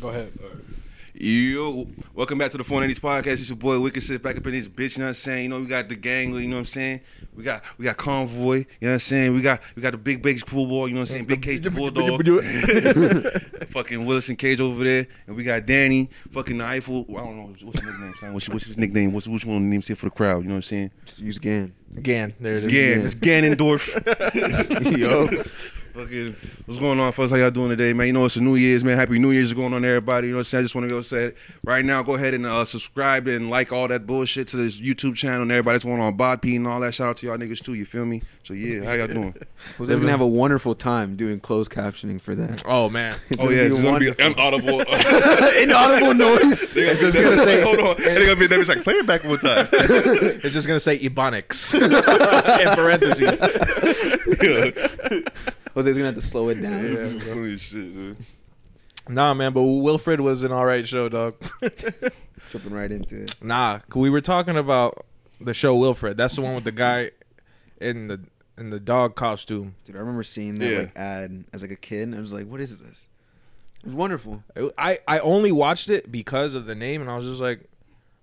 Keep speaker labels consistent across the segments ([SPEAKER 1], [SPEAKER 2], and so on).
[SPEAKER 1] Go ahead.
[SPEAKER 2] Yo, welcome back to the 490s podcast. It's your boy Wicked Sit back up in this bitch, you know what I'm saying? You know, we got the gang, you know what I'm saying? We got we got Convoy, you know what I'm saying? We got we got the big Bakes pool ball, you know what I'm saying? Big Cage the Bulldog. fucking Willis and Cage over there. And we got Danny, fucking the Eiffel. I don't know what's his nickname, son. What's, what's his nickname? What's which one of the names here for the crowd? You know what I'm saying?
[SPEAKER 3] Just use GAN.
[SPEAKER 4] Again, there it is.
[SPEAKER 2] Yeah, it's Ganondorf.
[SPEAKER 3] Yo.
[SPEAKER 2] Fucking, what's going on, folks? How y'all doing today, man? You know it's a New Year's, man. Happy New Year's is going on, to everybody. You know what I'm saying? I just want to go say it. right now. Go ahead and uh, subscribe and like all that bullshit to this YouTube channel and everybody's going on Bodp and all that. Shout out to y'all niggas too. You feel me? So yeah, how y'all doing?
[SPEAKER 3] We're just gonna have a wonderful time doing closed captioning for that.
[SPEAKER 4] Oh man.
[SPEAKER 3] It's
[SPEAKER 2] oh
[SPEAKER 3] gonna
[SPEAKER 2] yeah,
[SPEAKER 3] be
[SPEAKER 2] it's gonna be uh,
[SPEAKER 3] wonderful.
[SPEAKER 2] inaudible.
[SPEAKER 3] inaudible noise.
[SPEAKER 2] They're
[SPEAKER 4] just gonna say-
[SPEAKER 2] hold on. And they're gonna be there. It's like play it back one time.
[SPEAKER 4] It's just gonna say Ebonics in parentheses.
[SPEAKER 3] Jose's gonna have to slow it down.
[SPEAKER 2] Holy shit, dude.
[SPEAKER 4] Nah, man, but Wilfred was an alright show, dog.
[SPEAKER 3] Jumping right into it.
[SPEAKER 4] nah, 'cause we were talking about the show Wilfred. That's the one with the guy in the in the dog costume.
[SPEAKER 3] Dude, I remember seeing that
[SPEAKER 2] Yeah.
[SPEAKER 3] like ad as like a kid, and I was like, "What is this?" It was wonderful.
[SPEAKER 4] I I only watched it because of the name, and I was just like,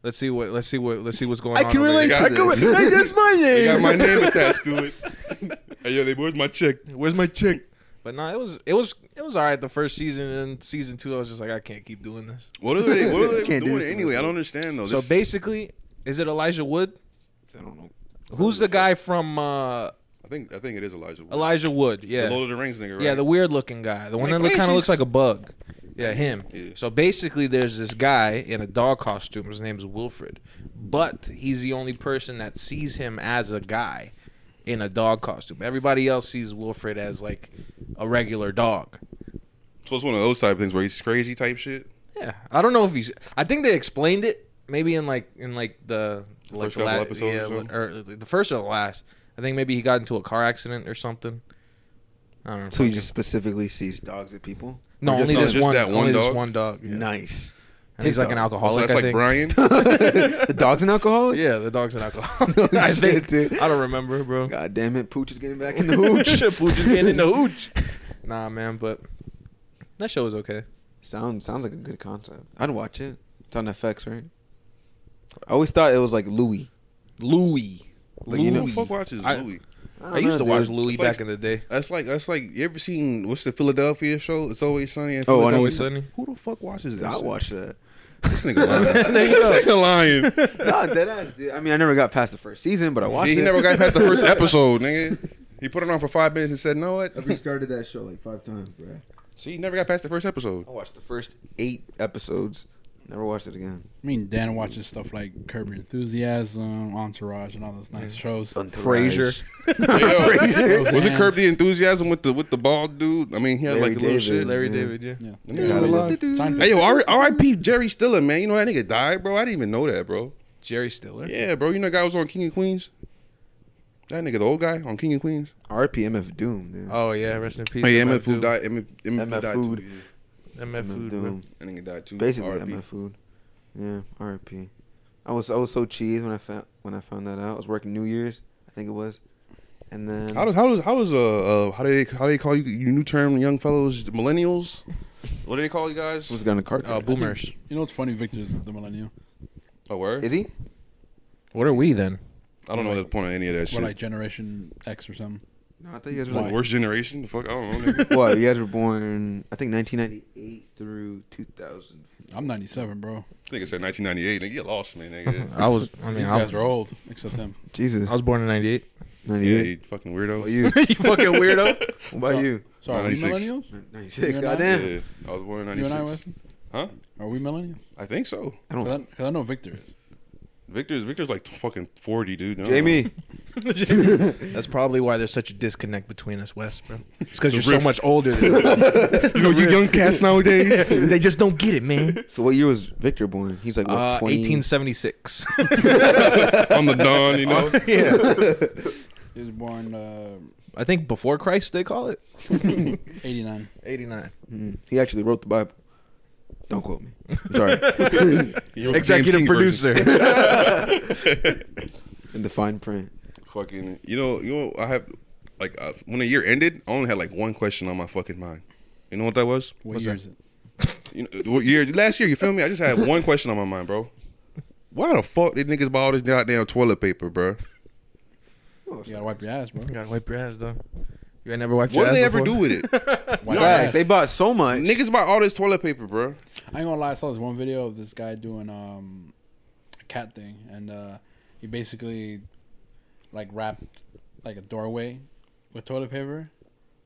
[SPEAKER 4] let's see what let's see what let's see what's going
[SPEAKER 3] I
[SPEAKER 4] on.
[SPEAKER 3] can
[SPEAKER 4] over
[SPEAKER 3] relate
[SPEAKER 4] there.
[SPEAKER 3] to
[SPEAKER 2] I can
[SPEAKER 3] this.
[SPEAKER 2] relate.
[SPEAKER 3] Hey, that's my
[SPEAKER 2] They got
[SPEAKER 3] name.
[SPEAKER 2] my name attached to it. Hey, yo, they, where's my check? Where's my check?
[SPEAKER 4] But nah, it was it was it was alright the first season, and season two, I was just like, I can't keep doing this.
[SPEAKER 2] What are they? What are they
[SPEAKER 3] Can't do
[SPEAKER 2] doing
[SPEAKER 3] this to
[SPEAKER 2] anyway? I
[SPEAKER 3] myself.
[SPEAKER 2] don't understand though.
[SPEAKER 4] So
[SPEAKER 2] This-
[SPEAKER 4] basically, is it Elijah Wood?
[SPEAKER 3] I don't know.
[SPEAKER 4] Who's the guy from uh,
[SPEAKER 2] I think I think it is Elijah. Wood.
[SPEAKER 4] Elijah Wood? Yeah,
[SPEAKER 2] The Lord of the Rings nigga, right?
[SPEAKER 4] yeah, the weird looking guy, the one
[SPEAKER 2] Like
[SPEAKER 4] that kind
[SPEAKER 2] Pisces.
[SPEAKER 4] of looks like a bug. Yeah, him.
[SPEAKER 2] Yeah.
[SPEAKER 4] So basically, there's this guy in a dog costume. His name's Wilfred, but he's the only person that sees him as a guy in a dog costume. Everybody else sees Wilfred as like a regular dog.
[SPEAKER 2] So it's one of those type of things where he's crazy type shit.
[SPEAKER 4] Yeah, I don't know if he's. I think they explained it maybe in like in like the, like
[SPEAKER 2] first couple
[SPEAKER 4] la-
[SPEAKER 2] episodes or
[SPEAKER 4] yeah,
[SPEAKER 2] something?
[SPEAKER 4] or, the first or the last. I think maybe he got into a car accident or something. I don't know.
[SPEAKER 3] So he just specifically sees dogs at people.
[SPEAKER 4] no,
[SPEAKER 2] just-
[SPEAKER 4] only
[SPEAKER 2] no,
[SPEAKER 4] this
[SPEAKER 2] just
[SPEAKER 4] one.
[SPEAKER 2] that one
[SPEAKER 4] only
[SPEAKER 2] dog? Oh,
[SPEAKER 4] this one dog. yeah.
[SPEAKER 3] Nice.
[SPEAKER 4] And he's
[SPEAKER 3] his
[SPEAKER 4] like an
[SPEAKER 3] dog.
[SPEAKER 2] So
[SPEAKER 4] alcoholic.
[SPEAKER 2] that's
[SPEAKER 4] I
[SPEAKER 2] like
[SPEAKER 4] think.
[SPEAKER 2] Brian.
[SPEAKER 3] the dog's an alcoholic.
[SPEAKER 4] Yeah, the dog's an alcoholic.
[SPEAKER 3] No
[SPEAKER 4] I
[SPEAKER 3] shit,
[SPEAKER 4] think.
[SPEAKER 3] dude.
[SPEAKER 4] I don't remember, bro.
[SPEAKER 3] God damn it, Pooch is getting back in the hooch.
[SPEAKER 4] Pooch is getting in the hooch. Nah, man, but that show was okay.
[SPEAKER 3] Sound sounds like a good concept. I'd watch it. It's on FX, right? I always thought it was like Louis.
[SPEAKER 4] Louis.
[SPEAKER 3] Like, you know-
[SPEAKER 2] Who the fuck watches
[SPEAKER 4] I-
[SPEAKER 2] Louis?
[SPEAKER 3] don't
[SPEAKER 4] I used
[SPEAKER 3] know,
[SPEAKER 4] to watch
[SPEAKER 3] dude.
[SPEAKER 4] Louis
[SPEAKER 2] It's like-
[SPEAKER 4] back in the day.
[SPEAKER 2] That's like that's like you ever seen what's the Philadelphia show? It's always sunny. in
[SPEAKER 3] Oh, I know
[SPEAKER 2] Philadelphia.
[SPEAKER 3] it's
[SPEAKER 4] Sunny.
[SPEAKER 2] Who the fuck watches this?
[SPEAKER 3] I
[SPEAKER 2] shit?
[SPEAKER 3] watched that.
[SPEAKER 2] this nigga lying.
[SPEAKER 4] There you
[SPEAKER 2] this nigga lying.
[SPEAKER 3] nah, dead ass, dude. I mean, I never got past the first season, but I watched
[SPEAKER 2] See,
[SPEAKER 3] it.
[SPEAKER 2] he never got past the first episode, nigga. He put it on for five minutes and said, "No, what?"
[SPEAKER 5] I've restarted that show like five times, bro.
[SPEAKER 2] See, he never got past the first episode.
[SPEAKER 3] I watched the first eight episodes. Never watched it again.
[SPEAKER 1] I mean, Dan watches stuff like Curb Your Enthusiasm, Entourage, and all those nice shows.
[SPEAKER 4] Frasier.
[SPEAKER 2] Yo,
[SPEAKER 1] Frasier.
[SPEAKER 2] was it Curb the Enthusiasm with the with the bald dude? I mean, he had
[SPEAKER 3] Larry
[SPEAKER 2] like a little
[SPEAKER 3] David.
[SPEAKER 2] shit.
[SPEAKER 4] Larry
[SPEAKER 3] Yeah.
[SPEAKER 4] David, yeah.
[SPEAKER 1] Yeah.
[SPEAKER 2] Them niggas were alive. Hey yo, R- R.I.P. Jerry Stiller, man. You know that nigga died, bro. I didn't even know that, bro.
[SPEAKER 4] Jerry Stiller.
[SPEAKER 2] Yeah, bro. You know that guy was on King and Queens. That nigga, the old guy on King and Queens.
[SPEAKER 3] RPMF Doom, dude.
[SPEAKER 4] Oh yeah, rest in peace.
[SPEAKER 2] Hey, MF
[SPEAKER 4] Doom.
[SPEAKER 2] Food died. MF, MF,
[SPEAKER 3] MF
[SPEAKER 2] died
[SPEAKER 3] Food.
[SPEAKER 2] too.
[SPEAKER 4] MF
[SPEAKER 3] MF
[SPEAKER 4] Food.
[SPEAKER 3] Doom.
[SPEAKER 2] That nigga died too.
[SPEAKER 3] Basically,
[SPEAKER 2] R.I.P.
[SPEAKER 3] MF Food. Yeah, RP. I was I was so cheesed when I found when I found that out. I was working New Year's, I think it was, and then
[SPEAKER 2] How does how does how does uh, uh how do they how do they call you you new term young fellows millennials? What do they call you guys?
[SPEAKER 3] was going to Carter.
[SPEAKER 4] Oh, boomers.
[SPEAKER 1] You know what's funny? Victor's the millennial.
[SPEAKER 2] oh, where?
[SPEAKER 3] Is he?
[SPEAKER 4] What are we then?
[SPEAKER 2] I don't know the point of any of that
[SPEAKER 1] We're
[SPEAKER 2] shit.
[SPEAKER 1] like Generation X or something.
[SPEAKER 3] No, I thought you guys were
[SPEAKER 2] Like,
[SPEAKER 3] like
[SPEAKER 2] worst generation? The fuck, I don't know. nigga.
[SPEAKER 3] what? You guys were born, I think, 1998 through 2000.
[SPEAKER 1] I'm 97, bro.
[SPEAKER 2] nigga said 1998. Nigga, you lost me, nigga.
[SPEAKER 4] I was. I mean,
[SPEAKER 1] These
[SPEAKER 4] I,
[SPEAKER 1] guys are old, except him.
[SPEAKER 3] Jesus,
[SPEAKER 4] I was born in '98.
[SPEAKER 2] yeah,
[SPEAKER 3] 98.
[SPEAKER 2] you fucking weirdo.
[SPEAKER 3] What about you?
[SPEAKER 4] you fucking weirdo.
[SPEAKER 3] What about you?
[SPEAKER 1] So are we
[SPEAKER 2] 96.
[SPEAKER 1] millennials?
[SPEAKER 3] 96.
[SPEAKER 1] You're not-
[SPEAKER 3] Goddamn.
[SPEAKER 2] Yeah, I was born in
[SPEAKER 1] You and I,
[SPEAKER 2] 96.
[SPEAKER 1] Weston?
[SPEAKER 2] Huh?
[SPEAKER 1] Are we millennials?
[SPEAKER 2] I think so.
[SPEAKER 3] I don't.
[SPEAKER 1] Because I, know Victor is.
[SPEAKER 2] Victor's Victor's like fucking 40, dude. No,
[SPEAKER 3] Jamie,
[SPEAKER 4] That's probably why there's such a disconnect between us, Wes, bro. It's because
[SPEAKER 2] The
[SPEAKER 4] you're
[SPEAKER 2] rift.
[SPEAKER 4] so much older than me.
[SPEAKER 2] you know you young cats nowadays.
[SPEAKER 4] they just don't get it, man.
[SPEAKER 3] so what year was Victor born? He's like what?
[SPEAKER 4] Uh,
[SPEAKER 3] 20?
[SPEAKER 4] 1876.
[SPEAKER 2] I'm the Don, you know.
[SPEAKER 4] yeah.
[SPEAKER 1] He was born uh,
[SPEAKER 4] I think before Christ they call it
[SPEAKER 1] 89.
[SPEAKER 4] 89.
[SPEAKER 3] Mm. He actually wrote the Bible. Don't quote me. I'm sorry.
[SPEAKER 2] You know, the James
[SPEAKER 4] Executive
[SPEAKER 2] King version.
[SPEAKER 4] producer.
[SPEAKER 3] In the fine print.
[SPEAKER 2] Fucking, you know, you know, I have like uh, when the year ended, I only had like one question on my fucking mind. You know what that was?
[SPEAKER 1] What
[SPEAKER 4] What's
[SPEAKER 1] year
[SPEAKER 4] that?
[SPEAKER 1] is it?
[SPEAKER 2] You know, what year last year, you feel me? I just had one question on my mind, bro. Why the fuck did niggas buy all this goddamn toilet paper, bro?
[SPEAKER 1] You gotta wipe your ass, bro.
[SPEAKER 4] gotta wipe your ass though. You ain't never wiped
[SPEAKER 2] What
[SPEAKER 4] your
[SPEAKER 2] do
[SPEAKER 4] ass
[SPEAKER 2] they ever do
[SPEAKER 4] before?
[SPEAKER 2] with it?
[SPEAKER 1] Wipe your
[SPEAKER 3] Facts.
[SPEAKER 1] ass.
[SPEAKER 3] They bought so much.
[SPEAKER 2] niggas buy all this toilet paper, bro.
[SPEAKER 1] I ain't gonna lie, I saw this one video of this guy doing um a cat thing and uh he basically like wrapped like a doorway with toilet paper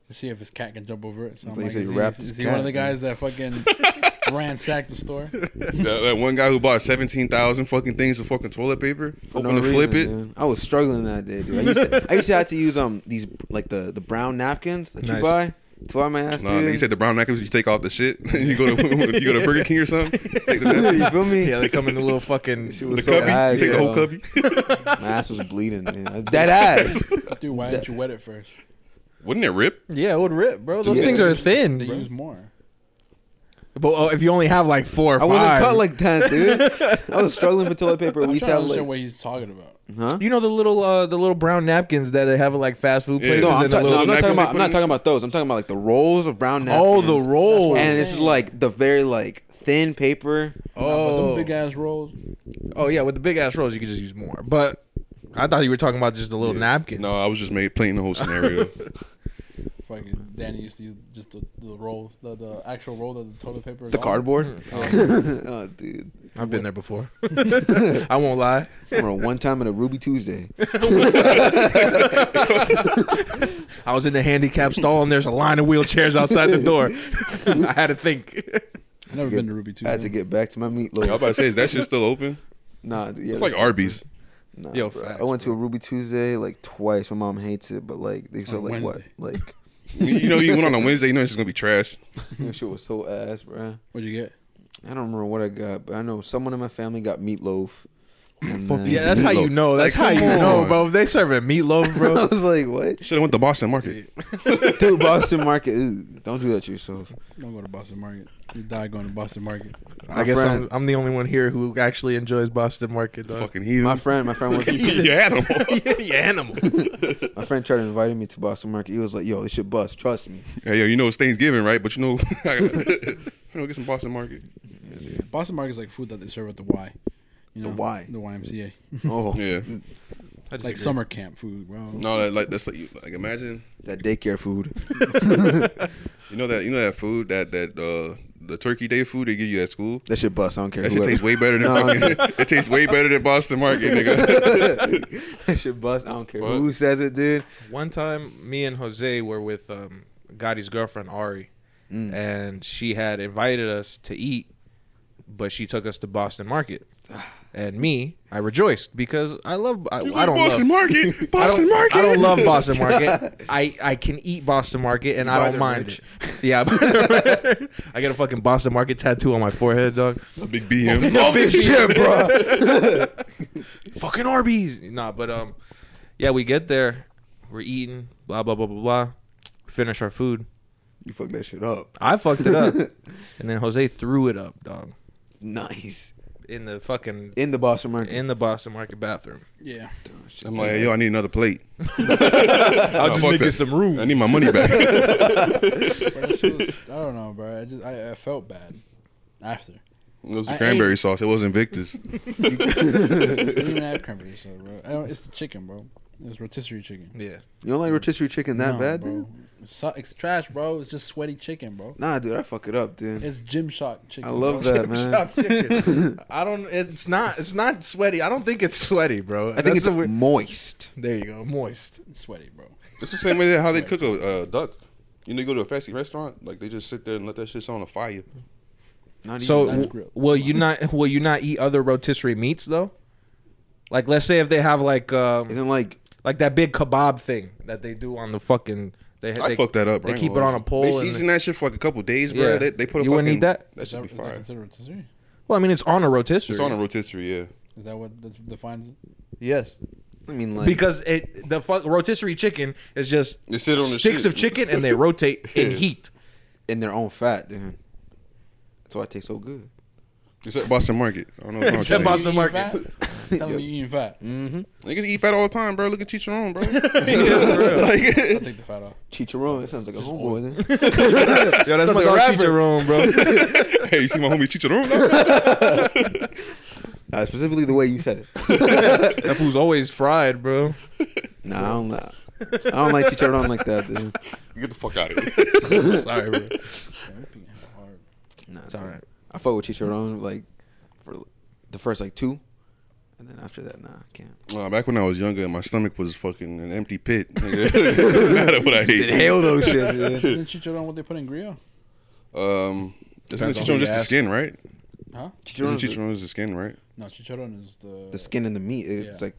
[SPEAKER 1] to see if his cat can jump over it. So
[SPEAKER 3] I
[SPEAKER 1] I'm
[SPEAKER 3] thought you
[SPEAKER 1] like,
[SPEAKER 3] said
[SPEAKER 1] is
[SPEAKER 3] you
[SPEAKER 1] he,
[SPEAKER 3] wrapped
[SPEAKER 1] is
[SPEAKER 3] his
[SPEAKER 1] he one
[SPEAKER 3] cat,
[SPEAKER 1] of the
[SPEAKER 3] man.
[SPEAKER 1] guys that fucking ransacked the store?
[SPEAKER 2] that, that one guy who bought seventeen thousand fucking things of fucking toilet paper,
[SPEAKER 3] For
[SPEAKER 2] hoping to flip it.
[SPEAKER 3] man. I was struggling that day, dude. I used to, I used to have to use um these like the the brown napkins that
[SPEAKER 4] Nice.
[SPEAKER 3] you buy to wipe my ass.
[SPEAKER 2] Nah,
[SPEAKER 3] dude.
[SPEAKER 2] nigga, you said the brown napkins. You take off the shit. you go to you go to Burger King or something. Take the,
[SPEAKER 3] you feel me?
[SPEAKER 4] Yeah, they come in the little fucking.
[SPEAKER 3] She
[SPEAKER 2] the
[SPEAKER 3] was so
[SPEAKER 2] cubby.
[SPEAKER 3] high,
[SPEAKER 2] take the whole
[SPEAKER 3] yo.
[SPEAKER 2] cubby.
[SPEAKER 3] My ass was bleeding. Man. Dead ass.
[SPEAKER 1] Dude, why didn't you wet it first?
[SPEAKER 2] Wouldn't it rip?
[SPEAKER 4] Yeah, it would rip, bro. Those
[SPEAKER 3] Yeah.
[SPEAKER 4] things are
[SPEAKER 1] They
[SPEAKER 4] thin. bro.
[SPEAKER 1] use more.
[SPEAKER 4] But oh, if you only have like four or
[SPEAKER 3] I
[SPEAKER 4] five,
[SPEAKER 3] wasn't cut like that, dude. I was struggling for toilet paper.
[SPEAKER 1] I'm
[SPEAKER 3] We
[SPEAKER 1] trying
[SPEAKER 3] used
[SPEAKER 1] to
[SPEAKER 3] to have
[SPEAKER 1] understand
[SPEAKER 3] like,
[SPEAKER 1] what he's talking about.
[SPEAKER 3] huh?
[SPEAKER 4] you know the little uh, the little brown napkins that they have at like fast food
[SPEAKER 2] Yeah.
[SPEAKER 4] places.
[SPEAKER 3] No, I'm,
[SPEAKER 4] and the
[SPEAKER 3] ta- no,
[SPEAKER 4] little,
[SPEAKER 3] I'm not
[SPEAKER 2] napkins
[SPEAKER 3] talking
[SPEAKER 2] they
[SPEAKER 3] about.
[SPEAKER 2] put
[SPEAKER 3] I'm not
[SPEAKER 2] in-
[SPEAKER 3] talking about those. I'm talking about like the rolls of brown napkins.
[SPEAKER 4] oh, the rolls.
[SPEAKER 1] what I'm
[SPEAKER 3] And this is
[SPEAKER 1] saying.
[SPEAKER 3] like the very like thin paper.
[SPEAKER 1] Nah, but
[SPEAKER 4] Oh,
[SPEAKER 1] them big ass rolls.
[SPEAKER 4] oh yeah, with the big ass rolls, you could just use more. But I thought you were talking about just the little napkin.
[SPEAKER 2] No, I was just made playing the whole scenario.
[SPEAKER 1] Fucking Danny used to use just the, the rolls, the, the actual roll that the toilet paper. is
[SPEAKER 3] The
[SPEAKER 1] on.
[SPEAKER 3] cardboard.
[SPEAKER 2] hmm,
[SPEAKER 3] oh, dude.
[SPEAKER 4] I've been there before. I won't lie.
[SPEAKER 3] I remember one time in a Ruby Tuesday.
[SPEAKER 4] I was in the handicap stall and there's a line of wheelchairs outside the door. I had to think.
[SPEAKER 1] I've never been to Ruby Tuesday.
[SPEAKER 3] I had to get back to my meatloaf.
[SPEAKER 2] I was about to say, is that shit still open?
[SPEAKER 3] Nah, dude, yeah,
[SPEAKER 2] It's
[SPEAKER 3] that's-
[SPEAKER 2] like Arby's.
[SPEAKER 3] Nah,
[SPEAKER 4] Yo,
[SPEAKER 3] bro.
[SPEAKER 4] facts,
[SPEAKER 3] I went to a Ruby Tuesday like twice. My mom hates it, but like they said,
[SPEAKER 1] On
[SPEAKER 3] like what,
[SPEAKER 1] Wednesday.
[SPEAKER 3] like
[SPEAKER 2] You know, you went on a Wednesday. You know, it's just gonna be trash.
[SPEAKER 3] that shit was so ass, bro.
[SPEAKER 1] What'd you get?
[SPEAKER 3] I don't remember what I got, but I know someone in my family got meatloaf. and then-
[SPEAKER 4] Yeah, that's how you
[SPEAKER 2] Meatloaf.
[SPEAKER 4] know. That's
[SPEAKER 2] Like,
[SPEAKER 4] how you
[SPEAKER 2] come
[SPEAKER 4] know,
[SPEAKER 2] on.
[SPEAKER 4] bro. If they serving meatloaf,
[SPEAKER 3] I
[SPEAKER 4] bro.
[SPEAKER 3] was like, what,
[SPEAKER 2] Should have went to Boston Market.
[SPEAKER 3] dude? Boston Market, ooh, don't do that to yourself.
[SPEAKER 1] Don't go to Boston Market. You die going to Boston Market.
[SPEAKER 4] I guess I'm, I'm the only one here who actually enjoys Boston Market, dog.
[SPEAKER 2] Fucking heathen.
[SPEAKER 3] My friend, my friend was
[SPEAKER 2] you animal.
[SPEAKER 4] you animal.
[SPEAKER 3] my friend tried inviting me to Boston Market. He was like, yo, this shit bust. Trust me.
[SPEAKER 2] Yeah, yo, you know it's Thanksgiving, right? But you know, I gotta, you know, get some Boston Market.
[SPEAKER 1] Boston Market is like food that they serve at the Y. You
[SPEAKER 3] The
[SPEAKER 1] know,
[SPEAKER 3] Y.
[SPEAKER 1] The YMCA.
[SPEAKER 3] Oh,
[SPEAKER 2] Yeah.
[SPEAKER 1] like summer camp food, bro.
[SPEAKER 2] No, that, like that's like, you- like imagine
[SPEAKER 3] that daycare food.
[SPEAKER 2] you know that you know that food that that uh the Turkey Day food they give you at school.
[SPEAKER 3] That shit bust. I don't care.
[SPEAKER 2] That shit
[SPEAKER 3] whoever-
[SPEAKER 2] tastes way better than
[SPEAKER 3] No,
[SPEAKER 2] fucking, it tastes way better than Boston Market, nigga.
[SPEAKER 3] that shit bust. I don't care
[SPEAKER 2] What?
[SPEAKER 3] who says it, dude.
[SPEAKER 4] One time, me and Jose were with um, Gotti's girlfriend Ari,
[SPEAKER 1] Mm.
[SPEAKER 4] and she had invited us to eat, but she took us to Boston Market. And me, I rejoiced because I love. I, I don't
[SPEAKER 2] Boston
[SPEAKER 4] love.
[SPEAKER 2] Market.
[SPEAKER 4] I
[SPEAKER 2] Boston
[SPEAKER 4] don't,
[SPEAKER 2] Market.
[SPEAKER 4] I don't love Boston Market. I, I can eat Boston Market and
[SPEAKER 3] buy
[SPEAKER 4] I don't
[SPEAKER 3] their
[SPEAKER 4] mind
[SPEAKER 3] merch.
[SPEAKER 4] it. Yeah, I buy their merch. I got a fucking Boston Market tattoo on my forehead, dog.
[SPEAKER 2] A big BM.
[SPEAKER 3] Big shit, bro.
[SPEAKER 4] fucking Arby's. Nah, but um, yeah, we get there, we're eating, blah blah blah blah blah. Finish our food.
[SPEAKER 3] You fucked that shit up.
[SPEAKER 4] I fucked it up, and then Jose threw it up, dog,
[SPEAKER 3] Nice.
[SPEAKER 4] in the fucking
[SPEAKER 3] In the Boston market.
[SPEAKER 4] in the Boston Market bathroom.
[SPEAKER 1] Yeah.
[SPEAKER 2] I'm like, yo, I need another plate.
[SPEAKER 4] I was
[SPEAKER 2] just fuck making that.
[SPEAKER 4] some
[SPEAKER 2] I
[SPEAKER 4] room.
[SPEAKER 2] need my money back.
[SPEAKER 1] But that shit was- I don't know, bro. I just I, I felt bad after.
[SPEAKER 2] It was
[SPEAKER 1] I
[SPEAKER 2] the
[SPEAKER 1] ate-
[SPEAKER 2] cranberry sauce. It was Invictus.
[SPEAKER 1] I didn't even have cranberry sauce, bro. I don't, it's the chicken, bro. It's rotisserie chicken.
[SPEAKER 4] Yeah,
[SPEAKER 3] you don't like rotisserie chicken that
[SPEAKER 1] No,
[SPEAKER 3] bad,
[SPEAKER 1] bro.
[SPEAKER 3] dude?
[SPEAKER 1] It's, so- it's trash, bro. It's just sweaty chicken, bro.
[SPEAKER 3] Nah, dude, I fuck it up, dude.
[SPEAKER 1] It's gym shock chicken.
[SPEAKER 3] I love
[SPEAKER 1] bro.
[SPEAKER 3] that, man.
[SPEAKER 4] I don't. It's not. It's not sweaty. I don't think it's sweaty, bro.
[SPEAKER 3] I think it's moist.
[SPEAKER 4] there you go, moist.
[SPEAKER 1] It's sweaty, bro.
[SPEAKER 2] It's the same way that how they cook a uh, duck. You know, you go to a fancy restaurant, like they just sit there and let that shit sit on the fire.
[SPEAKER 3] Not
[SPEAKER 4] So
[SPEAKER 3] even,
[SPEAKER 4] w-
[SPEAKER 1] That's grilled.
[SPEAKER 4] will you not? Will you not eat other rotisserie meats though? Like, let's say if they have like um,
[SPEAKER 3] isn't like
[SPEAKER 4] like that big kebab thing that they do on the fucking. They,
[SPEAKER 2] I
[SPEAKER 4] they,
[SPEAKER 2] fucked that up.
[SPEAKER 4] They
[SPEAKER 2] I ain't
[SPEAKER 4] keep it
[SPEAKER 2] gonna
[SPEAKER 4] on
[SPEAKER 2] lie.
[SPEAKER 4] a pole.
[SPEAKER 2] They
[SPEAKER 4] and-
[SPEAKER 2] season that shit for like a couple days, bro.
[SPEAKER 4] Yeah.
[SPEAKER 2] They, they put a
[SPEAKER 4] You wouldn't
[SPEAKER 2] fucking,
[SPEAKER 4] eat that?
[SPEAKER 2] That
[SPEAKER 1] Is
[SPEAKER 2] should
[SPEAKER 1] that,
[SPEAKER 2] be
[SPEAKER 1] is that
[SPEAKER 2] fire.
[SPEAKER 1] considered rotisserie?
[SPEAKER 4] well, I mean, it's on a rotisserie.
[SPEAKER 2] It's on a rotisserie, yeah.
[SPEAKER 1] Is that what that defines it?
[SPEAKER 4] yes.
[SPEAKER 3] I mean like
[SPEAKER 4] Because it the fuck rotisserie chicken is just
[SPEAKER 2] They sit on the
[SPEAKER 4] sticks
[SPEAKER 2] shit.
[SPEAKER 4] of chicken and they rotate in
[SPEAKER 2] Yeah.
[SPEAKER 4] heat.
[SPEAKER 3] in their own fat, dude. That's why it tastes so good.
[SPEAKER 2] Except Boston Market. I don't know. what's wrong with
[SPEAKER 4] Except
[SPEAKER 2] y'all niggas.
[SPEAKER 4] Boston Market.
[SPEAKER 1] Fat? Tell me you eating fat.
[SPEAKER 3] Mm-hmm.
[SPEAKER 2] Niggas eat fat all the time, bro. Look at Chicharron, bro.
[SPEAKER 1] I'll
[SPEAKER 2] like,
[SPEAKER 1] take the fat off.
[SPEAKER 3] Chicharron. That sounds like a
[SPEAKER 1] Just
[SPEAKER 3] homeboy. Then.
[SPEAKER 4] Yo, that's "Oh,
[SPEAKER 3] Sounds
[SPEAKER 4] my
[SPEAKER 3] like a
[SPEAKER 4] dog
[SPEAKER 3] rapper.
[SPEAKER 4] Chicharron, bro.
[SPEAKER 2] hey, you see my homie Chicharron?
[SPEAKER 3] Nah, specifically the way you said it.
[SPEAKER 4] that food's always fried, bro.
[SPEAKER 3] Nah, I don't. Like, I don't like chicharron like that. Dude.
[SPEAKER 2] Get the fuck out of here.
[SPEAKER 4] Sorry, bro.
[SPEAKER 1] Damn, that thing hit hard.
[SPEAKER 3] Nah,
[SPEAKER 4] It's all right.
[SPEAKER 3] I fought with chicharron like for the first like two, and then after that, nah, I can't.
[SPEAKER 2] Nah, back when I was younger, my stomach was fucking an empty pit. nigga. That's what I
[SPEAKER 3] Just
[SPEAKER 2] hate.
[SPEAKER 3] inhale those shit. dude.
[SPEAKER 1] Isn't chicharron what they put in grill?
[SPEAKER 2] Um, isn't
[SPEAKER 4] Depends on who
[SPEAKER 2] Chicharron
[SPEAKER 4] you
[SPEAKER 2] just the
[SPEAKER 4] ask.
[SPEAKER 2] skin, right?
[SPEAKER 1] Huh?
[SPEAKER 2] Isn't
[SPEAKER 3] Chicharron's the,
[SPEAKER 2] Chicharron just the skin, right?
[SPEAKER 1] No, chicharron is the
[SPEAKER 3] the skin and the meat. It's
[SPEAKER 1] Yeah.
[SPEAKER 3] like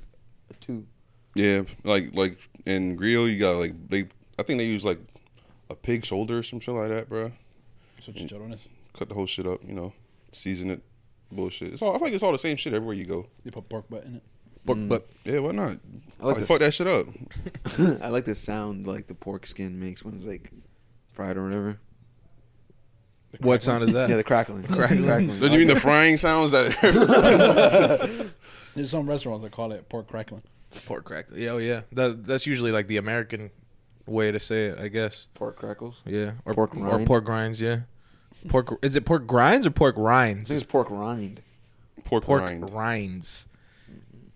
[SPEAKER 3] a two.
[SPEAKER 2] Yeah, like like in grill, you got like they. I think they use like a pig shoulder or some shit like that, bro.
[SPEAKER 1] That's what chicharron is.
[SPEAKER 2] Cut the whole shit up, you know, season it, bullshit. It's all. I feel like it's all the same shit everywhere you go.
[SPEAKER 1] They put pork butt in it.
[SPEAKER 4] Pork butt.
[SPEAKER 2] Yeah, why not?
[SPEAKER 3] Mm. I like
[SPEAKER 2] Like,
[SPEAKER 3] this-
[SPEAKER 2] fuck that shit up.
[SPEAKER 3] I like the sound like the pork skin makes when it's like fried or whatever.
[SPEAKER 4] What sound is that?
[SPEAKER 3] Yeah, the crackling.
[SPEAKER 4] crackling.
[SPEAKER 2] Don't you mean the frying sounds that?
[SPEAKER 1] There's some restaurants that call it pork crackling.
[SPEAKER 4] pork crackle. Yeah, oh yeah. That, that's usually like the American way to say it, I guess.
[SPEAKER 3] pork crackles?
[SPEAKER 4] Yeah, or
[SPEAKER 3] Pork
[SPEAKER 4] or
[SPEAKER 3] rind.
[SPEAKER 4] pork grinds. Yeah, pork. Is it pork grinds or pork
[SPEAKER 3] I
[SPEAKER 4] rinds?
[SPEAKER 3] think it's pork rind.
[SPEAKER 2] Pork
[SPEAKER 4] pork
[SPEAKER 2] rind,
[SPEAKER 4] rinds.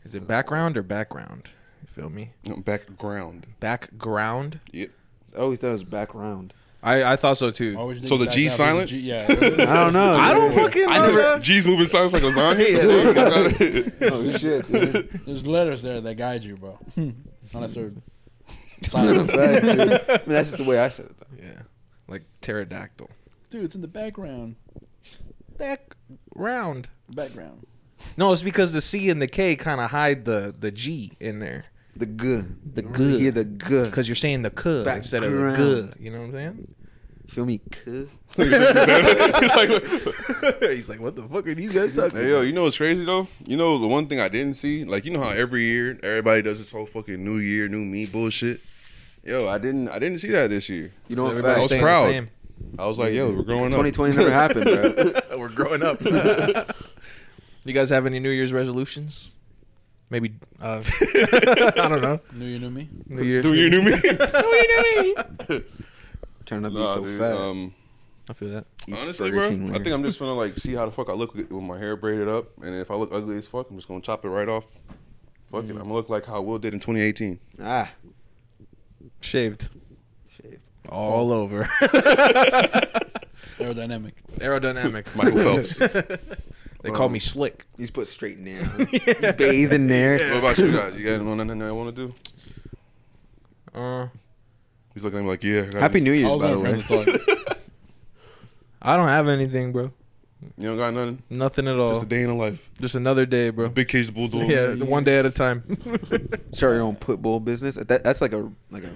[SPEAKER 4] Is it background or background? You feel me?
[SPEAKER 2] No, background.
[SPEAKER 4] Background.
[SPEAKER 2] Yep.
[SPEAKER 3] I always thought it was back round.
[SPEAKER 4] I I thought so too.
[SPEAKER 1] Why would you
[SPEAKER 2] So
[SPEAKER 1] think
[SPEAKER 2] the
[SPEAKER 1] that-
[SPEAKER 2] G's
[SPEAKER 1] that
[SPEAKER 2] silent?
[SPEAKER 1] was a G- yeah.
[SPEAKER 3] I don't know.
[SPEAKER 4] I don't
[SPEAKER 3] dude.
[SPEAKER 4] fucking know.
[SPEAKER 2] I never.
[SPEAKER 4] bro.
[SPEAKER 2] G's moving silence like lasagna.
[SPEAKER 3] Oh shit, dude.
[SPEAKER 1] There's letters there that guide you, bro. Unless they're
[SPEAKER 3] That's a
[SPEAKER 1] silent.
[SPEAKER 3] fact, dude. I mean, that's just the way I said it. Though.
[SPEAKER 4] Yeah, like pterodactyl.
[SPEAKER 1] Dude, it's in the background.
[SPEAKER 4] Background.
[SPEAKER 1] Background.
[SPEAKER 4] No, it's because the C and the K kind of hide the the G in there
[SPEAKER 3] The good.
[SPEAKER 4] The
[SPEAKER 3] You wanna Hear
[SPEAKER 4] good.
[SPEAKER 3] the good.
[SPEAKER 4] because you're saying the "k" instead of the
[SPEAKER 3] Background.
[SPEAKER 4] "good." You know what I'm saying?
[SPEAKER 3] Feel me? Good.
[SPEAKER 4] He's like, what the fuck are these guys talking
[SPEAKER 2] Hey yo, you know what's crazy though? You know the one thing I didn't see, like you know how every year everybody does this whole fucking New Year, New Me bullshit. Yo, I didn't, I didn't see that this year.
[SPEAKER 3] You know what?
[SPEAKER 2] I was
[SPEAKER 4] Everybody's
[SPEAKER 3] Facts.
[SPEAKER 4] staying the
[SPEAKER 2] proud.
[SPEAKER 4] same.
[SPEAKER 2] I was like, yo, we're growing up.
[SPEAKER 3] 2020 never happened, bro.
[SPEAKER 4] We're growing up. you guys have any New Year's resolutions? Maybe uh, I don't know.
[SPEAKER 1] Knew you knew me.
[SPEAKER 4] New Year's.
[SPEAKER 2] Do you knew me?
[SPEAKER 3] Trying to be
[SPEAKER 2] Nah,
[SPEAKER 3] so
[SPEAKER 2] dude,
[SPEAKER 3] fat.
[SPEAKER 2] um,
[SPEAKER 4] I feel that.
[SPEAKER 3] Eats
[SPEAKER 2] honestly,
[SPEAKER 3] Burger
[SPEAKER 2] bro,
[SPEAKER 3] King
[SPEAKER 2] I
[SPEAKER 3] later.
[SPEAKER 2] think I'm just gonna like see how the fuck I look with my hair braided up, and if I look ugly as fuck, I'm just gonna chop it right off. Fuck it, I'm gonna look like how Will did in 2018.
[SPEAKER 3] ah
[SPEAKER 4] Shaved
[SPEAKER 3] shaved.
[SPEAKER 4] all over.
[SPEAKER 1] Aerodynamic.
[SPEAKER 4] Aerodynamic.
[SPEAKER 2] Michael Phelps. what
[SPEAKER 4] They call me slick.
[SPEAKER 3] You just put straight in there. You Bathe in there.
[SPEAKER 2] about you guys? You guys know nothing I want to do?
[SPEAKER 4] Uh,
[SPEAKER 2] He's looking at me like, yeah. I gotta
[SPEAKER 3] Happy
[SPEAKER 2] do-
[SPEAKER 3] New Year's,
[SPEAKER 1] All
[SPEAKER 3] by
[SPEAKER 1] my
[SPEAKER 3] the way.
[SPEAKER 1] friends are talking.
[SPEAKER 4] I don't have anything, bro.
[SPEAKER 2] You don't got nothing.
[SPEAKER 4] Nothing
[SPEAKER 3] Oh.
[SPEAKER 4] at all.
[SPEAKER 2] Just
[SPEAKER 4] Just,
[SPEAKER 2] a day in the life.
[SPEAKER 4] another day, bro.
[SPEAKER 2] Big cage bulldog.
[SPEAKER 4] yeah, the one day at a time.
[SPEAKER 3] Start your own pit bull business. That, that's like a like a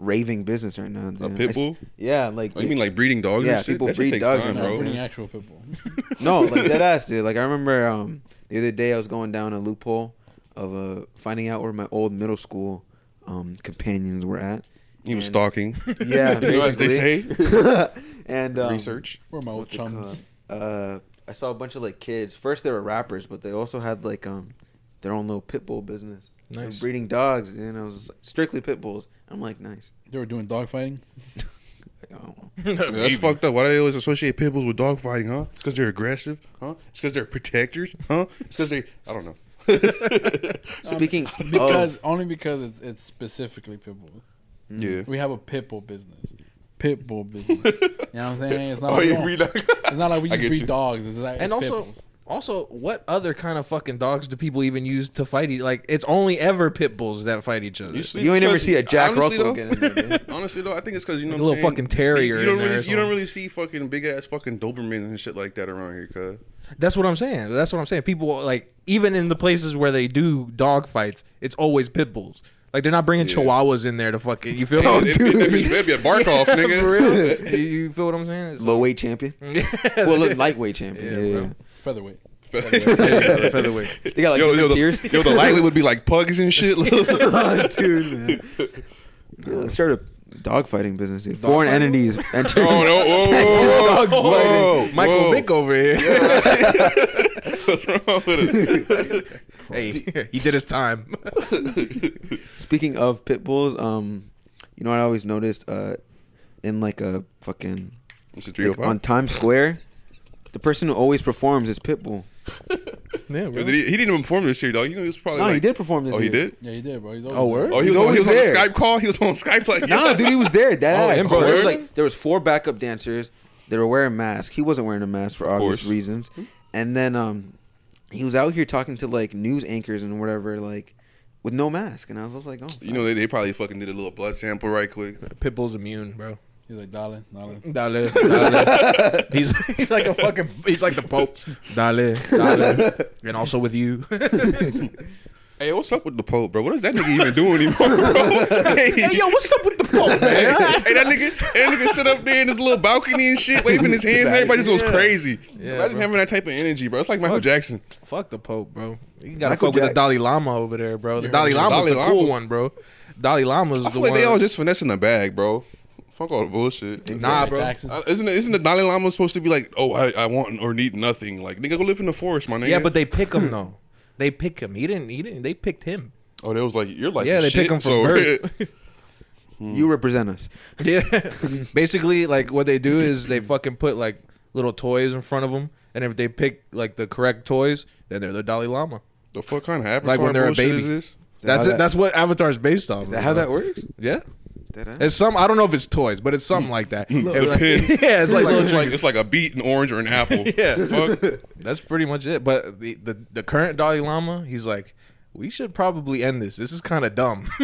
[SPEAKER 3] raving business right now.
[SPEAKER 2] A
[SPEAKER 3] dude. I
[SPEAKER 2] pit
[SPEAKER 3] s-
[SPEAKER 2] bull?
[SPEAKER 3] Yeah, like
[SPEAKER 2] Oh, you mean like breeding dogs?
[SPEAKER 3] Yeah,
[SPEAKER 2] and shit?
[SPEAKER 3] people
[SPEAKER 2] That shit
[SPEAKER 3] breed
[SPEAKER 2] takes
[SPEAKER 3] dogs
[SPEAKER 2] time,
[SPEAKER 3] and
[SPEAKER 1] No,
[SPEAKER 2] bro.
[SPEAKER 1] bringing actual people.
[SPEAKER 3] no, like dead ass, dude. Like I remember um the other day I was going down a loophole of uh finding out where my old middle school um companions were at.
[SPEAKER 2] He was
[SPEAKER 3] And-
[SPEAKER 2] stalking.
[SPEAKER 3] Yeah,
[SPEAKER 2] You know, as they
[SPEAKER 3] basically. and um,
[SPEAKER 2] Research.
[SPEAKER 1] We're my old
[SPEAKER 3] what's it
[SPEAKER 1] chums.
[SPEAKER 3] called? Uh, I saw a bunch of like kids. First, they were rappers, but they also had like um their own little pit bull business. They were
[SPEAKER 4] Nice.
[SPEAKER 3] breeding dogs, and I was just, like, strictly pit bulls. I'm like, nice.
[SPEAKER 1] They were doing dog fighting.
[SPEAKER 3] Like, I don't know.
[SPEAKER 2] Yeah, that's fucked up. Why do they always associate pit bulls with dog fighting, huh? It's because they're aggressive, huh? It's because they're protectors, huh? It's because they, I don't know.
[SPEAKER 3] Speaking
[SPEAKER 1] Because
[SPEAKER 3] of,
[SPEAKER 1] only because it's, it's specifically pit bull.
[SPEAKER 2] Yeah.
[SPEAKER 1] We have a pit bull business. Pit bull business. you know what I'm saying? It's not,
[SPEAKER 2] Oh,
[SPEAKER 1] like, we
[SPEAKER 2] you
[SPEAKER 1] don't-
[SPEAKER 2] breed
[SPEAKER 1] it's not like we
[SPEAKER 2] I
[SPEAKER 1] just
[SPEAKER 2] get
[SPEAKER 1] breed
[SPEAKER 2] you.
[SPEAKER 1] dogs. It's like,
[SPEAKER 4] and
[SPEAKER 1] it's pit
[SPEAKER 4] also,
[SPEAKER 1] bulls.
[SPEAKER 4] also, what other kind of fucking dogs do people even use to fight? each Like, it's only ever pit bulls that fight each other.
[SPEAKER 2] see-
[SPEAKER 3] you ain't never
[SPEAKER 2] because-
[SPEAKER 3] see a Jack
[SPEAKER 2] honestly,
[SPEAKER 3] Russell
[SPEAKER 2] though-
[SPEAKER 3] get in there. dude.
[SPEAKER 2] Honestly though, I think it's because you know
[SPEAKER 4] Like a
[SPEAKER 2] what I'm
[SPEAKER 4] little
[SPEAKER 2] saying?
[SPEAKER 4] fucking terrier
[SPEAKER 2] You,
[SPEAKER 4] in
[SPEAKER 2] don't
[SPEAKER 4] there or
[SPEAKER 2] really, you don't
[SPEAKER 4] something.
[SPEAKER 2] really see fucking big ass fucking Dobermans and shit like that around here, cuz.
[SPEAKER 4] That's what I'm saying. That's what I'm saying. People like even in the places where they do dog fights, it's always pit bulls. Like they're not bringing
[SPEAKER 2] Yeah.
[SPEAKER 4] chihuahuas in there to fucking. You feel
[SPEAKER 2] Oh,
[SPEAKER 4] me?
[SPEAKER 2] dude. That bitch better be a bark off, nigga.
[SPEAKER 4] For real? You- you feel what I'm saying? It's-
[SPEAKER 3] Low weight champion. well, look, lightweight champion.
[SPEAKER 4] Yeah,
[SPEAKER 3] Yeah, yeah,
[SPEAKER 4] bro.
[SPEAKER 1] Featherweight.
[SPEAKER 4] featherweight.
[SPEAKER 3] They got, like,
[SPEAKER 2] yo, yo,
[SPEAKER 3] different
[SPEAKER 2] the,
[SPEAKER 3] tiers.
[SPEAKER 2] yo, the lightweight would be like pugs and shit.
[SPEAKER 3] dude, man. Yeah, let's start a Dogfighting business, dude. Foreign entities entered.
[SPEAKER 2] Oh no! Whoa, whoa, whoa,
[SPEAKER 3] Dog
[SPEAKER 2] whoa,
[SPEAKER 3] biting.
[SPEAKER 4] Michael
[SPEAKER 2] whoa.
[SPEAKER 4] Vick over here.
[SPEAKER 2] What's wrong with
[SPEAKER 4] hey, he did his time.
[SPEAKER 2] it?
[SPEAKER 3] Speaking of pit bulls, um, you know what I always noticed? Uh, in like a fucking
[SPEAKER 2] It's a
[SPEAKER 3] like
[SPEAKER 2] 305.
[SPEAKER 3] on Times Square, the person who always performs is Pitbull.
[SPEAKER 4] yeah,
[SPEAKER 2] Yo, did he, he didn't even perform this year, dog. You know, he was probably.
[SPEAKER 3] No,
[SPEAKER 2] like,
[SPEAKER 3] he did perform this.
[SPEAKER 2] Oh, he
[SPEAKER 3] year.
[SPEAKER 2] did.
[SPEAKER 1] Yeah, he did, bro. He's
[SPEAKER 4] Oh,
[SPEAKER 1] always
[SPEAKER 4] word?
[SPEAKER 1] there.
[SPEAKER 2] Oh, he
[SPEAKER 3] He's
[SPEAKER 2] was, on, he
[SPEAKER 3] always
[SPEAKER 2] was on a
[SPEAKER 3] there.
[SPEAKER 2] Skype call. He was on Skype. Like,
[SPEAKER 3] Nah, dude, he was there. That
[SPEAKER 4] Oh,
[SPEAKER 3] ass,
[SPEAKER 4] him
[SPEAKER 3] bro. There was
[SPEAKER 4] performing?
[SPEAKER 3] like there was four backup dancers. They were wearing masks. He wasn't wearing a mask for obvious
[SPEAKER 2] course.
[SPEAKER 3] reasons. And then um, he was out here talking to like news anchors and whatever, like with no mask. And I was just like, oh,
[SPEAKER 2] You know, they, they probably fucking did a little blood sample right quick.
[SPEAKER 4] Pitbull's immune, bro.
[SPEAKER 1] He's like, darling, darling.
[SPEAKER 4] Dale, dale. he's he's like a fucking he's like the Pope. Dale, dale, and also with you.
[SPEAKER 2] Hey, what's up with the Pope, bro? What does that nigga even do anymore, bro? Hey, oh,
[SPEAKER 4] hey, yo, what's up with the Pope,
[SPEAKER 2] hey,
[SPEAKER 4] man?
[SPEAKER 2] that nigga, that nigga sit up there in his little balcony and shit, waving his hands. and Everybody just goes
[SPEAKER 4] Yeah.
[SPEAKER 2] crazy.
[SPEAKER 4] Yeah,
[SPEAKER 2] Imagine
[SPEAKER 4] bro.
[SPEAKER 2] having that type of energy, bro. It's like Michael
[SPEAKER 4] Fuck.
[SPEAKER 2] Jackson.
[SPEAKER 4] Fuck the Pope, bro. You gotta
[SPEAKER 3] Michael
[SPEAKER 4] fuck with the
[SPEAKER 3] Jack-
[SPEAKER 4] Dalai Lama over there, bro. The
[SPEAKER 2] Yeah,
[SPEAKER 4] Dalai
[SPEAKER 2] the
[SPEAKER 4] Lama's
[SPEAKER 2] Dalai
[SPEAKER 4] the cool
[SPEAKER 2] Lama.
[SPEAKER 4] one, bro. Dalai Lama's
[SPEAKER 2] I
[SPEAKER 4] the
[SPEAKER 2] feel like
[SPEAKER 4] one.
[SPEAKER 2] they all just finessing the bag, bro. Fuck all the bullshit.
[SPEAKER 4] nah,
[SPEAKER 1] Like
[SPEAKER 4] bro.
[SPEAKER 1] taxes.
[SPEAKER 2] Uh, isn't isn't the Dalai Lama supposed to be like, oh, I, I want or need nothing? Like, nigga, go live in the forest, my nigga.
[SPEAKER 4] Yeah, but they pick him though. They pick him. He didn't. He didn't. They picked him.
[SPEAKER 2] oh, they was like, you're like,
[SPEAKER 4] yeah, they
[SPEAKER 2] shit,
[SPEAKER 4] pick him from
[SPEAKER 2] so-
[SPEAKER 4] birth.
[SPEAKER 3] you represent us.
[SPEAKER 4] yeah. Basically, like what they do is they fucking put like little toys in front of them, and if they pick like the correct toys, then they're the Dalai Lama.
[SPEAKER 2] the fuck kind of avatar
[SPEAKER 4] Like when they're a
[SPEAKER 2] bullshit
[SPEAKER 4] baby.
[SPEAKER 2] is this?
[SPEAKER 3] that
[SPEAKER 4] that's
[SPEAKER 3] how
[SPEAKER 4] it.
[SPEAKER 3] that-
[SPEAKER 4] that's what Avatar's based off.
[SPEAKER 3] Is that how that works?
[SPEAKER 4] Yeah.
[SPEAKER 3] That ass?
[SPEAKER 4] It's some. I don't know if it's toys, but it's something like that. It's Mm. like-
[SPEAKER 2] pin.
[SPEAKER 4] yeah, it's like, little
[SPEAKER 2] it's like
[SPEAKER 4] triangles.
[SPEAKER 2] it's like a beet, an orange, or an apple.
[SPEAKER 4] Yeah.
[SPEAKER 2] Fuck.
[SPEAKER 4] That's pretty much it. But the, the the current Dalai Lama, he's like, we should probably end this. This is kind of dumb.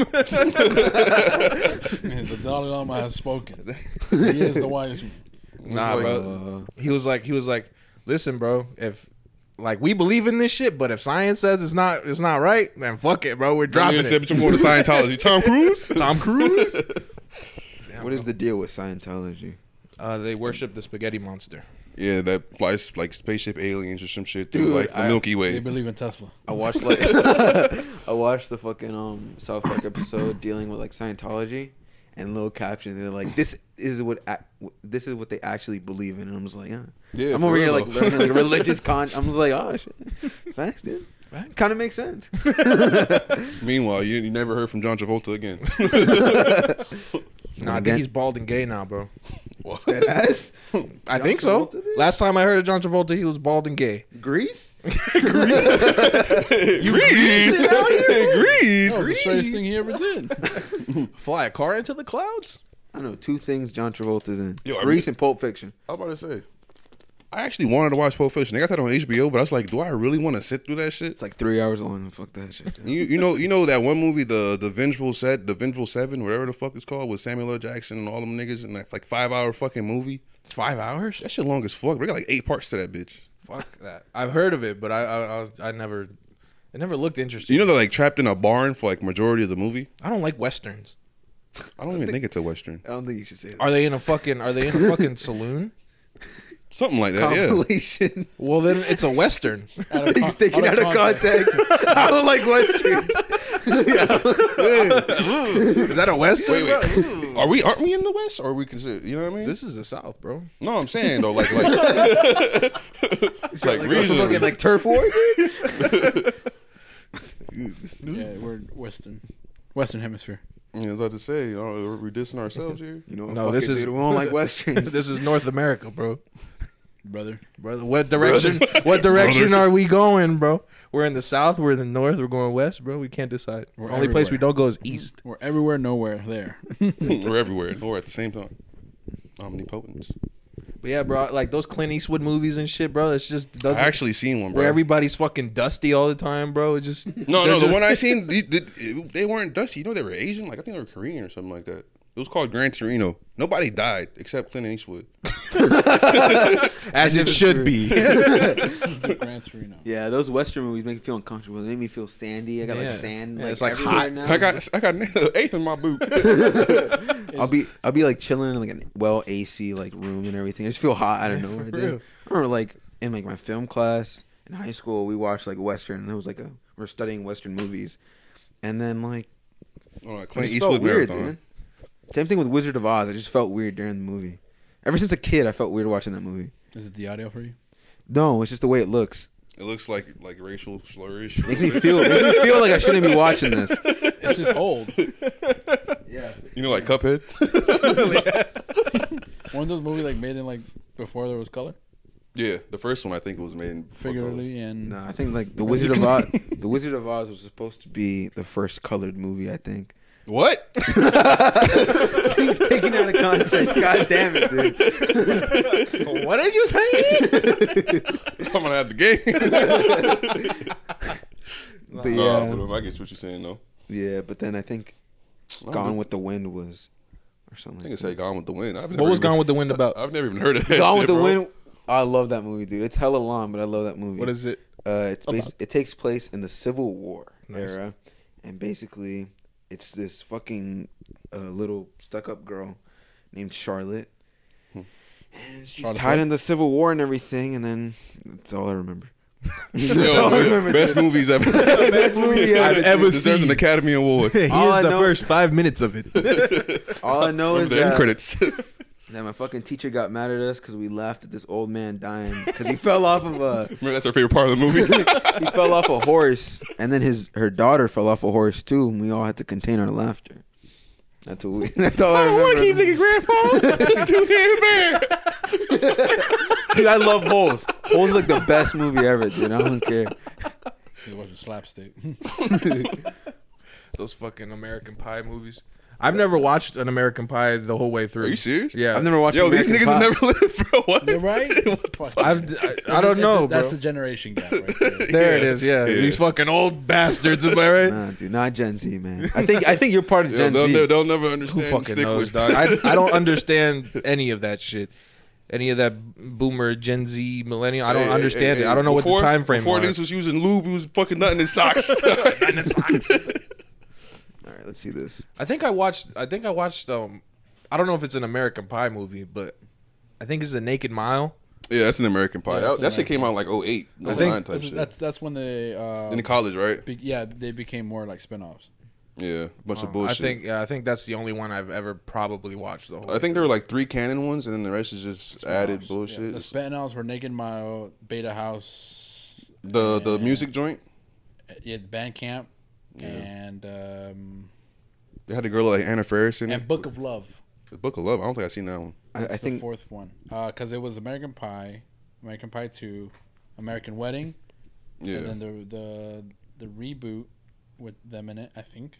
[SPEAKER 1] the Dalai Lama has spoken. He is the wise man.
[SPEAKER 4] nah,
[SPEAKER 2] like,
[SPEAKER 4] bro. He was like, he was like, listen, bro. If like we believe in this shit, but if science says it's not, it's not right, then fuck it, bro. We're dropping
[SPEAKER 2] Nigga said,
[SPEAKER 4] it.
[SPEAKER 2] "Bitch, I'm going to Scientology." Tom Cruise.
[SPEAKER 4] Tom Cruise.
[SPEAKER 3] What is the deal with Scientology?
[SPEAKER 4] Uh, they worship the spaghetti monster.
[SPEAKER 2] Yeah, that flies like spaceship aliens or some shit through
[SPEAKER 3] Dude,
[SPEAKER 2] like the
[SPEAKER 3] I-
[SPEAKER 2] Milky
[SPEAKER 1] They
[SPEAKER 2] Way.
[SPEAKER 1] believe in Tesla.
[SPEAKER 3] I watched like I watched the fucking um South Park episode dealing with like Scientology and little caption. They're like, this is what ac- this is what they actually believe in. And I'm just like, yeah,
[SPEAKER 2] Yeah,
[SPEAKER 3] I'm
[SPEAKER 2] for
[SPEAKER 3] over here
[SPEAKER 2] real,
[SPEAKER 3] like
[SPEAKER 2] though.
[SPEAKER 3] learning like religious con. I'm just like, oh shit, facts, dude. Kind of makes sense.
[SPEAKER 2] Meanwhile, you, you never heard from John Travolta again.
[SPEAKER 4] No, I
[SPEAKER 3] Again.
[SPEAKER 4] think he's bald and gay now, bro.
[SPEAKER 3] That ass.
[SPEAKER 4] I
[SPEAKER 3] John
[SPEAKER 4] think so.
[SPEAKER 3] Travolta did?
[SPEAKER 4] Last time I heard of John Travolta, he was bald and gay.
[SPEAKER 3] Greece.
[SPEAKER 2] you Greece,
[SPEAKER 1] That was the
[SPEAKER 2] Greece.
[SPEAKER 1] straightest thing he ever did.
[SPEAKER 4] Fly a car into the clouds?
[SPEAKER 3] I know two things John Travolta's in:
[SPEAKER 2] Yo, I
[SPEAKER 3] Greece and Pulp Fiction.
[SPEAKER 2] I was about to say, I actually wanted to watch Pulp Fiction. They got that on HBO, but I was like, do I really want to sit through that shit?
[SPEAKER 3] It's like three hours long. Fuck that shit. dude.
[SPEAKER 2] You you know you know that one movie the the Vengeful Set the Vengeful Seven whatever the fuck it's called with Samuel L. Jackson and all them niggas and that like five hour fucking movie
[SPEAKER 4] Five hours?
[SPEAKER 2] that shit long as fuck they got like eight parts to that bitch
[SPEAKER 4] Fuck that. I've heard of it, but I I, I, I never it never looked interesting.
[SPEAKER 2] you know they're like trapped in a barn for like majority of the movie
[SPEAKER 4] I don't like westerns.
[SPEAKER 2] I don't even think it's a western
[SPEAKER 3] I don't think you should say that.
[SPEAKER 4] Are they in a fucking Are they in a fucking saloon?
[SPEAKER 2] something like that yeah
[SPEAKER 3] Compilation.
[SPEAKER 4] Well, then it's a western.
[SPEAKER 1] Out of con-
[SPEAKER 3] He's taken out of context. I don't like Westerns.
[SPEAKER 4] Is that a western? bro?
[SPEAKER 2] are we aren't we in the west or are we considered you know what I mean
[SPEAKER 4] This is the South, bro.
[SPEAKER 2] no I'm saying though like like like regionally
[SPEAKER 3] Fucking like turf war. dude?
[SPEAKER 1] Yeah, we're Western. Western Hemisphere.
[SPEAKER 2] Yeah, I was about to say you know we're dissing ourselves here
[SPEAKER 3] You know,
[SPEAKER 4] No,
[SPEAKER 3] fuck
[SPEAKER 4] this
[SPEAKER 3] it,
[SPEAKER 4] is-
[SPEAKER 3] dude, we don't like Westerns.
[SPEAKER 4] This is North America, bro.
[SPEAKER 1] Brother.
[SPEAKER 4] Brother, what direction? What direction
[SPEAKER 2] Brother.
[SPEAKER 4] are we going, bro? We're in the South. We're in the North. We're going west, bro. We can't decide.
[SPEAKER 1] We're
[SPEAKER 4] Only place we
[SPEAKER 1] everywhere.
[SPEAKER 4] don't go is east.
[SPEAKER 1] We're everywhere, nowhere, there.
[SPEAKER 3] Hmm.
[SPEAKER 2] we're everywhere and we're at the same time omnipotence
[SPEAKER 4] But yeah, bro, like those Clint Eastwood movies and shit, bro. It's just
[SPEAKER 2] I
[SPEAKER 4] doesn't.
[SPEAKER 2] actually seen one bro
[SPEAKER 4] where everybody's fucking dusty all the time, bro. It's just
[SPEAKER 2] No,
[SPEAKER 4] they're
[SPEAKER 2] no, the
[SPEAKER 4] just-
[SPEAKER 2] one I seen, these- the- they weren't dusty. You know, they were Asian. Like I think they were Korean or something like that. It was called Gran Torino. Nobody died except Clint Eastwood.
[SPEAKER 4] as it should be.
[SPEAKER 1] Gran Torino.
[SPEAKER 3] yeah, those Western movies make me feel uncomfortable. They make me feel sandy. I got
[SPEAKER 4] Yeah.
[SPEAKER 3] like sand.
[SPEAKER 4] Yeah,
[SPEAKER 3] like,
[SPEAKER 4] it's, like,
[SPEAKER 3] everywhere
[SPEAKER 4] hot.
[SPEAKER 3] Now.
[SPEAKER 2] I got, I got an eighth in my boot.
[SPEAKER 3] I'll be I'll be like chilling in like a well AC like room and everything. I just feel hot out of nowhere. dude.
[SPEAKER 4] real.
[SPEAKER 3] I remember like in like my film class in high school, we watched like Western. And it was like a we are studying Western movies, and then like
[SPEAKER 2] Oh,
[SPEAKER 3] it
[SPEAKER 2] Clint
[SPEAKER 3] just felt
[SPEAKER 2] Eastwood
[SPEAKER 3] weird,
[SPEAKER 2] marathon.
[SPEAKER 3] dude. Same thing with Wizard of Oz. I just felt weird during the movie. Ever since a kid, I felt weird watching that movie.
[SPEAKER 1] Is it the audio for you?
[SPEAKER 3] No, it's just the way it looks.
[SPEAKER 2] It looks like like racial slurs.
[SPEAKER 3] Makes me feel makes me feel like I shouldn't be watching this.
[SPEAKER 1] It's just old.
[SPEAKER 5] Yeah.
[SPEAKER 2] You know, like Cuphead.
[SPEAKER 1] Weren't those movies like made in like before there was color,
[SPEAKER 2] yeah, the first one I think was made in before color.
[SPEAKER 1] figuratively and
[SPEAKER 3] No, I think like the Wizard of Oz. The Wizard of Oz was supposed to be the first colored movie. I think.
[SPEAKER 2] What?
[SPEAKER 3] He's taken out of context. God damn it, dude.
[SPEAKER 4] What did you say?
[SPEAKER 2] I'm gonna have the game.
[SPEAKER 3] But
[SPEAKER 2] yeah,
[SPEAKER 3] yeah,
[SPEAKER 2] I get what you're saying though.
[SPEAKER 3] yeah. But then I think Gone with the Wind was, or something.
[SPEAKER 2] I
[SPEAKER 3] like
[SPEAKER 2] think it said Gone with the Wind. I've never
[SPEAKER 4] What was
[SPEAKER 2] even-
[SPEAKER 4] Gone with the Wind about?
[SPEAKER 2] I've never even heard of
[SPEAKER 3] that.
[SPEAKER 2] that.
[SPEAKER 3] Gone
[SPEAKER 2] shit,
[SPEAKER 3] with the
[SPEAKER 2] bro.
[SPEAKER 3] Wind. I love that movie, dude. It's hella long, but I love that movie.
[SPEAKER 4] What is it?
[SPEAKER 3] Uh, it's bas- it takes place in the Civil War era, and basically, it's this fucking uh, little stuck-up girl named Charlotte, and she's
[SPEAKER 1] Charlotte
[SPEAKER 3] tied in the Civil War and everything. And then that's all I remember. that's
[SPEAKER 2] Yo,
[SPEAKER 3] all I remember.
[SPEAKER 2] best movies ever.
[SPEAKER 3] Best movie I've
[SPEAKER 2] It
[SPEAKER 4] ever
[SPEAKER 2] deserves an
[SPEAKER 4] seen.
[SPEAKER 2] Academy Award.
[SPEAKER 4] Here's
[SPEAKER 3] All I
[SPEAKER 4] the
[SPEAKER 3] know-
[SPEAKER 4] first five minutes of it.
[SPEAKER 3] All I know
[SPEAKER 2] Remember
[SPEAKER 3] is
[SPEAKER 2] the end
[SPEAKER 3] that,
[SPEAKER 2] credits.
[SPEAKER 3] that my fucking teacher got mad at us because we laughed at this old man dying because he fell off of a
[SPEAKER 2] Remember that's our favorite part of the movie.
[SPEAKER 3] he fell off a horse, and then his her daughter fell off a horse too, and we all had to contain our laughter. That's what we, that's all I remember.
[SPEAKER 4] Grandpa. Two hair bear.
[SPEAKER 3] Dude, I love Holes. Holes is like the best movie ever, dude. I don't care.
[SPEAKER 1] it wasn't slapstick.
[SPEAKER 4] Those fucking American Pie movies. I've never watched an American Pie the whole way through.
[SPEAKER 2] Are you serious?
[SPEAKER 4] Yeah.
[SPEAKER 3] I've never watched.
[SPEAKER 2] Yo, these niggas
[SPEAKER 3] American
[SPEAKER 2] have
[SPEAKER 3] Pie.
[SPEAKER 2] never lived, bro. What?
[SPEAKER 1] You're right.
[SPEAKER 2] What the
[SPEAKER 1] Fuck.
[SPEAKER 2] fuck?
[SPEAKER 4] I've, I, I don't
[SPEAKER 1] It's a-
[SPEAKER 4] know,
[SPEAKER 1] That's
[SPEAKER 4] bro.
[SPEAKER 1] the generation gap. Right there.
[SPEAKER 4] there it is. Yeah.
[SPEAKER 2] Yeah.
[SPEAKER 4] These fucking old bastards. Am I right?
[SPEAKER 3] Nah, dude, not Gen Z, man. I think I think you're part of
[SPEAKER 2] Yo,
[SPEAKER 3] Gen
[SPEAKER 2] they'll,
[SPEAKER 3] Z.
[SPEAKER 2] ne- they'll never
[SPEAKER 4] Who
[SPEAKER 2] understand.
[SPEAKER 4] fucking
[SPEAKER 2] stick
[SPEAKER 4] knows,
[SPEAKER 2] with
[SPEAKER 4] dog? I, I don't understand any of that shit. Any of that boomer, Gen Z, millennial. I don't
[SPEAKER 2] Hey, hey,
[SPEAKER 4] understand
[SPEAKER 2] hey,
[SPEAKER 4] it. I don't know
[SPEAKER 2] before,
[SPEAKER 4] what the time frame
[SPEAKER 2] Before
[SPEAKER 4] was.
[SPEAKER 2] this was using lube, he was fucking nothing in socks.
[SPEAKER 3] All right, let's see this.
[SPEAKER 4] I think I watched. I think I watched. Um, I don't know if it's an American Pie movie, but I think it's The Naked Mile.
[SPEAKER 2] yeah, that's an American Pie.
[SPEAKER 1] Yeah,
[SPEAKER 2] that
[SPEAKER 1] that's
[SPEAKER 2] that shit
[SPEAKER 1] American
[SPEAKER 2] came out like 08,
[SPEAKER 1] I
[SPEAKER 2] 09
[SPEAKER 1] think
[SPEAKER 2] type
[SPEAKER 1] that's,
[SPEAKER 2] shit.
[SPEAKER 1] that's that's when they uh,
[SPEAKER 2] in college, right?
[SPEAKER 1] be, yeah they became more like spin-offs.
[SPEAKER 2] Yeah, bunch
[SPEAKER 1] um,
[SPEAKER 2] of
[SPEAKER 4] I
[SPEAKER 2] bullshit.
[SPEAKER 4] think. Yeah, I think that's the only one I've ever probably watched. The whole.
[SPEAKER 2] I think there were like three canon ones, and then the rest is just added
[SPEAKER 1] Yeah,
[SPEAKER 2] bullshit.
[SPEAKER 1] the
[SPEAKER 2] It's-
[SPEAKER 1] spin-offs were Naked Mile, Beta House,
[SPEAKER 2] the the
[SPEAKER 1] Yeah.
[SPEAKER 2] music joint,
[SPEAKER 1] yeah, Bandcamp, and um,
[SPEAKER 2] they had a girl like Anna Faris in
[SPEAKER 1] and
[SPEAKER 2] it.
[SPEAKER 1] Book of Love.
[SPEAKER 2] The Book of Love. I don't think I seen that one.
[SPEAKER 3] I, I
[SPEAKER 1] That's the
[SPEAKER 3] think
[SPEAKER 1] fourth one because it was American Pie, American Pie Two, American Wedding,
[SPEAKER 2] Yeah,
[SPEAKER 1] and then the the the reboot with them in it. I think.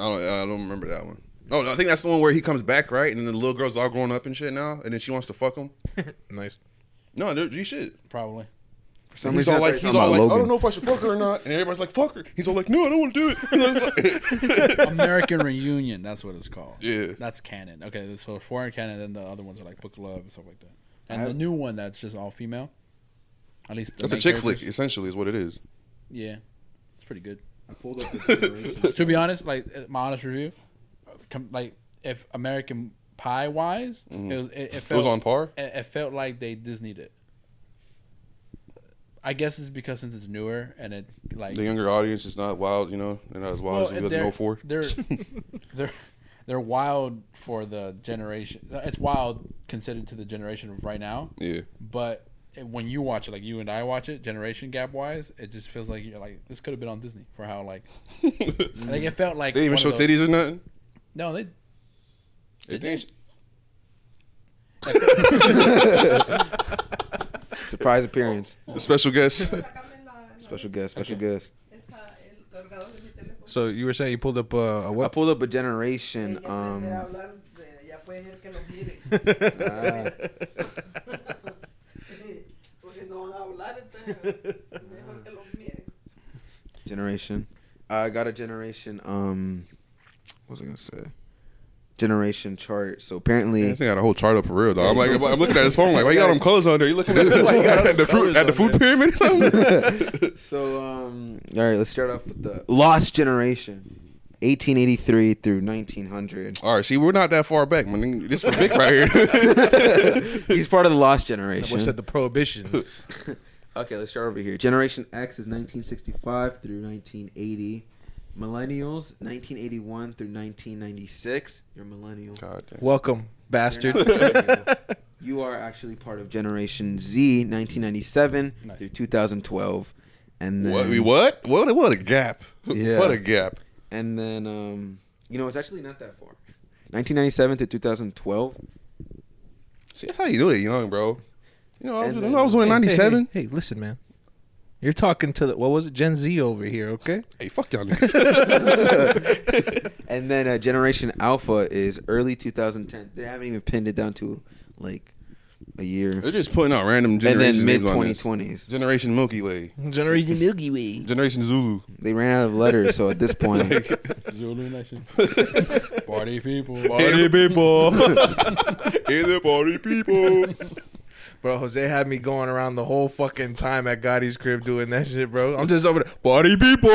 [SPEAKER 2] I don't. I don't remember that one. No, no, I think that's the one where he comes back, right? And then the little girl's all grown up and shit now, and then she wants to fuck him.
[SPEAKER 4] nice.
[SPEAKER 2] No, they're- you should.
[SPEAKER 1] Probably.
[SPEAKER 3] for some
[SPEAKER 2] He's
[SPEAKER 3] reason
[SPEAKER 2] all
[SPEAKER 3] I
[SPEAKER 2] like,
[SPEAKER 3] thought
[SPEAKER 2] he's
[SPEAKER 3] you were
[SPEAKER 2] all like,
[SPEAKER 3] talking about
[SPEAKER 2] I don't
[SPEAKER 3] Logan.
[SPEAKER 2] know if I should fuck her or not, and everybody's like, fuck her. He's all like, no, I don't want to do it.
[SPEAKER 1] American Reunion. That's what it's called.
[SPEAKER 2] Yeah.
[SPEAKER 1] That's canon. Okay, so foreign canon, then the other ones are like Book of Love and stuff like that. And
[SPEAKER 3] I-
[SPEAKER 1] the new one that's just all female. At least the
[SPEAKER 2] That's a
[SPEAKER 1] main
[SPEAKER 2] chick flick,
[SPEAKER 1] characters.
[SPEAKER 2] essentially, is what it is.
[SPEAKER 1] Yeah, it's pretty good.
[SPEAKER 5] I pulled up the generation.
[SPEAKER 1] to be honest, like uh, my honest review, uh, com- like if American Pie wise, it was it,
[SPEAKER 2] Mm-hmm. It
[SPEAKER 1] it
[SPEAKER 2] was
[SPEAKER 1] felt
[SPEAKER 2] on par.
[SPEAKER 1] it, it felt like they Disneyed it. I guess it's because since it's newer and it like
[SPEAKER 2] The younger audience is not wild, you know, they're not as wild as
[SPEAKER 1] and
[SPEAKER 2] you guys know for.
[SPEAKER 1] they're they're they're wild for the generation. It's wild considered to the generation of right now,
[SPEAKER 2] Yeah,
[SPEAKER 1] but it- when you watch it, like you and I watch it, generation gap wise, it just feels like you're like this could have been on Disney for how like like it felt like
[SPEAKER 2] they didn't even
[SPEAKER 1] one
[SPEAKER 2] show
[SPEAKER 1] of those-
[SPEAKER 2] titties or nothing.
[SPEAKER 1] No, they
[SPEAKER 2] They didn't.
[SPEAKER 3] Surprise appearance.
[SPEAKER 2] The special guest.
[SPEAKER 3] Special guest. Special guest.
[SPEAKER 4] So you were saying you pulled up uh, a
[SPEAKER 3] I
[SPEAKER 4] what?
[SPEAKER 3] pulled up a generation. Um, ah, generation. I got a generation. Um, what was I gonna say? Generation chart. So apparently,
[SPEAKER 2] This thing got a whole chart up for real, though. I'm like, I'm- I'm looking at his phone, like, why you got them colors on there? You looking at, at the fruit at the food pyramid or something?
[SPEAKER 3] So, um, all right, let's start off with the Lost Generation, 1883 through 1900.
[SPEAKER 2] All right, see, we're not that far back, man. This for Vic right here.
[SPEAKER 3] He's part of the Lost
[SPEAKER 4] What's
[SPEAKER 3] Generation.
[SPEAKER 4] that? The Prohibition.
[SPEAKER 3] okay, let's start over here. Generation X is 1965 through 1980. Millennials, 1981 through 1996. You're a millennial.
[SPEAKER 2] God damn.
[SPEAKER 4] Welcome, bastard.
[SPEAKER 3] You're not a millennial. you are actually part of Generation Z, 1997
[SPEAKER 1] Nice.
[SPEAKER 3] through 2012. And then,
[SPEAKER 2] What, we what? What? What a gap!
[SPEAKER 3] Yeah.
[SPEAKER 2] What a gap!
[SPEAKER 3] And then, um, you know, it's actually not that far. 1997 to 2012.
[SPEAKER 2] See, that's how you do it, young bro. You know, I was,
[SPEAKER 3] And
[SPEAKER 2] you know, I was only
[SPEAKER 4] Hey, hey, hey,
[SPEAKER 2] '97.
[SPEAKER 4] Hey, listen, man. You're talking to the what was it? Gen Z over here, okay?
[SPEAKER 2] Hey, fuck y'all niggas.
[SPEAKER 3] And then uh, Generation Alpha is early 2010. They haven't even pinned it down to like a year.
[SPEAKER 2] They're just putting out random
[SPEAKER 3] And
[SPEAKER 2] generations.
[SPEAKER 3] then mid
[SPEAKER 2] names on this.
[SPEAKER 3] 2020s.
[SPEAKER 2] Generation Milky Way.
[SPEAKER 4] Generation Milky Way.
[SPEAKER 2] Generation Zulu.
[SPEAKER 3] They ran out of letters, so at this point,
[SPEAKER 1] Zulu Nation. Party people.
[SPEAKER 2] people. hey there, party people.
[SPEAKER 4] Bro, Jose had me going around the whole fucking time at Gotti's crib doing that shit, bro. I'm just over there, party people.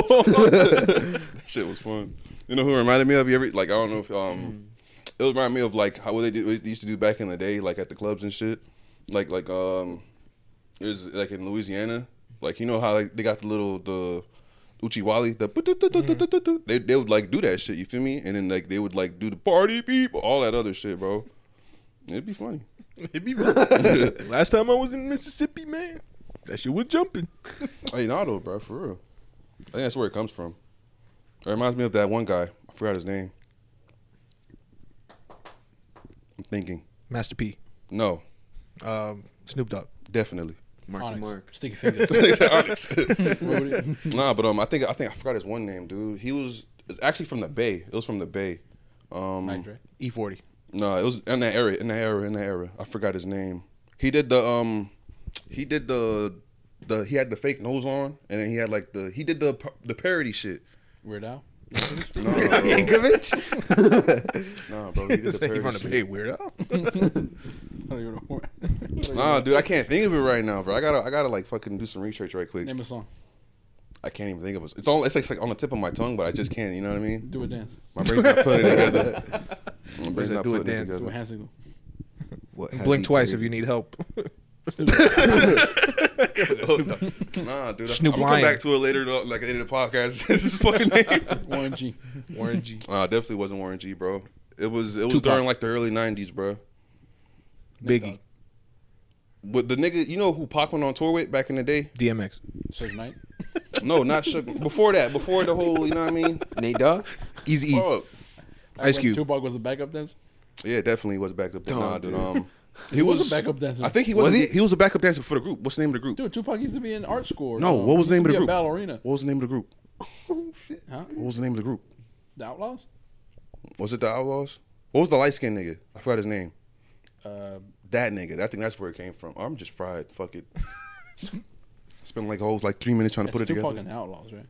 [SPEAKER 2] Shit was fun. You know who it reminded me of? You ever like I don't know if um it reminded me of like how what they do what they used to do back in the day, like at the clubs and shit. Like like um it was like in Louisiana. Like you know how like, they got the little the Uchiwali, the they they would like do that shit, you feel me? And then like they would like do the party people, all that other shit, bro. It'd be funny.
[SPEAKER 4] It'd be rough. Last time I was in Mississippi, man, that shit was jumping.
[SPEAKER 2] Hey, Nado, bro, for real. I think that's where it comes from. It reminds me of that one guy. I forgot his name. I'm thinking.
[SPEAKER 4] Master P,
[SPEAKER 2] No,
[SPEAKER 4] um, Snoop Dogg.
[SPEAKER 2] definitely.
[SPEAKER 3] Marky
[SPEAKER 1] Onyx.
[SPEAKER 3] Mark.
[SPEAKER 1] Sticky fingers.
[SPEAKER 2] They said Onyx.
[SPEAKER 1] What would it-
[SPEAKER 2] nah, but um, I think I think I forgot his one name, dude. He was actually from the Bay. It was from the Bay. Um,
[SPEAKER 1] Mike Dre.
[SPEAKER 4] E40.
[SPEAKER 2] No, it was in that era, in that era, in that era. I forgot his name. He did the um, he did the the he had the fake nose on, and then he had like the he did the the parody shit.
[SPEAKER 1] Weird Al.
[SPEAKER 2] No, bro. Nah, bro, he did the parody shit.
[SPEAKER 4] Hey, weirdo.
[SPEAKER 1] I don't even know what-
[SPEAKER 2] Nah, dude, I can't think of it right now, bro. I gotta, I gotta like fucking do some research right quick.
[SPEAKER 1] Name a song.
[SPEAKER 2] I can't even think of it. It's all, it's like, it's like on the tip of my tongue, but I just can't. You know what I mean?
[SPEAKER 1] Do a dance.
[SPEAKER 2] My brain's not putting it together. My brain's
[SPEAKER 4] it?
[SPEAKER 2] not
[SPEAKER 4] Do a
[SPEAKER 2] putting it
[SPEAKER 4] dance.
[SPEAKER 1] Do a
[SPEAKER 2] together.
[SPEAKER 1] hand signal.
[SPEAKER 3] What has
[SPEAKER 4] Blink
[SPEAKER 3] he
[SPEAKER 4] twice
[SPEAKER 3] created?
[SPEAKER 4] if you need help.
[SPEAKER 2] Nah, dude.
[SPEAKER 4] Snoop
[SPEAKER 2] I'm gonna come
[SPEAKER 4] Lion.
[SPEAKER 2] back to it later, though, like in the podcast. this is fucking name.
[SPEAKER 1] Warren G.
[SPEAKER 4] Warren G.
[SPEAKER 2] Nah, definitely wasn't Warren G, bro. It was, it was
[SPEAKER 4] Tupac.
[SPEAKER 2] during like the early '90s, bro.
[SPEAKER 4] Biggie.
[SPEAKER 2] But the nigga, you know who Pac went on tour with back in the day?
[SPEAKER 4] DMX.
[SPEAKER 1] Suge Knight.
[SPEAKER 2] No, not Suge. Before that, before the whole, you know what I mean?
[SPEAKER 3] Nate Dogg?
[SPEAKER 4] Easy E.
[SPEAKER 2] Fuck.
[SPEAKER 4] Ice
[SPEAKER 1] When
[SPEAKER 4] Cube.
[SPEAKER 1] Tupac was a backup dancer.
[SPEAKER 2] Yeah, definitely was a backup dancer.
[SPEAKER 3] Dumb,
[SPEAKER 2] Nah, dude.
[SPEAKER 3] dude.
[SPEAKER 2] Um, he,
[SPEAKER 1] was
[SPEAKER 2] was,
[SPEAKER 1] a backup dancer.
[SPEAKER 2] I think he was.
[SPEAKER 3] Was
[SPEAKER 2] a,
[SPEAKER 3] he?
[SPEAKER 2] he? was a backup dancer for the group. What's the name of the group?
[SPEAKER 1] Dude, Tupac used to be in art school. or
[SPEAKER 2] no,
[SPEAKER 1] something.
[SPEAKER 2] what was the
[SPEAKER 1] He
[SPEAKER 2] name of the
[SPEAKER 1] used to
[SPEAKER 2] group?
[SPEAKER 1] be a ballerina.
[SPEAKER 2] What was the name of the group?
[SPEAKER 1] Huh?
[SPEAKER 2] What was the name of the group?
[SPEAKER 1] The Outlaws?
[SPEAKER 2] Was it the Outlaws? What was the light skinned nigga? I forgot his name.
[SPEAKER 1] Uh,
[SPEAKER 2] That nigga. I think that's where it came from. I'm just fried. Fuck it. Spent like a whole like three minutes trying to
[SPEAKER 1] it's
[SPEAKER 2] put it
[SPEAKER 1] Tupac
[SPEAKER 2] together.
[SPEAKER 1] and the Outlaws, right?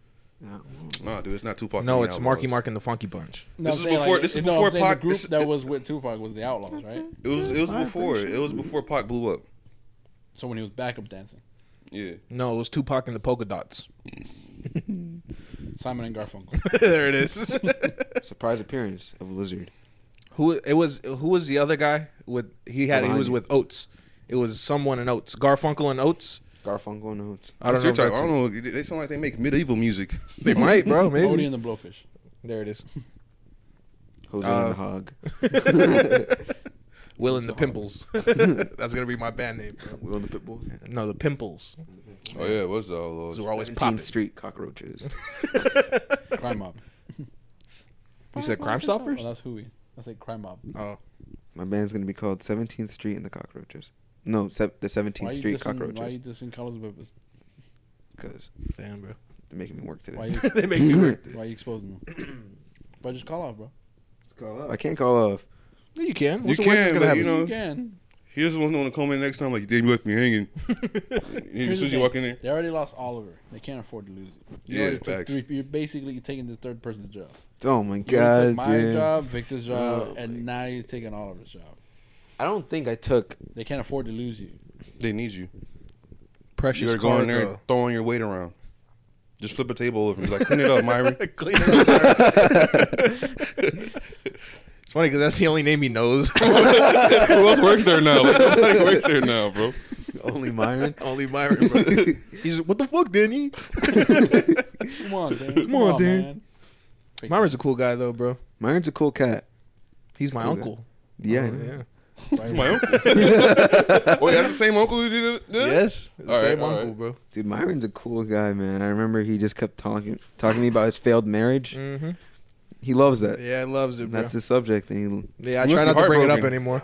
[SPEAKER 2] Nah, dude, it's not Tupac.
[SPEAKER 4] No,
[SPEAKER 2] and the
[SPEAKER 4] it's Marky
[SPEAKER 2] Outlaws.
[SPEAKER 4] Mark and the Funky Bunch.
[SPEAKER 1] No,
[SPEAKER 2] This
[SPEAKER 1] I'm
[SPEAKER 2] is
[SPEAKER 1] saying,
[SPEAKER 2] before- this is
[SPEAKER 1] no, I'm
[SPEAKER 2] before
[SPEAKER 1] saying
[SPEAKER 2] Pac-
[SPEAKER 1] The group
[SPEAKER 2] this-
[SPEAKER 1] that was with Tupac was the Outlaws, right?
[SPEAKER 2] It was it was before it was before Pac blew up.
[SPEAKER 1] So when he was backup dancing,
[SPEAKER 2] Yeah,
[SPEAKER 4] No, it was Tupac and the Polka Dots.
[SPEAKER 1] Simon and Garfunkel.
[SPEAKER 4] there it is.
[SPEAKER 3] Surprise appearance of Lizard.
[SPEAKER 4] who it was? Who was the other guy with? He had. He was with Oates. It was someone in Oates. Garfunkel and Oates.
[SPEAKER 3] Garfunkel notes.
[SPEAKER 4] I don't know.
[SPEAKER 2] Your
[SPEAKER 4] if
[SPEAKER 2] type.
[SPEAKER 4] that's
[SPEAKER 2] I
[SPEAKER 4] it.
[SPEAKER 2] don't know. They sound like they make medieval music.
[SPEAKER 4] They might, bro.
[SPEAKER 1] Odie
[SPEAKER 4] Maybe.
[SPEAKER 1] and the Blowfish.
[SPEAKER 4] There it is.
[SPEAKER 3] Jose
[SPEAKER 4] Uh,
[SPEAKER 3] and the Hog.
[SPEAKER 4] Will and the Pimples. That's gonna be my band name. Bro.
[SPEAKER 3] Will and the Pitbulls.
[SPEAKER 4] No, the Pimples.
[SPEAKER 2] Oh yeah, it was the Outlaws.
[SPEAKER 4] Those were always
[SPEAKER 3] 17th
[SPEAKER 4] popping.
[SPEAKER 3] Street Cockroaches.
[SPEAKER 1] Crime Mob.
[SPEAKER 4] You said Crime Stoppers?
[SPEAKER 1] Oh, that's who we. That's like Crime Mob.
[SPEAKER 4] Oh,
[SPEAKER 3] My band's going to be called 17th Street and the Cockroaches. No, se- the 17th
[SPEAKER 1] Why you
[SPEAKER 3] Street
[SPEAKER 1] dissing? Why you
[SPEAKER 3] Cockroaches.
[SPEAKER 1] dissing Carlos Vives?
[SPEAKER 3] Because
[SPEAKER 4] damn, bro.
[SPEAKER 3] they're making me work today.
[SPEAKER 1] Why you?
[SPEAKER 4] they make me work.
[SPEAKER 1] Why you exposing them? But just call off, bro.
[SPEAKER 3] I can't call off.
[SPEAKER 4] You can.
[SPEAKER 2] You
[SPEAKER 4] What's the worst that's
[SPEAKER 2] can,
[SPEAKER 4] gonna
[SPEAKER 2] but you
[SPEAKER 4] happen?
[SPEAKER 2] know,
[SPEAKER 1] You can.
[SPEAKER 2] Here's the one who want to come in next time. Like, damn, you left me hanging. as soon
[SPEAKER 1] Here's the
[SPEAKER 2] as you
[SPEAKER 1] thing.
[SPEAKER 2] walk in there,
[SPEAKER 1] They already lost Oliver. They can't afford to lose it. You
[SPEAKER 2] Yeah,
[SPEAKER 1] already took
[SPEAKER 2] facts.
[SPEAKER 1] three- you're basically taking the third person's job.
[SPEAKER 3] Oh my
[SPEAKER 1] You already
[SPEAKER 3] god.
[SPEAKER 1] took my
[SPEAKER 3] dude.
[SPEAKER 1] job, Victor's job,
[SPEAKER 3] Oh
[SPEAKER 1] and now you're taking Oliver's job.
[SPEAKER 3] I don't think I took.
[SPEAKER 1] They can't afford to lose you.
[SPEAKER 2] they need you.
[SPEAKER 4] Precious
[SPEAKER 2] You're going there, and throwing your weight around. Just flip a table over and be like, clean it up, Myron.
[SPEAKER 4] Clean it up. it's funny because that's the only name he knows.
[SPEAKER 2] Who else works there now? Like, nobody works there now, bro.
[SPEAKER 3] Only Myron.
[SPEAKER 4] only Myron. Bro. He's what the fuck, Danny?
[SPEAKER 1] Come on, Dan. Come, on,
[SPEAKER 4] on, Dan.
[SPEAKER 1] man. Fix
[SPEAKER 4] Myron's a cool guy though, bro.
[SPEAKER 3] Myron's a cool cat.
[SPEAKER 4] He's my
[SPEAKER 3] Cool guy.
[SPEAKER 4] uncle.
[SPEAKER 3] Yeah.
[SPEAKER 4] Oh, yeah.
[SPEAKER 1] it. Right?
[SPEAKER 2] My uncle. Wait, that's the same uncle who did it? did it?
[SPEAKER 4] Yes, the
[SPEAKER 2] All right,
[SPEAKER 4] same
[SPEAKER 2] all
[SPEAKER 4] uncle,
[SPEAKER 2] right.
[SPEAKER 4] bro.
[SPEAKER 3] Dude, Myron's a cool guy, man. I remember he just kept talking talking to me about his failed marriage.
[SPEAKER 4] Mm-hmm.
[SPEAKER 3] He loves that.
[SPEAKER 4] Yeah, I loves it, bro.
[SPEAKER 3] That's his subject. And
[SPEAKER 4] yeah, I
[SPEAKER 2] You
[SPEAKER 4] try
[SPEAKER 2] must be
[SPEAKER 4] not to bring it up
[SPEAKER 2] heartbroken.
[SPEAKER 4] anymore.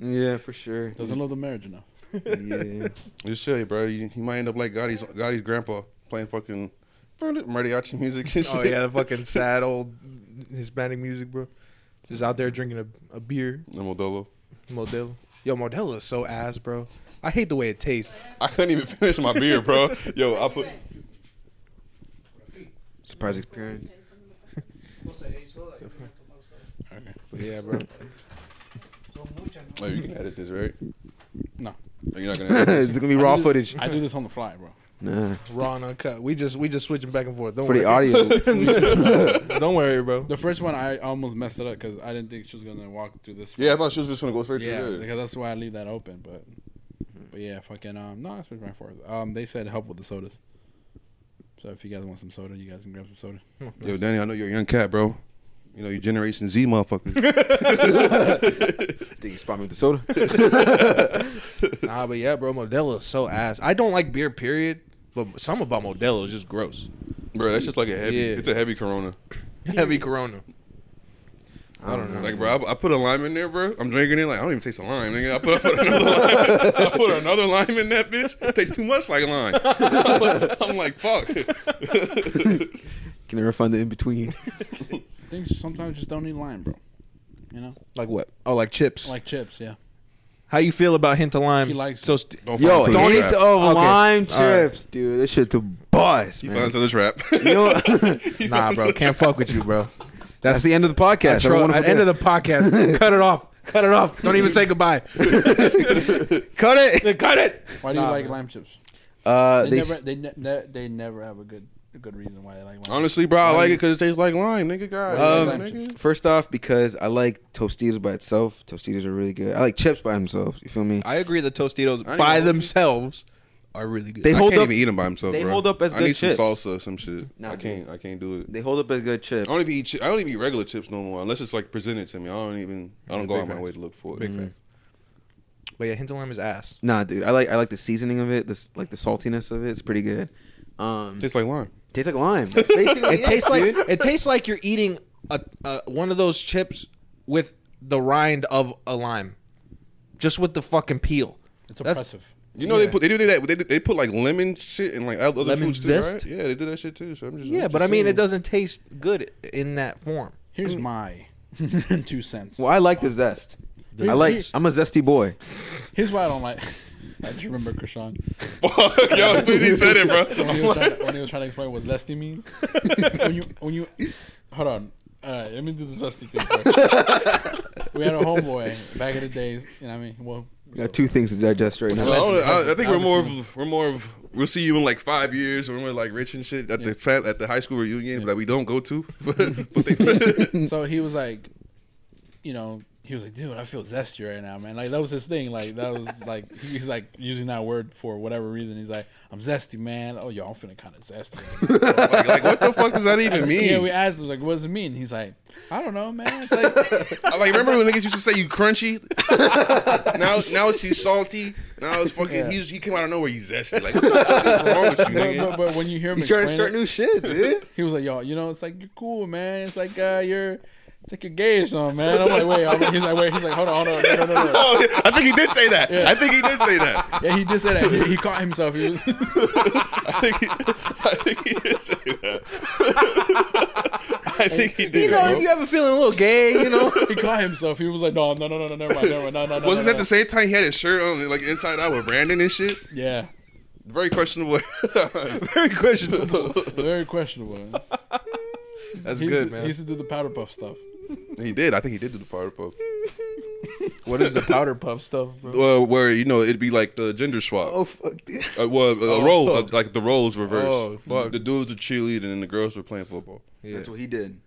[SPEAKER 3] he, yeah, for sure.
[SPEAKER 1] Doesn't love the marriage enough.
[SPEAKER 3] yeah.
[SPEAKER 2] Just chill, you, bro. You, you might end up like Gotti's, Gotti's grandpa playing fucking mariachi music and shit.
[SPEAKER 4] oh yeah, the fucking sad old Hispanic music, bro. Just out there drinking a, a beer,
[SPEAKER 2] And Modelo.
[SPEAKER 4] Modelo. Yo, Modelo is so ass, bro. I hate the way it tastes.
[SPEAKER 2] I couldn't even finish my beer, bro. Yo, I put.
[SPEAKER 3] Surprise experience.
[SPEAKER 4] But yeah, bro.
[SPEAKER 2] Oh, you can edit this, right?
[SPEAKER 1] No.
[SPEAKER 2] Are you not gonna edit
[SPEAKER 3] it's
[SPEAKER 2] this?
[SPEAKER 3] gonna be raw
[SPEAKER 1] do-
[SPEAKER 3] footage.
[SPEAKER 1] I do this on the fly, bro.
[SPEAKER 3] Nah.
[SPEAKER 4] Raw and uncut. We just we just switching back and forth. Don't
[SPEAKER 3] For the
[SPEAKER 4] worry.
[SPEAKER 3] audio.
[SPEAKER 4] Don't worry, bro.
[SPEAKER 1] The first one I almost messed it up because I didn't think she was gonna walk through this.
[SPEAKER 2] Yeah, I thought she was just gonna go straight
[SPEAKER 1] yeah,
[SPEAKER 2] through there.
[SPEAKER 1] because that's why I leave that open. But, but yeah, fucking um, no, it's been back and forth. Um, they said help with the sodas. So if you guys want some soda, you guys can grab some soda.
[SPEAKER 2] Yo, Danny, I know you're a young cat, bro. You know, you Generation Z motherfucker.
[SPEAKER 3] Think you spot me with the soda?
[SPEAKER 4] Nah, but yeah, bro. Modelo is so ass. I don't like beer, period. But some about Modelo is just gross.
[SPEAKER 2] bro, that's just like a heavy.
[SPEAKER 4] Yeah.
[SPEAKER 2] It's a heavy Corona.
[SPEAKER 4] Heavy Corona.
[SPEAKER 3] I don't know.
[SPEAKER 2] Like, bro, I, I put a lime in there, bro. I'm drinking it. Like, I don't even taste a lime. Nigga. I put, I put another lime. I put another lime in that bitch. It tastes too much like lime. I'm like, I'm like, fuck.
[SPEAKER 3] Can I refund the in between?
[SPEAKER 1] I think sometimes you just don't need lime, bro. You know,
[SPEAKER 4] Like what? Oh, like chips.
[SPEAKER 1] like chips. Yeah,
[SPEAKER 4] How you feel about hint of lime?
[SPEAKER 1] He likes
[SPEAKER 4] so.
[SPEAKER 1] it.
[SPEAKER 4] St-
[SPEAKER 2] Don't fall
[SPEAKER 3] Yo,
[SPEAKER 2] into the
[SPEAKER 3] don't eat
[SPEAKER 2] trap.
[SPEAKER 3] the oh,
[SPEAKER 4] Okay.
[SPEAKER 3] lime
[SPEAKER 4] All right.
[SPEAKER 3] chips, dude. This shit to bust,
[SPEAKER 2] You fell
[SPEAKER 3] man.
[SPEAKER 2] into the trap.
[SPEAKER 3] You know, what?
[SPEAKER 2] You fell
[SPEAKER 4] nah,
[SPEAKER 2] into
[SPEAKER 4] bro.
[SPEAKER 2] the
[SPEAKER 4] Can't
[SPEAKER 2] trap.
[SPEAKER 4] fuck with you, bro.
[SPEAKER 3] that's the end of the podcast. I don't
[SPEAKER 4] Tro-
[SPEAKER 3] wanna
[SPEAKER 4] end of
[SPEAKER 3] forget.
[SPEAKER 4] the podcast. Cut it off. Cut it off. Don't even say goodbye.
[SPEAKER 3] cut it.
[SPEAKER 4] Cut it.
[SPEAKER 1] why do you
[SPEAKER 4] Nah,
[SPEAKER 1] like
[SPEAKER 4] man.
[SPEAKER 1] lime chips?
[SPEAKER 3] Uh,
[SPEAKER 1] They,
[SPEAKER 3] they
[SPEAKER 1] never,
[SPEAKER 3] s-
[SPEAKER 1] they, ne- ne- they never have a good, a good reason why they like lime.
[SPEAKER 2] Honestly, bro, I like it because it tastes like lime, nigga. God,
[SPEAKER 1] Um,
[SPEAKER 2] damn, nigga.
[SPEAKER 3] First off, because I like Tostitos by itself. Tostitos are really good. I like chips by themselves. You feel me?
[SPEAKER 4] I agree that Tostitos
[SPEAKER 2] even
[SPEAKER 4] by
[SPEAKER 2] know.
[SPEAKER 4] themselves are really good.
[SPEAKER 3] They
[SPEAKER 2] I
[SPEAKER 3] hold
[SPEAKER 2] can't
[SPEAKER 3] up-
[SPEAKER 2] even eat them by himself.
[SPEAKER 3] they
[SPEAKER 2] bro.
[SPEAKER 3] hold up as
[SPEAKER 2] I
[SPEAKER 3] good
[SPEAKER 2] need
[SPEAKER 3] chips.
[SPEAKER 2] some salsa, or some shit.
[SPEAKER 3] Nah,
[SPEAKER 2] I can't. I can't do it.
[SPEAKER 3] They hold up as good chips.
[SPEAKER 2] I don't even eat. Chi- I don't even eat regular chips no more, unless it's like presented to me. I don't even. I don't go
[SPEAKER 4] big
[SPEAKER 2] out my
[SPEAKER 4] facts.
[SPEAKER 2] way to look for it.
[SPEAKER 4] Big fact. But yeah, hint of lime is ass.
[SPEAKER 3] Nah, dude. I like I like the seasoning of it. This like the saltiness of it. It's pretty good. Um,
[SPEAKER 2] Tastes like lime.
[SPEAKER 3] tastes like lime. That's basically
[SPEAKER 4] It tastes like it tastes like you're eating a, a one of those chips with the rind of a lime, just with the fucking peel.
[SPEAKER 1] It's
[SPEAKER 4] That's-
[SPEAKER 1] oppressive.
[SPEAKER 2] You know
[SPEAKER 4] Yeah.
[SPEAKER 2] they put they do that they, do- they put like lemon shit and like other
[SPEAKER 4] Lemon
[SPEAKER 2] fruits too, right?
[SPEAKER 4] zest?
[SPEAKER 2] Yeah, they do that shit too. So I'm just
[SPEAKER 4] Yeah,
[SPEAKER 2] I'm
[SPEAKER 4] but I
[SPEAKER 2] just
[SPEAKER 4] mean, it
[SPEAKER 2] saying.
[SPEAKER 4] doesn't taste good in that form.
[SPEAKER 1] Here's
[SPEAKER 2] Mm.
[SPEAKER 1] my two cents.
[SPEAKER 3] Well, I like the zest. I
[SPEAKER 1] Here's-
[SPEAKER 3] like.
[SPEAKER 1] here's-
[SPEAKER 3] I'm a zesty boy.
[SPEAKER 1] Here's why I don't like. I just remember Krishan.
[SPEAKER 2] Fuck, yo, as soon as he said it, bro.
[SPEAKER 1] When he,
[SPEAKER 2] I'm like-
[SPEAKER 1] was trying to, when he was trying to explain what zesty means. when you when you hold on. All right, let me do the zesty thing first. we had a homeboy back in the days. You know what I mean? Well,
[SPEAKER 3] Got two things to digest right
[SPEAKER 2] Well, I,
[SPEAKER 3] now.
[SPEAKER 4] Oh,
[SPEAKER 1] Allegedly.
[SPEAKER 2] don't know. I, I think we're
[SPEAKER 1] Obviously.
[SPEAKER 2] more of we're more of we'll see you in like five years when we're like rich and shit at the fa- at the high school reunion that we don't go to. but they,
[SPEAKER 1] so he was like, you know, he was like, dude, I feel zesty right now, man. Like that was his thing. Like that was like he's like using that word for whatever reason. He's like, I'm zesty, man. Oh, yo, I'm feeling kind of zesty.
[SPEAKER 2] like, like, what the fuck does that even mean?
[SPEAKER 1] Yeah, we asked him like, what does it mean? He's like, I don't know, man. It's like
[SPEAKER 2] I like remember when niggas used to say you crunchy. now now it's you salty. Now it's fucking. He's, he came out of nowhere. You zesty. Like what the fuck is wrong with you,
[SPEAKER 1] but,
[SPEAKER 2] nigga?
[SPEAKER 1] but, but when you hear him
[SPEAKER 3] He's trying to
[SPEAKER 1] explain
[SPEAKER 3] start
[SPEAKER 1] it,
[SPEAKER 3] new shit, dude.
[SPEAKER 1] he was like, "Yo, you know, it's like you're cool, man. It's like uh, you're, it's like you're gay or something, man." I'm like, "Wait," I'm, he's like, "Wait," he's like, "Hold on, hold on, no, no, no." no.
[SPEAKER 2] Oh, yeah, I think he did say that. I think he did say that.
[SPEAKER 1] Yeah, he did say that. He, he caught himself. He was,
[SPEAKER 2] I think he, I think he did say that. I think he did.
[SPEAKER 4] You know,
[SPEAKER 2] bro.
[SPEAKER 4] if you ever feeling a little gay, you know,
[SPEAKER 1] he caught himself. He was like, "No, no, no, no, no, never mind, never mind, no, no, no."
[SPEAKER 2] Wasn't
[SPEAKER 1] no,
[SPEAKER 2] that the same time he had his shirt on, like inside out with Brandon and shit?
[SPEAKER 1] no. Yeah,
[SPEAKER 2] Very questionable.
[SPEAKER 4] very questionable.
[SPEAKER 1] very questionable.
[SPEAKER 4] That's
[SPEAKER 1] He
[SPEAKER 4] good,
[SPEAKER 1] used to- He
[SPEAKER 4] man.
[SPEAKER 1] used to do the powder puff stuff.
[SPEAKER 2] he did. I think he did do the powder puff.
[SPEAKER 4] What is the powder puff stuff, bro?
[SPEAKER 2] Well, uh, where you know it'd be like the gender swap.
[SPEAKER 3] Oh fuck, dude.
[SPEAKER 2] Uh, well, a role uh, like the roles reversed.
[SPEAKER 4] Oh, fuck.
[SPEAKER 2] The dudes were cheerleading and the girls were playing football.
[SPEAKER 4] Yeah.
[SPEAKER 3] That's what he did.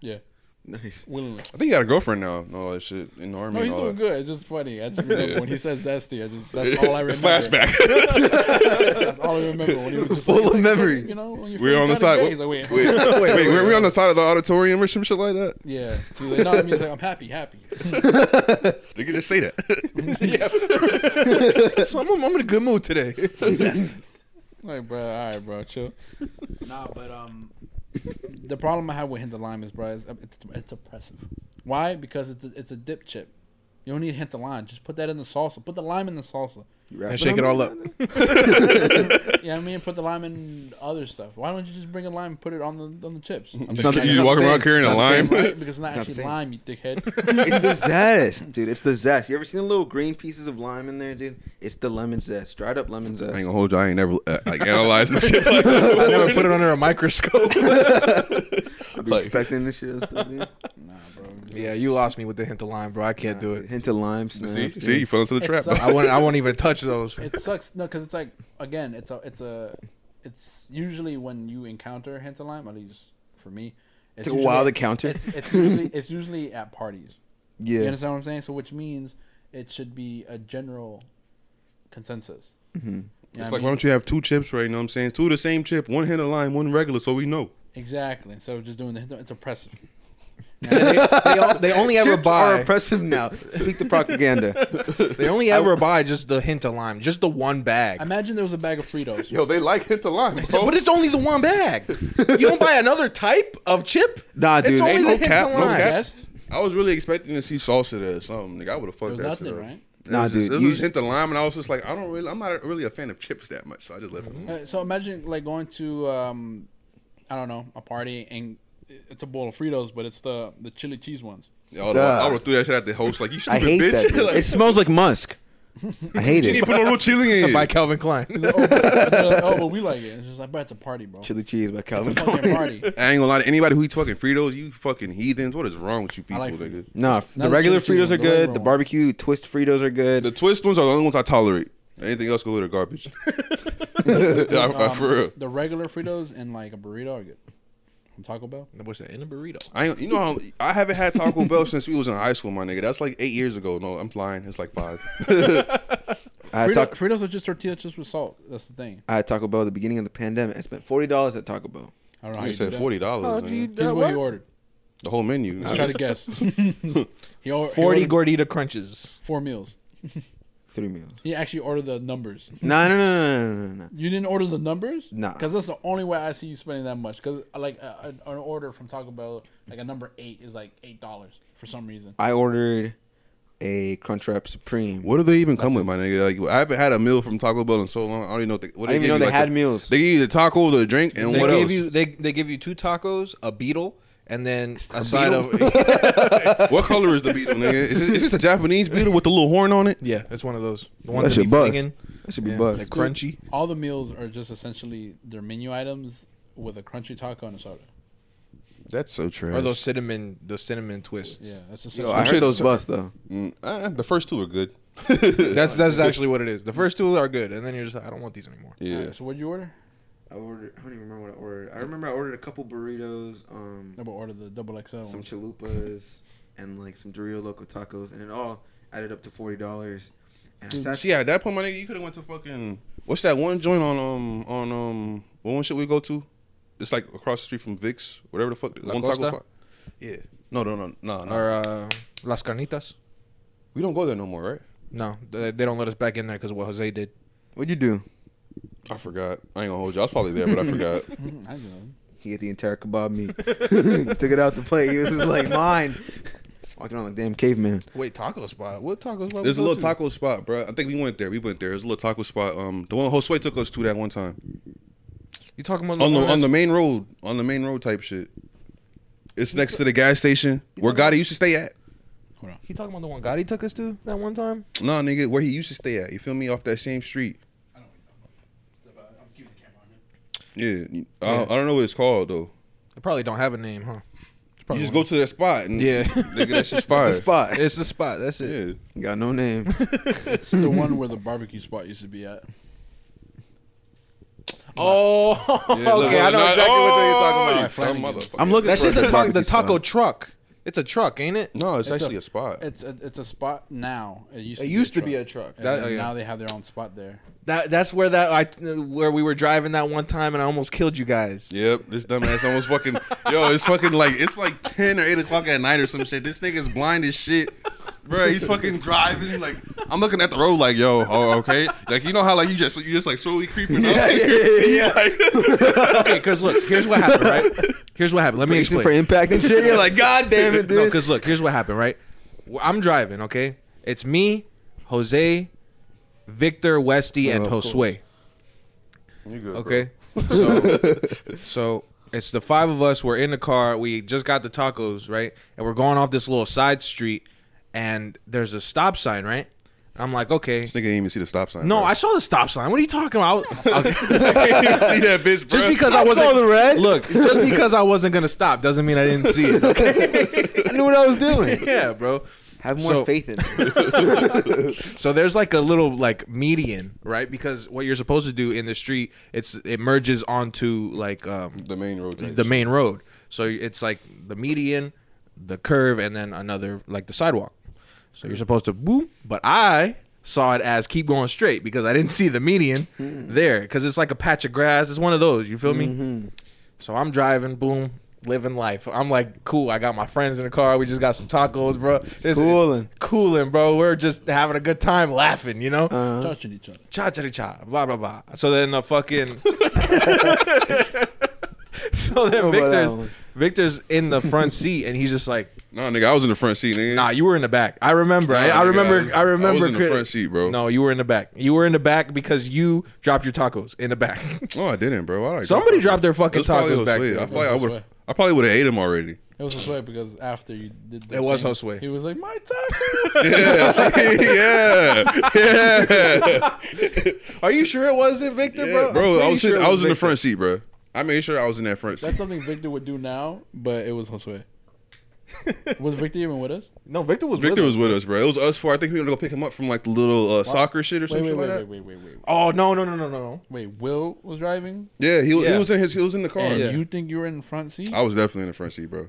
[SPEAKER 1] Yeah,
[SPEAKER 3] Nice.
[SPEAKER 1] willingly.
[SPEAKER 2] I think he got a girlfriend now and all that shit in the army.
[SPEAKER 1] No,
[SPEAKER 2] and
[SPEAKER 1] he's
[SPEAKER 2] all
[SPEAKER 1] doing
[SPEAKER 2] that.
[SPEAKER 1] good. It's just funny. I just remember when he said zesty. I just that's all I remember.
[SPEAKER 2] Flashback.
[SPEAKER 1] That's all I always remember when he was just
[SPEAKER 3] Full
[SPEAKER 1] like,
[SPEAKER 3] of
[SPEAKER 1] it's like,
[SPEAKER 3] memories.
[SPEAKER 1] You know, when you're
[SPEAKER 2] We were on the side.
[SPEAKER 1] Days, like, wait,
[SPEAKER 2] Wait, wait, were we on the side of the auditorium or some shit like that?
[SPEAKER 1] yeah. He's like, no, I mean, he's like, I'm happy, happy.
[SPEAKER 2] They could just say that.
[SPEAKER 4] so I'm, I'm in a good mood today.
[SPEAKER 1] Like, bro, all right, bro, chill. nah, but um, the problem I have with hint of lime is, bro, it's, it's, it's oppressive. Why? Because it's a, it's a dip chip. You don't need hint of lime. Just put that in the salsa. Put the lime in the salsa.
[SPEAKER 4] and shake it all up.
[SPEAKER 1] Yeah, I mean, put the lime in other stuff. Why don't you just bring a lime and put it on the on the chips? I'm
[SPEAKER 2] Just- you just walk around carrying a lime.
[SPEAKER 1] right? Because it's not
[SPEAKER 3] It's not the
[SPEAKER 1] actually
[SPEAKER 3] same.
[SPEAKER 1] lime, you dickhead.
[SPEAKER 3] it's the zest, dude. It's the zest. You ever seen the little green pieces of lime in there, dude? It's the lemon zest, dried up
[SPEAKER 2] I
[SPEAKER 3] lemon
[SPEAKER 2] ain't
[SPEAKER 3] zest.
[SPEAKER 2] gonna hold you. I ain't never uh, like analyzed no shit like that.
[SPEAKER 4] I never put it under a microscope.
[SPEAKER 3] I've been
[SPEAKER 2] Like-
[SPEAKER 3] expecting this shit. and Stuff, dude.
[SPEAKER 1] nah, bro.
[SPEAKER 4] yeah, you lost me with the hint of lime, bro. I can't do it.
[SPEAKER 3] Hint of lime. Snap,
[SPEAKER 2] See,
[SPEAKER 3] dude.
[SPEAKER 2] see, you fell into the
[SPEAKER 1] It's
[SPEAKER 2] trap.
[SPEAKER 1] so-
[SPEAKER 4] I won't. I won't even touch those.
[SPEAKER 1] It sucks. No, because it's like again, it's a it's a it's usually when you encounter hint of lime. At least for me, it's
[SPEAKER 3] Took a
[SPEAKER 1] usually-
[SPEAKER 3] while to counter.
[SPEAKER 1] It's, it's usually it's usually at parties. You
[SPEAKER 3] yeah.
[SPEAKER 1] understand what I'm saying? So which means it should be a general consensus. Mm-hmm.
[SPEAKER 2] It's like, why don't you have two chips right? You know what I'm saying? Two of the same chip, one hand of lime, one regular, so we know.
[SPEAKER 1] exactly. Instead of just doing the hint, it's oppressive.
[SPEAKER 4] they, all, they only ever
[SPEAKER 3] Chips are
[SPEAKER 4] buy.
[SPEAKER 3] oppressive now. Speak the propaganda.
[SPEAKER 4] They only ever buy just the hint of lime, just the one bag.
[SPEAKER 1] Imagine there was a bag of Fritos.
[SPEAKER 2] Yo, they like hint of lime,
[SPEAKER 4] So- but it's only the one bag. You don't buy another type of chip.
[SPEAKER 3] Nah,
[SPEAKER 4] It's
[SPEAKER 3] dude.
[SPEAKER 4] only
[SPEAKER 2] Ain't
[SPEAKER 4] the
[SPEAKER 2] no
[SPEAKER 4] hint
[SPEAKER 2] cap,
[SPEAKER 4] of
[SPEAKER 2] no
[SPEAKER 4] lime.
[SPEAKER 2] cap.
[SPEAKER 1] Guest?
[SPEAKER 2] I was really expecting to see salsa there or something. Like, I would have fucked
[SPEAKER 1] There was
[SPEAKER 2] that
[SPEAKER 1] nothing,
[SPEAKER 2] shit up.
[SPEAKER 1] right?
[SPEAKER 2] It
[SPEAKER 3] Nah,
[SPEAKER 2] was just-
[SPEAKER 3] dude,
[SPEAKER 2] It was
[SPEAKER 3] you-
[SPEAKER 2] just hint of lime, and I was just like, I don't really, I'm not really a fan of chips that much, so I just left it. alone.
[SPEAKER 1] Uh, so imagine like going to um, I don't know a party and it's a bowl of Fritos, but it's the the chili cheese ones.
[SPEAKER 2] Yeah, I would've- I would have threw that shit at the host, like, you
[SPEAKER 3] I
[SPEAKER 2] stupid
[SPEAKER 3] hate
[SPEAKER 2] bitch.
[SPEAKER 3] that. dude.
[SPEAKER 2] like,
[SPEAKER 3] it smells like musk. I hate
[SPEAKER 2] you need to
[SPEAKER 3] it.
[SPEAKER 2] put no real chili in
[SPEAKER 4] By
[SPEAKER 2] it.
[SPEAKER 4] Calvin Klein.
[SPEAKER 1] They're like, oh, but, they're like, "Oh, but we like it. It's just like, bro, it's a party, bro. It's
[SPEAKER 3] Chili cheese by
[SPEAKER 1] a
[SPEAKER 3] Calvin
[SPEAKER 1] fucking
[SPEAKER 3] Klein.
[SPEAKER 1] party.
[SPEAKER 2] I ain't gonna lie to anybody who eats fucking Fritos, you fucking heathens. What is wrong with you people,
[SPEAKER 1] like
[SPEAKER 2] nigga?
[SPEAKER 3] Nah,
[SPEAKER 1] Not
[SPEAKER 3] the
[SPEAKER 1] the
[SPEAKER 3] regular
[SPEAKER 1] chili cheese
[SPEAKER 3] Fritos
[SPEAKER 1] ones,
[SPEAKER 3] are
[SPEAKER 1] the regular
[SPEAKER 3] good. The
[SPEAKER 1] ones.
[SPEAKER 3] barbecue twist Fritos are
[SPEAKER 2] The
[SPEAKER 3] good.
[SPEAKER 2] twist ones are the only ones I tolerate. Anything else go with the garbage. Yeah, I- I-
[SPEAKER 1] Um,
[SPEAKER 2] for real.
[SPEAKER 1] The regular Fritos and like a burrito are good. From Taco Bell.
[SPEAKER 4] What's that? In a burrito.
[SPEAKER 2] I ain't, you know how, I haven't had Taco Bell since we was in high school, my nigga. That's like eight years ago. No, I'm lying. It's like five.
[SPEAKER 3] I
[SPEAKER 1] Frito,
[SPEAKER 3] had, taco,
[SPEAKER 1] Fritos are just tortillas just with salt. That's the thing.
[SPEAKER 3] I had Taco Bell at the beginning of the pandemic. I spent forty dollars at Taco Bell.
[SPEAKER 1] I don't know how
[SPEAKER 2] I
[SPEAKER 1] you
[SPEAKER 2] said
[SPEAKER 1] do
[SPEAKER 2] forty
[SPEAKER 1] that.
[SPEAKER 2] dollars.
[SPEAKER 1] Here's what, he ordered.
[SPEAKER 2] the whole menu.
[SPEAKER 1] Let's try to guess. he or,
[SPEAKER 4] Forty
[SPEAKER 1] he ordered
[SPEAKER 4] gordita crunches.
[SPEAKER 1] four meals.
[SPEAKER 3] Three meals.
[SPEAKER 1] He actually ordered the numbers.
[SPEAKER 3] No, no, no, no, no, no, no.
[SPEAKER 1] You didn't order the numbers?
[SPEAKER 3] Nah.
[SPEAKER 1] Because that's the only way I see you spending that much. Because like a, a- an order from Taco Bell, like a number eight is like eight dollars for some reason.
[SPEAKER 3] I ordered a Crunchwrap Supreme.
[SPEAKER 2] What do they even come with, my nigga? Like, I haven't had a meal from Taco Bell in so long. I don't even know. What they, what
[SPEAKER 3] I didn't even know
[SPEAKER 2] give you,
[SPEAKER 3] they
[SPEAKER 2] like,
[SPEAKER 3] had
[SPEAKER 2] the-
[SPEAKER 3] meals.
[SPEAKER 2] They give you the tacos or a drink and
[SPEAKER 4] They
[SPEAKER 2] what
[SPEAKER 4] give
[SPEAKER 2] else?
[SPEAKER 4] you they they give you two tacos, a beetle, and then a, side of
[SPEAKER 2] what color is the beetle, nigga? Is this, is this a Japanese beetle with the little horn on it?
[SPEAKER 4] yeah. It's one of those. The one
[SPEAKER 3] that
[SPEAKER 4] that be
[SPEAKER 3] should buzz.
[SPEAKER 4] flinging.
[SPEAKER 3] That should be
[SPEAKER 4] Yeah,
[SPEAKER 3] buzz.
[SPEAKER 4] the crunchy.
[SPEAKER 1] All the meals are just essentially their menu items with a crunchy taco and a soda.
[SPEAKER 2] That's so trash.
[SPEAKER 4] Or those cinnamon those cinnamon twists.
[SPEAKER 1] Yeah, that's
[SPEAKER 3] Yo,
[SPEAKER 1] essentially.
[SPEAKER 3] I
[SPEAKER 2] Some shit's-
[SPEAKER 3] heard those bust though.
[SPEAKER 2] Mm, eh, the first two are good.
[SPEAKER 4] That's that's actually what it is. The first two are good, and then you're just like, I don't want these anymore.
[SPEAKER 1] All
[SPEAKER 2] Yeah.
[SPEAKER 1] right, so what'd you order?
[SPEAKER 3] I ordered. I don't even remember what I ordered. I remember I ordered a couple burritos, um,
[SPEAKER 1] No, but order the double XL.
[SPEAKER 3] some
[SPEAKER 1] one.
[SPEAKER 3] chalupas, and like some Dorito Loco tacos, and it all added up to forty dollars. And I sat.
[SPEAKER 2] See, at that point, my nigga, you could have went to fucking what's that one joint on um on um what one should we go to? It's like across the street from Vic's, whatever the fuck.
[SPEAKER 4] La
[SPEAKER 2] one
[SPEAKER 4] Costa?
[SPEAKER 2] taco spot. Yeah. No, no, no, no, no.
[SPEAKER 4] Or uh, las carnitas.
[SPEAKER 2] We don't go there no more, right?
[SPEAKER 4] No, they, they don't let us back in there because of what Jose did.
[SPEAKER 3] What'd you do?
[SPEAKER 2] I forgot. I ain't gonna hold you. I was probably there, but I forgot.
[SPEAKER 1] Mm, I don't know.
[SPEAKER 3] He ate the entire kebab meat. Took it out the plate. He was just like mine. Walking on like damn caveman.
[SPEAKER 4] Wait, taco spot. What taco spot?
[SPEAKER 2] There's a
[SPEAKER 4] we go
[SPEAKER 2] little
[SPEAKER 4] to?
[SPEAKER 2] taco spot, bro. I think we went there. We went there. There's a little taco spot. Um, the one Josue took us to that one time
[SPEAKER 4] You talking about
[SPEAKER 2] on the
[SPEAKER 4] one
[SPEAKER 2] on the
[SPEAKER 4] that's-
[SPEAKER 2] main road, on the main road type shit. It's next to the gas station where Gotti used to stay at.
[SPEAKER 4] You talking about the one Gotti took us to that one time?
[SPEAKER 2] Nah, nigga, where he used to stay at. You feel me? Off that same street.
[SPEAKER 1] I don't know. I'm keeping the camera on here.
[SPEAKER 2] Yeah, I, I don't know what it's called though.
[SPEAKER 4] They probably don't have a name, huh? It's
[SPEAKER 2] You
[SPEAKER 4] probably
[SPEAKER 2] just
[SPEAKER 4] one
[SPEAKER 2] go to that spot and
[SPEAKER 4] Yeah.
[SPEAKER 2] nigga, that shit's fire.
[SPEAKER 4] of-
[SPEAKER 3] Spot.
[SPEAKER 4] It's the spot. That's it.
[SPEAKER 2] Yeah,
[SPEAKER 3] Got no name.
[SPEAKER 1] It's the one where the barbecue spot used to be at.
[SPEAKER 4] Oh,
[SPEAKER 2] Yeah, look,
[SPEAKER 4] okay. I know
[SPEAKER 2] not-
[SPEAKER 4] exactly what
[SPEAKER 2] oh,
[SPEAKER 4] you're talking
[SPEAKER 2] you
[SPEAKER 4] about.
[SPEAKER 2] dumb
[SPEAKER 1] Flanagan.
[SPEAKER 2] motherfucker.
[SPEAKER 3] I'm looking.
[SPEAKER 4] That's
[SPEAKER 3] for
[SPEAKER 4] just the,
[SPEAKER 3] a
[SPEAKER 4] ta-
[SPEAKER 3] barbecue
[SPEAKER 4] the taco
[SPEAKER 3] spot.
[SPEAKER 4] truck. It's a truck, ain't it?
[SPEAKER 2] No, it's,
[SPEAKER 1] It's
[SPEAKER 2] actually
[SPEAKER 1] a-
[SPEAKER 2] a, spot.
[SPEAKER 1] It's a, it's a spot now. It used
[SPEAKER 6] It
[SPEAKER 1] to
[SPEAKER 6] used
[SPEAKER 1] be
[SPEAKER 6] to be
[SPEAKER 1] a
[SPEAKER 6] a
[SPEAKER 1] truck.
[SPEAKER 6] truck.
[SPEAKER 1] And
[SPEAKER 4] That-
[SPEAKER 1] then
[SPEAKER 4] yeah.
[SPEAKER 1] now they have their own spot there.
[SPEAKER 4] That that's where that I where we were driving that one time and I almost killed you guys.
[SPEAKER 2] Yep, this dumbass almost fucking yo. It's fucking like it's like ten or eight o'clock at night or some shit. This nigga's blind as shit, bro. He's fucking driving like I'm looking at the road like yo, oh, okay, like you know how like you just you just like slowly creeping up.
[SPEAKER 3] yeah,
[SPEAKER 4] Okay, because look, here's what happened, right? Here's what happened. Let me explain.
[SPEAKER 3] for impact and shit. You're like, God damn it,
[SPEAKER 4] No,
[SPEAKER 3] dude.
[SPEAKER 4] because look, here's what happened, right? Well, I'm driving, okay? It's me, Jose, Victor, Westy, and Josue.
[SPEAKER 2] You good, bro.
[SPEAKER 4] Okay. So, so it's the five of us. We're in the car. We just got the tacos, right? And we're going off this little side street, and there's a stop sign, right? I'm like, okay.
[SPEAKER 2] This nigga didn't even see the stop sign.
[SPEAKER 4] No,
[SPEAKER 2] bro.
[SPEAKER 4] I saw the stop sign. What are you talking about?
[SPEAKER 2] can't even see that bitch, bro.
[SPEAKER 4] just because I wasn't the red. Look, just because I wasn't gonna stop doesn't mean I didn't see it. Okay?
[SPEAKER 3] I knew what I was doing.
[SPEAKER 4] yeah, bro.
[SPEAKER 3] Have more
[SPEAKER 4] So-
[SPEAKER 3] faith in. it.
[SPEAKER 4] So there's like a little like median, right? Because what you're supposed to do in the street, it's it merges onto like um
[SPEAKER 2] the main road.
[SPEAKER 4] the main road. So it's like the median, the curve, and then another like the sidewalk. So you're supposed to boom, but I saw it as keep going straight because I didn't see the median there because it's like a patch of grass. It's one of those. You feel me? So I'm driving, boom, living life. I'm like, cool. I got my friends in the car. We just got some tacos, bro. It's
[SPEAKER 3] coolin'.
[SPEAKER 4] cooling, bro. We're just having a good time, laughing. You know,
[SPEAKER 3] Uh-huh.
[SPEAKER 1] Touching each other.
[SPEAKER 4] cha cha cha, blah blah blah. So then the fucking. so then
[SPEAKER 3] What about that
[SPEAKER 4] Victor's
[SPEAKER 3] one?
[SPEAKER 4] Victor's in the front seat and he's just like,
[SPEAKER 2] No, nigga, I was in the front seat, nigga.
[SPEAKER 4] Nah, you were in the back. I remember. I,
[SPEAKER 2] Nah,
[SPEAKER 4] I
[SPEAKER 2] nigga,
[SPEAKER 4] remember.
[SPEAKER 2] I was-
[SPEAKER 4] I remember.
[SPEAKER 2] I was in the
[SPEAKER 4] cri-
[SPEAKER 2] front seat, bro.
[SPEAKER 4] No, you were in the back. You were in the back because you dropped your tacos in the back.
[SPEAKER 2] No, I didn't, bro. Why did I
[SPEAKER 4] Somebody
[SPEAKER 2] drop-
[SPEAKER 4] dropped their
[SPEAKER 2] It
[SPEAKER 4] fucking
[SPEAKER 2] was probably
[SPEAKER 4] tacos
[SPEAKER 2] Josue.
[SPEAKER 4] back
[SPEAKER 2] I
[SPEAKER 4] there.
[SPEAKER 2] probably I
[SPEAKER 1] It was
[SPEAKER 2] would.
[SPEAKER 1] Josue.
[SPEAKER 2] I probably would have ate him already.
[SPEAKER 1] It was Josue because after you did the
[SPEAKER 4] It was
[SPEAKER 1] thing,
[SPEAKER 4] Josue.
[SPEAKER 1] He was like, my taco.
[SPEAKER 2] Yeah, see, yeah, yeah.
[SPEAKER 4] Are you sure it wasn't Victor,
[SPEAKER 2] Yeah,
[SPEAKER 4] bro?
[SPEAKER 2] bro. I was
[SPEAKER 4] sure
[SPEAKER 2] sitting, I was in the front seat, bro. I made sure I was in that front
[SPEAKER 1] That's
[SPEAKER 2] seat.
[SPEAKER 1] something Victor would do now, but it was Josue. was Victor even with us?
[SPEAKER 4] No, Victor was
[SPEAKER 2] Victor was with us, bro. It was us four. I think we were gonna go pick him up from like the little uh, soccer shit or
[SPEAKER 1] Wait,
[SPEAKER 2] something
[SPEAKER 1] wait,
[SPEAKER 2] like
[SPEAKER 1] wait,
[SPEAKER 2] that.
[SPEAKER 1] wait, wait, wait, wait.
[SPEAKER 4] Oh no no no no no no!
[SPEAKER 1] Wait, Will was driving,
[SPEAKER 2] Yeah, he, was-
[SPEAKER 4] Yeah.
[SPEAKER 2] he was in his he was in the car.
[SPEAKER 1] and you think you were in the front seat
[SPEAKER 2] I was definitely in the front seat, bro.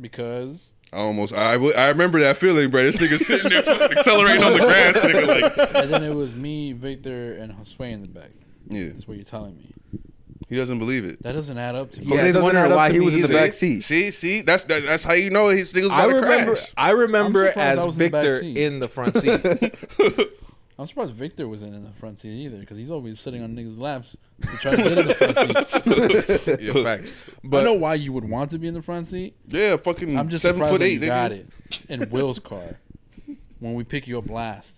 [SPEAKER 1] because
[SPEAKER 2] I almost I, w- I remember that feeling, bro. This nigga sitting there fucking accelerating on the grass, nigga. Like,
[SPEAKER 1] and then it was me, Victor, and Josue in the back.
[SPEAKER 2] yeah,
[SPEAKER 1] That's what you're telling me.
[SPEAKER 2] he doesn't believe it.
[SPEAKER 1] That doesn't add up to me.
[SPEAKER 4] Yeah, it
[SPEAKER 3] Jose's
[SPEAKER 4] doesn't add
[SPEAKER 3] wondering
[SPEAKER 4] up
[SPEAKER 3] why
[SPEAKER 4] to
[SPEAKER 3] he
[SPEAKER 4] me
[SPEAKER 3] was in the
[SPEAKER 4] either.
[SPEAKER 3] back seat.
[SPEAKER 2] See, see, that's that, that's how you know his niggas
[SPEAKER 4] I
[SPEAKER 2] about to
[SPEAKER 4] remember.
[SPEAKER 2] crash.
[SPEAKER 4] I remember
[SPEAKER 1] I'm surprised
[SPEAKER 4] as
[SPEAKER 1] I was in the back
[SPEAKER 4] Victor
[SPEAKER 1] seat.
[SPEAKER 4] in the front seat.
[SPEAKER 1] I'm surprised Victor wasn't in the front seat either because he's always sitting on niggas' laps to try to get in the front seat.
[SPEAKER 4] yeah, fact.
[SPEAKER 1] I
[SPEAKER 4] But
[SPEAKER 1] know why you would want to be in the front seat.
[SPEAKER 2] yeah, fucking
[SPEAKER 1] I'm just
[SPEAKER 2] Mm, seven
[SPEAKER 1] surprised
[SPEAKER 2] foot
[SPEAKER 1] that
[SPEAKER 2] eight.
[SPEAKER 1] you
[SPEAKER 2] nigga.
[SPEAKER 1] got it in Will's car when we pick you up last.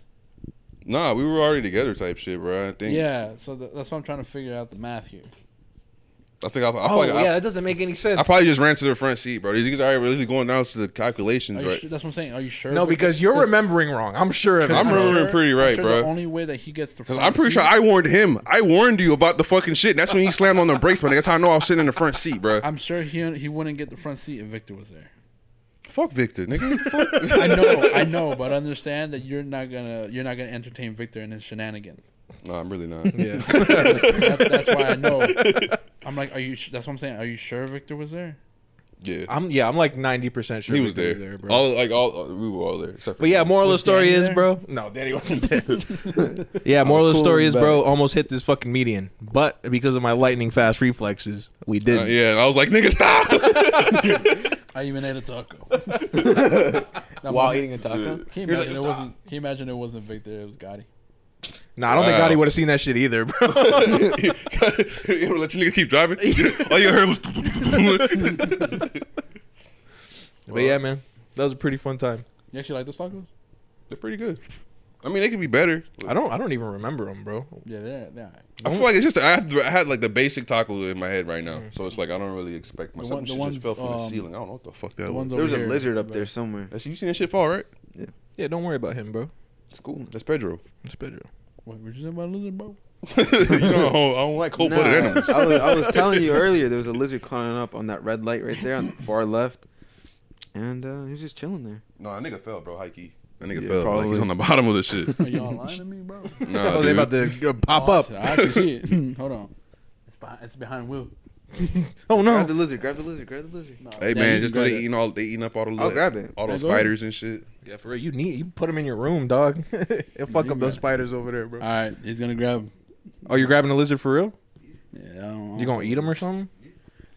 [SPEAKER 2] Nah, we were already together, type shit, bro. I think.
[SPEAKER 1] Yeah, so th- that's why I'm trying to figure out the math here.
[SPEAKER 2] I think I, I,
[SPEAKER 4] oh
[SPEAKER 2] probably, I-
[SPEAKER 4] yeah, that doesn't make any sense.
[SPEAKER 2] I, probably just ran to the front seat, bro. These niggas are really going down to the calculations,
[SPEAKER 1] Are you
[SPEAKER 2] right?
[SPEAKER 1] sure? That's what I'm saying. Are you sure?
[SPEAKER 4] no,
[SPEAKER 1] Victor?
[SPEAKER 4] because you're
[SPEAKER 1] 'Cause-
[SPEAKER 4] remembering wrong. I'm sure of it.
[SPEAKER 1] 'cause
[SPEAKER 2] I'm remembering pretty right,
[SPEAKER 1] sure
[SPEAKER 2] bro.
[SPEAKER 1] The only way that he gets the
[SPEAKER 2] Cause
[SPEAKER 1] front
[SPEAKER 2] I'm pretty
[SPEAKER 1] seat,
[SPEAKER 2] sure I warned him. I warned you about the fucking shit. That's when he slammed on the brakes, man. That's how I know I was sitting in the front seat, bro.
[SPEAKER 1] I'm sure he he wouldn't get the front seat if Victor was there.
[SPEAKER 2] Fuck Victor, nigga. Fuck.
[SPEAKER 1] I know, I know, but understand that you're not gonna you're not gonna entertain Victor and his shenanigans.
[SPEAKER 2] No, I'm really not.
[SPEAKER 4] Yeah.
[SPEAKER 1] That, that's why I know. I'm like, are you? Sh-? That's what I'm saying. Are you sure Victor was there?
[SPEAKER 2] Yeah,
[SPEAKER 4] I'm yeah, I'm like 90% sure
[SPEAKER 2] he was
[SPEAKER 4] Victor
[SPEAKER 2] there. All like all uh, we were all there. Except for
[SPEAKER 4] But yeah,
[SPEAKER 2] Danny.
[SPEAKER 4] moral of the
[SPEAKER 1] Was
[SPEAKER 4] story
[SPEAKER 1] Danny
[SPEAKER 4] is,
[SPEAKER 1] there?
[SPEAKER 4] bro. No, Danny wasn't there. yeah, moral of the
[SPEAKER 3] cool
[SPEAKER 4] story is,
[SPEAKER 3] in the
[SPEAKER 4] bro, almost hit this fucking median, but because of my lightning fast reflexes, we did.
[SPEAKER 2] Uh, yeah, and I was like, nigga, stop.
[SPEAKER 1] I even ate a taco.
[SPEAKER 3] While eating a taco.
[SPEAKER 1] Can you imagine it wasn't? Can you imagine it wasn't Victor? It was Gotti.
[SPEAKER 4] Nah, I don't
[SPEAKER 2] Wow.
[SPEAKER 4] think Gotti would have seen that shit either, bro.
[SPEAKER 2] you ever let your nigga keep driving? all you heard was.
[SPEAKER 4] but yeah, man, that was a pretty fun time.
[SPEAKER 1] You actually like those tacos?
[SPEAKER 2] They're pretty good. I mean, they could be better.
[SPEAKER 4] I don't, I don't even remember him, bro.
[SPEAKER 1] Yeah, they're, they're all right.
[SPEAKER 2] I feel like it's just I, have, I had like the basic taco in my head right now, so it's like I don't really expect myself.
[SPEAKER 1] one-
[SPEAKER 2] That
[SPEAKER 1] the
[SPEAKER 2] shit
[SPEAKER 1] ones,
[SPEAKER 2] just fell from the
[SPEAKER 1] um,
[SPEAKER 2] ceiling. I don't know what the fuck that was.
[SPEAKER 1] The ones
[SPEAKER 3] There
[SPEAKER 1] over
[SPEAKER 3] was a
[SPEAKER 1] here.
[SPEAKER 3] lizard up there somewhere.
[SPEAKER 2] That's, you seen that shit fall right?
[SPEAKER 4] Yeah, don't worry about him, bro.
[SPEAKER 3] It's cool.
[SPEAKER 2] That's Pedro.
[SPEAKER 4] It's Pedro.
[SPEAKER 1] What were you saying about a lizard, bro?
[SPEAKER 2] you know, I don't, I don't like cold blooded
[SPEAKER 3] Nah,
[SPEAKER 2] animals.
[SPEAKER 3] I was, I was telling you earlier there was a lizard climbing up on that red light right there on the far left, and uh, he's just chilling there.
[SPEAKER 2] No, that nigga fell, bro. Hikey. That nigga
[SPEAKER 3] Yeah,
[SPEAKER 2] fell. Like, he's
[SPEAKER 3] probably.
[SPEAKER 2] on the bottom of this shit.
[SPEAKER 1] Are y'all lying to me, bro?
[SPEAKER 2] nah,
[SPEAKER 4] oh, they
[SPEAKER 2] dude.
[SPEAKER 4] about to uh, pop
[SPEAKER 1] Oh, I
[SPEAKER 4] up.
[SPEAKER 1] said, I can see it. Hold on. It's behind. It's behind Will.
[SPEAKER 4] oh
[SPEAKER 3] Grab the lizard. Grab the lizard. Grab the lizard.
[SPEAKER 2] Hey
[SPEAKER 1] Yeah,
[SPEAKER 2] man,
[SPEAKER 1] you
[SPEAKER 2] just know they
[SPEAKER 1] can grab it.
[SPEAKER 2] eating all they eating up all the
[SPEAKER 3] I'll
[SPEAKER 2] little,
[SPEAKER 3] grab it.
[SPEAKER 2] all
[SPEAKER 1] Yeah,
[SPEAKER 2] those
[SPEAKER 1] go ahead.
[SPEAKER 2] spiders and shit.
[SPEAKER 4] Yeah, for real. You need you put them in your room, dog. It'll fuck
[SPEAKER 1] You
[SPEAKER 4] up those
[SPEAKER 1] got-
[SPEAKER 4] spiders over there, bro.
[SPEAKER 1] All right, he's gonna grab.
[SPEAKER 4] Oh, you're grabbing a lizard for real?
[SPEAKER 1] Yeah, I don't
[SPEAKER 4] You gonna eat them or something?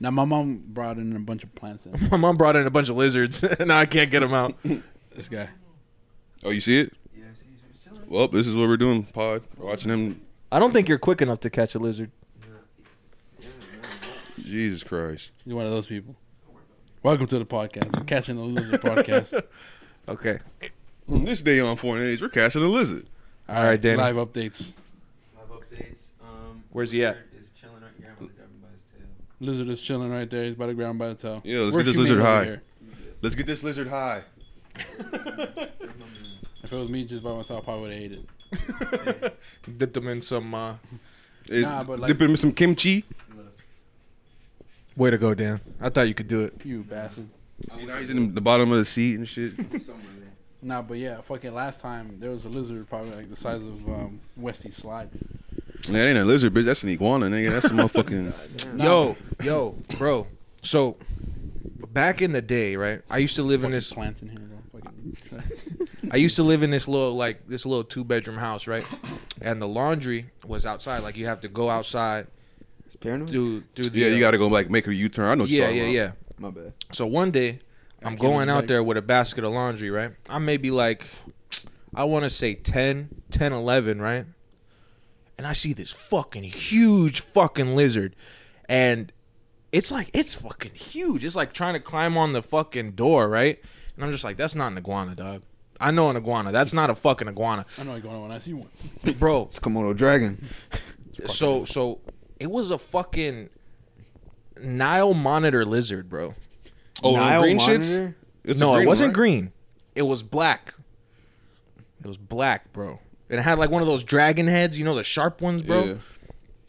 [SPEAKER 1] Now my mom brought in a bunch of plants. In
[SPEAKER 4] My mom brought in a bunch of lizards. now I can't get them out.
[SPEAKER 1] this guy.
[SPEAKER 2] Oh, you see it?
[SPEAKER 5] Yeah, see, she's chilling.
[SPEAKER 2] Well, this is what we're doing. Pod We're watching them.
[SPEAKER 4] I don't think you're quick enough to catch a lizard.
[SPEAKER 2] Jesus Christ.
[SPEAKER 1] He's one of those people. Welcome to the podcast, the Catching the Lizard podcast.
[SPEAKER 4] Okay.
[SPEAKER 2] On Hmm, this day on foreign age, we're catching a lizard.
[SPEAKER 1] All
[SPEAKER 4] right, Danny.
[SPEAKER 1] Live updates.
[SPEAKER 5] Live updates. Um,
[SPEAKER 4] Where's he at?
[SPEAKER 5] Is chilling right here. I'm gonna grab him by his tail.
[SPEAKER 1] Lizard is chilling right there. He's by the ground by the tail.
[SPEAKER 2] Yeah, let's
[SPEAKER 1] We're
[SPEAKER 2] get this lizard
[SPEAKER 1] humane over
[SPEAKER 2] high.
[SPEAKER 1] here.
[SPEAKER 2] Let's get this lizard high.
[SPEAKER 5] Where's my balloon?
[SPEAKER 1] If it was me just by myself, I would have ate it.
[SPEAKER 4] Dip them in some. Uh...
[SPEAKER 2] Is-
[SPEAKER 1] Nah, but like-
[SPEAKER 2] dip him in some kimchi.
[SPEAKER 4] Way to go, Dan. I thought you could do it.
[SPEAKER 1] You bastard.
[SPEAKER 2] See, now he's in the bottom of the seat and shit.
[SPEAKER 3] Somewhere there.
[SPEAKER 1] Nah, but yeah, fucking last time there was a lizard probably like the size of um, Westy's slide.
[SPEAKER 2] that ain't a lizard, bitch. That's an iguana, nigga. That's a motherfucking.
[SPEAKER 4] Yo, yo, bro. So, back in the day, right? I used to live in
[SPEAKER 1] Fucking
[SPEAKER 4] this.
[SPEAKER 1] plant in here, bro. Fucking-
[SPEAKER 4] I used to live in this little like this little two bedroom house, right? And the laundry was outside. Like you have to go outside
[SPEAKER 3] It's paranoid.
[SPEAKER 4] through through the.
[SPEAKER 2] Yeah,
[SPEAKER 4] uh,
[SPEAKER 2] you gotta go like make a U turn. I know. What
[SPEAKER 4] Yeah,
[SPEAKER 2] you're
[SPEAKER 4] yeah,
[SPEAKER 2] talking
[SPEAKER 4] yeah.
[SPEAKER 3] My bad.
[SPEAKER 4] So one day, I'm
[SPEAKER 1] can't
[SPEAKER 4] going
[SPEAKER 1] even
[SPEAKER 4] out
[SPEAKER 1] bake.
[SPEAKER 4] there with a basket of laundry, right? I may be like, I want to say 10, 10, 11, right? And I see this fucking huge fucking lizard. And it's like, it's fucking huge. It's like trying to climb on the fucking door, right? And I'm just like, that's not an iguana, dog. I know an iguana. That's not a fucking iguana.
[SPEAKER 1] I know I going on when I see one.
[SPEAKER 4] Bro,
[SPEAKER 3] It's Komodo dragon.
[SPEAKER 4] so so it was a fucking Nile monitor lizard, bro.
[SPEAKER 2] about. Oh,
[SPEAKER 3] Nile
[SPEAKER 2] the green shits.
[SPEAKER 3] monitor?
[SPEAKER 2] It's a
[SPEAKER 4] no,
[SPEAKER 2] green one,
[SPEAKER 4] it wasn't
[SPEAKER 2] right?
[SPEAKER 4] green. It was black. It was black, bro. And it had like one of those dragon heads, you know, the sharp ones, bro.
[SPEAKER 2] Yeah.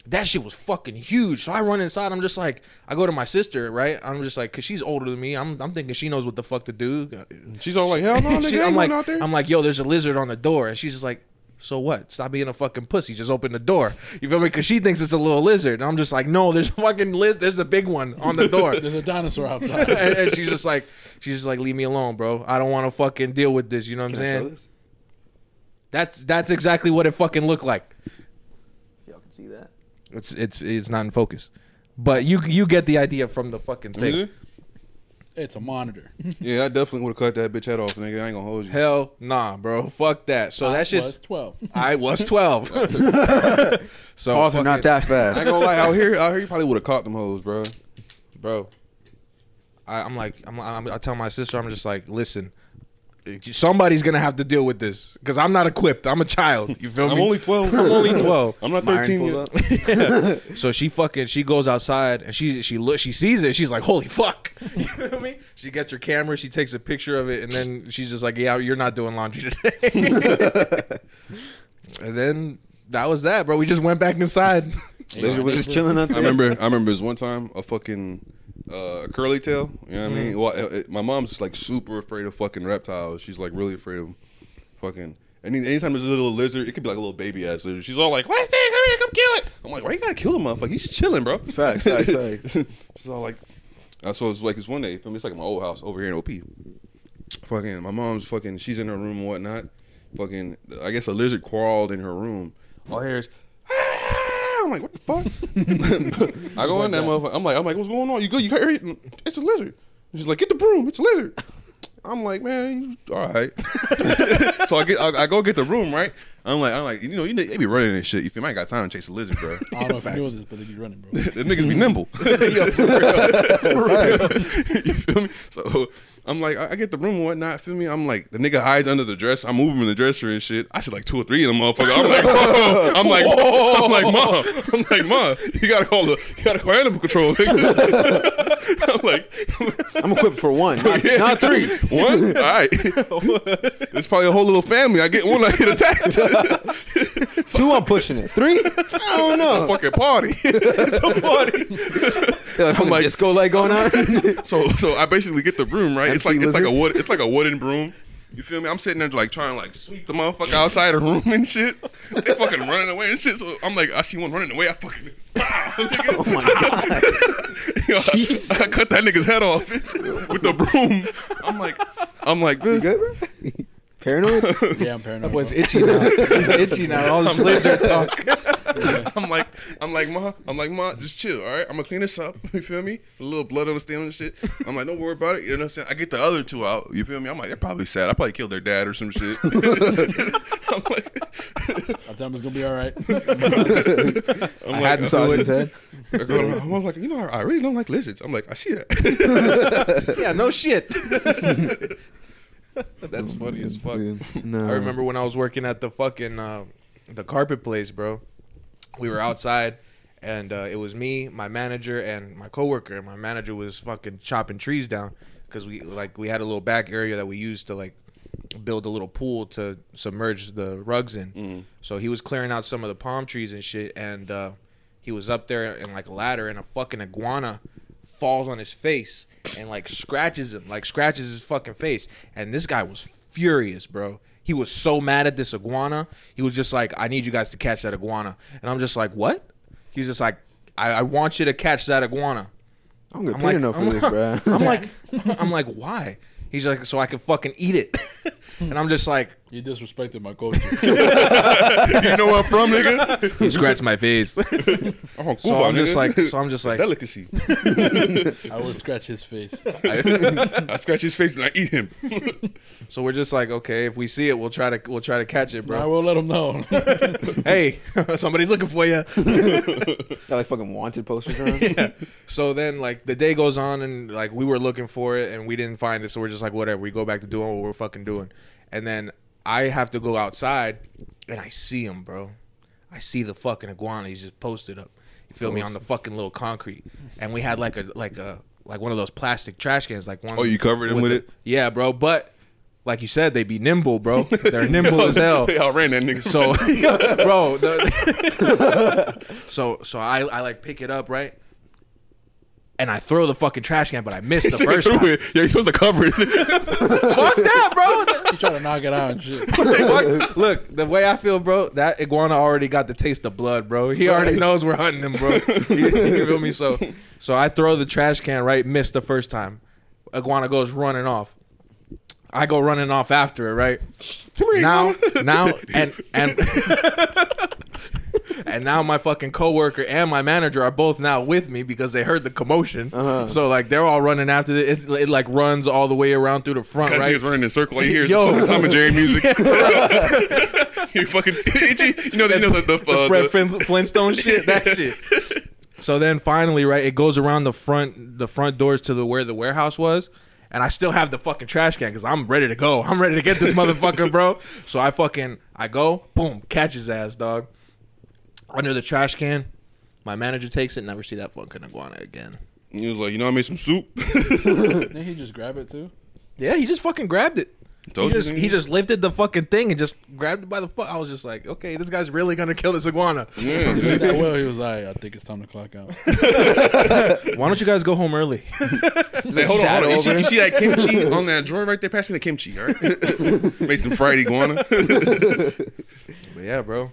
[SPEAKER 4] That shit was fucking huge. So I run inside. I'm just like, I go to my sister, right? I'm just like, cause she's older than me. I'm, I'm thinking she knows what the fuck to do.
[SPEAKER 2] She's all like, hell no, nigga.
[SPEAKER 4] She-
[SPEAKER 2] ain't
[SPEAKER 4] I'm
[SPEAKER 2] one
[SPEAKER 4] like,
[SPEAKER 2] out there.
[SPEAKER 4] I'm like, yo, there's a lizard on the door, and she's just like, so what? Stop being a fucking pussy. Just open the door. You feel me? Cause she thinks it's a little lizard. And I'm just like, no, there's a fucking lizard. There's a big one on the door.
[SPEAKER 1] There's a dinosaur
[SPEAKER 4] and,
[SPEAKER 1] outside.
[SPEAKER 4] and she's just like, she's just like, leave me alone, bro. I don't want to fucking deal with this. You know what
[SPEAKER 3] Can
[SPEAKER 4] I'm
[SPEAKER 3] I show
[SPEAKER 4] saying?
[SPEAKER 3] this?
[SPEAKER 4] That's that's exactly what it fucking looked like.
[SPEAKER 3] Y'all can see that.
[SPEAKER 4] It's it's it's not in focus, but you you get the idea from the fucking thing.
[SPEAKER 2] Nigga?
[SPEAKER 1] it's a monitor.
[SPEAKER 2] Yeah, I definitely would have cut that bitch head off, nigga. I ain't gonna hold you.
[SPEAKER 4] Hell nah, bro. Fuck that. So that's
[SPEAKER 1] Was
[SPEAKER 4] just
[SPEAKER 1] 12.
[SPEAKER 4] I was twelve. so fucking-
[SPEAKER 3] that
[SPEAKER 2] I
[SPEAKER 3] fast.
[SPEAKER 2] ain't gonna lie. Out here, out here, you probably would have caught them hoes, bro.
[SPEAKER 4] bro. I, I'm like, I'm, I'm, I tell my sister, I'm just like, listen, somebody's gonna have to deal with this because I'm not equipped. I'm a child. You feel
[SPEAKER 2] I'm
[SPEAKER 4] me?
[SPEAKER 2] only 12.
[SPEAKER 4] I'm only twelve.
[SPEAKER 2] I'm not
[SPEAKER 3] Myron
[SPEAKER 2] 13
[SPEAKER 3] pulled
[SPEAKER 2] yet.
[SPEAKER 3] up.
[SPEAKER 4] so she fucking she goes outside and she she look she sees it. She's like, "Holy fuck!" You know me? She gets her camera. She takes a picture of it, and then she's just like, "Yeah, you're not doing laundry today." and then that was that, bro. We just went back inside.
[SPEAKER 3] Lizard was just chilling out
[SPEAKER 2] I
[SPEAKER 3] there.
[SPEAKER 2] remember, I remember this one time a fucking uh, curly tail. You know what I
[SPEAKER 3] Mm-hmm.
[SPEAKER 2] mean? Well, it- it- my mom's like super afraid of fucking reptiles. She's like really afraid of fucking. Any, anytime there's a little lizard, it could be like a little baby ass lizard. She's all like, "What's that? Come here, come kill it!" I'm like, "Why you gotta kill the motherfucker? He's just chilling, bro."
[SPEAKER 3] Facts, facts, facts.
[SPEAKER 2] She's all like, uh, "So it's like this one day. feel me? It's like my old house over here in OP. Fucking my mom's fucking. She's in her room and whatnot. Fucking, I guess a lizard crawled in her room. All I hear is. "Ah!" I'm like, what the fuck? I go in that motherfucker. I'm like, I'm like, what's going on? You good? You got everything? It's a lizard. She's like, get the broom. It's a lizard. I'm like, man, you, all right. so I get, I, I go get the room, right? I'm like, I'm like, you know, you know, they be running and shit. If you might got time to chase a lizard, bro.
[SPEAKER 1] I don't know if you knew this, but they be running, bro.
[SPEAKER 2] the niggas be nimble. you feel me? So I'm like, I I get the room and whatnot. Feel me? I'm like, the nigga hides under the dresser. I move him in the dresser and shit. I see like two or three of them motherfuckers. I'm like, whoa. I'm like, I'm like, mom. I'm like, mom. You gotta call the, you gotta call animal control. Nigga. I'm like,
[SPEAKER 3] I'm equipped for one, not, not three.
[SPEAKER 2] one? All right. it's probably a whole little family. I get one, I get attacked. it's
[SPEAKER 3] Two, I'm pushing it. Three, I don't
[SPEAKER 2] a
[SPEAKER 3] know.
[SPEAKER 2] fucking party. it's a party.
[SPEAKER 3] I'm
[SPEAKER 2] like-
[SPEAKER 3] like disco light going on.
[SPEAKER 2] So so I basically get the broom, right? It's like
[SPEAKER 3] Empty
[SPEAKER 2] it's like a
[SPEAKER 3] lizard.
[SPEAKER 2] wood it's like a wooden broom. You feel me? I'm sitting there like trying to like sweep the motherfucker outside the room and shit. They fucking running away and shit. So I'm like, I see one running away, I fucking pow!
[SPEAKER 3] Oh my god.
[SPEAKER 2] Yo, I, I cut that nigga's head off with the broom. I'm like, I'm like,
[SPEAKER 3] You
[SPEAKER 2] this.
[SPEAKER 3] good, bro? Paranoid?
[SPEAKER 1] Yeah, I'm paranoid.
[SPEAKER 4] Boy's itchy now. He's itchy now. All this lizard talk.
[SPEAKER 2] I'm like, I'm like, ma, I'm like, ma, just chill, all right? I'm gonna clean this up. You feel me? A little blood on the stem and shit. I'm like, don't worry about it. You know what I'm saying? I get the other two out. You feel me? I'm like, they're probably sad. I probably killed their dad or some shit. I'm like,
[SPEAKER 1] I thought it was gonna be all right.
[SPEAKER 2] I'm
[SPEAKER 4] I
[SPEAKER 2] like,
[SPEAKER 4] hadn't saw
[SPEAKER 3] Massage
[SPEAKER 4] it.
[SPEAKER 3] his head?
[SPEAKER 2] I go- I was like, you know, I really don't like lizards. I'm like, I see that.
[SPEAKER 4] Yeah, no shit. That's funny as fuck.
[SPEAKER 3] No.
[SPEAKER 4] I remember when I was working at the fucking uh, the carpet place, bro. We were outside, and uh, it was me, my manager, and my coworker. My manager was fucking chopping trees down because we like we had a little back area that we used to like build a little pool to submerge the rugs in. So he was clearing out some of the palm trees and shit, and uh, he was up there in like a ladder, and a fucking iguana falls on his face and like scratches him, like scratches his fucking face. And this guy was furious, bro. He was so mad at this iguana. He was just like, I need you guys to catch that iguana. And I'm just like, what? He was just like, I, I want you to catch that iguana.
[SPEAKER 3] I'm gonna
[SPEAKER 4] I'm
[SPEAKER 3] pay
[SPEAKER 4] like,
[SPEAKER 3] enough for
[SPEAKER 4] I'm,
[SPEAKER 3] this, bro.
[SPEAKER 4] I'm like, I'm like, why? He's like, so I can fucking eat it. and I'm just like,
[SPEAKER 1] you disrespected my culture.
[SPEAKER 2] you know where I'm from, nigga?
[SPEAKER 4] he scratched my face. so
[SPEAKER 2] I'm from Cuba,
[SPEAKER 4] I'm just
[SPEAKER 2] nigga.
[SPEAKER 4] like, so I'm just like,
[SPEAKER 2] delicacy.
[SPEAKER 1] I would scratch his face.
[SPEAKER 2] I, I scratch his face and I eat him.
[SPEAKER 4] so we're just like, okay, if we see it, we'll try to, we'll try to catch it,
[SPEAKER 1] I
[SPEAKER 4] bro.
[SPEAKER 1] will let him know.
[SPEAKER 4] hey, somebody's looking for you.
[SPEAKER 3] Got like fucking wanted posters on.
[SPEAKER 4] So then, like the day goes on, and like we were looking for it, and we didn't find it. So we're just like, whatever. We go back to doing what we're fucking doing, and then I have to go outside, and I see him, bro. I see the fucking iguana. He's just posted up. You feel me on the fucking little concrete, and we had like a like a like one of those plastic trash cans, like one.
[SPEAKER 2] Oh, you covered him with
[SPEAKER 4] the-
[SPEAKER 2] it?
[SPEAKER 4] Yeah, bro. But like you said, they be nimble, bro. They're nimble as hell.
[SPEAKER 2] Y'all ran that nigga.
[SPEAKER 4] So, bro, the, so so I, I like pick it up right, and I throw the fucking trash can, but I missed the first
[SPEAKER 2] through
[SPEAKER 4] time.
[SPEAKER 2] it. Yeah, you're supposed to cover it.
[SPEAKER 4] Fuck that, bro.
[SPEAKER 1] He tried to knock it out and shit.
[SPEAKER 4] Fuck- Look, the way I feel, bro, that iguana already got the taste of blood, bro. He already knows we're hunting him, bro. You, you feel me? So so I throw the trash can right, missed the first time. Iguana goes running off. I go running off after it, right? now, now, and and and now my fucking coworker and my manager are both now with me because they heard the commotion. So like they're all running after it. it. It like runs all the way around through the front,
[SPEAKER 2] That
[SPEAKER 4] right?
[SPEAKER 2] nigga's running in a circle. I hear
[SPEAKER 4] Yo.
[SPEAKER 2] Yo. fucking Tom and Jerry music. you fucking you know you know the, the,
[SPEAKER 4] the
[SPEAKER 2] uh,
[SPEAKER 4] Fred
[SPEAKER 2] the-
[SPEAKER 4] Flin- Flintstone shit, that shit. So then finally, right, it goes around the front, the front doors to the where the warehouse was, and I still have the fucking trash can because I'm ready to go. I'm ready to get this motherfucker, bro. So I fucking I go, boom, catch his ass, dog, under the trash can. My manager takes it. Never see that fucking iguana again.
[SPEAKER 2] He was like, you know, I made some soup.
[SPEAKER 1] Didn't he just grab it too?
[SPEAKER 4] Yeah, he just fucking grabbed it. He
[SPEAKER 2] Told you,
[SPEAKER 4] just,
[SPEAKER 2] nigga.
[SPEAKER 4] he just lifted the fucking thing and just grabbed it by the fuck. I was just like, okay, this guy's really gonna kill this iguana.
[SPEAKER 2] Yeah,
[SPEAKER 1] He did
[SPEAKER 2] dude.
[SPEAKER 1] that well, he was like, I think it's time to clock out.
[SPEAKER 4] Why don't you guys go home early?
[SPEAKER 2] Say, hold on, hold on. You see,
[SPEAKER 3] Shadow
[SPEAKER 2] you see that kimchi on that drawer right there? Pass me the kimchi, all right? Made some fried iguana.
[SPEAKER 4] But yeah, bro.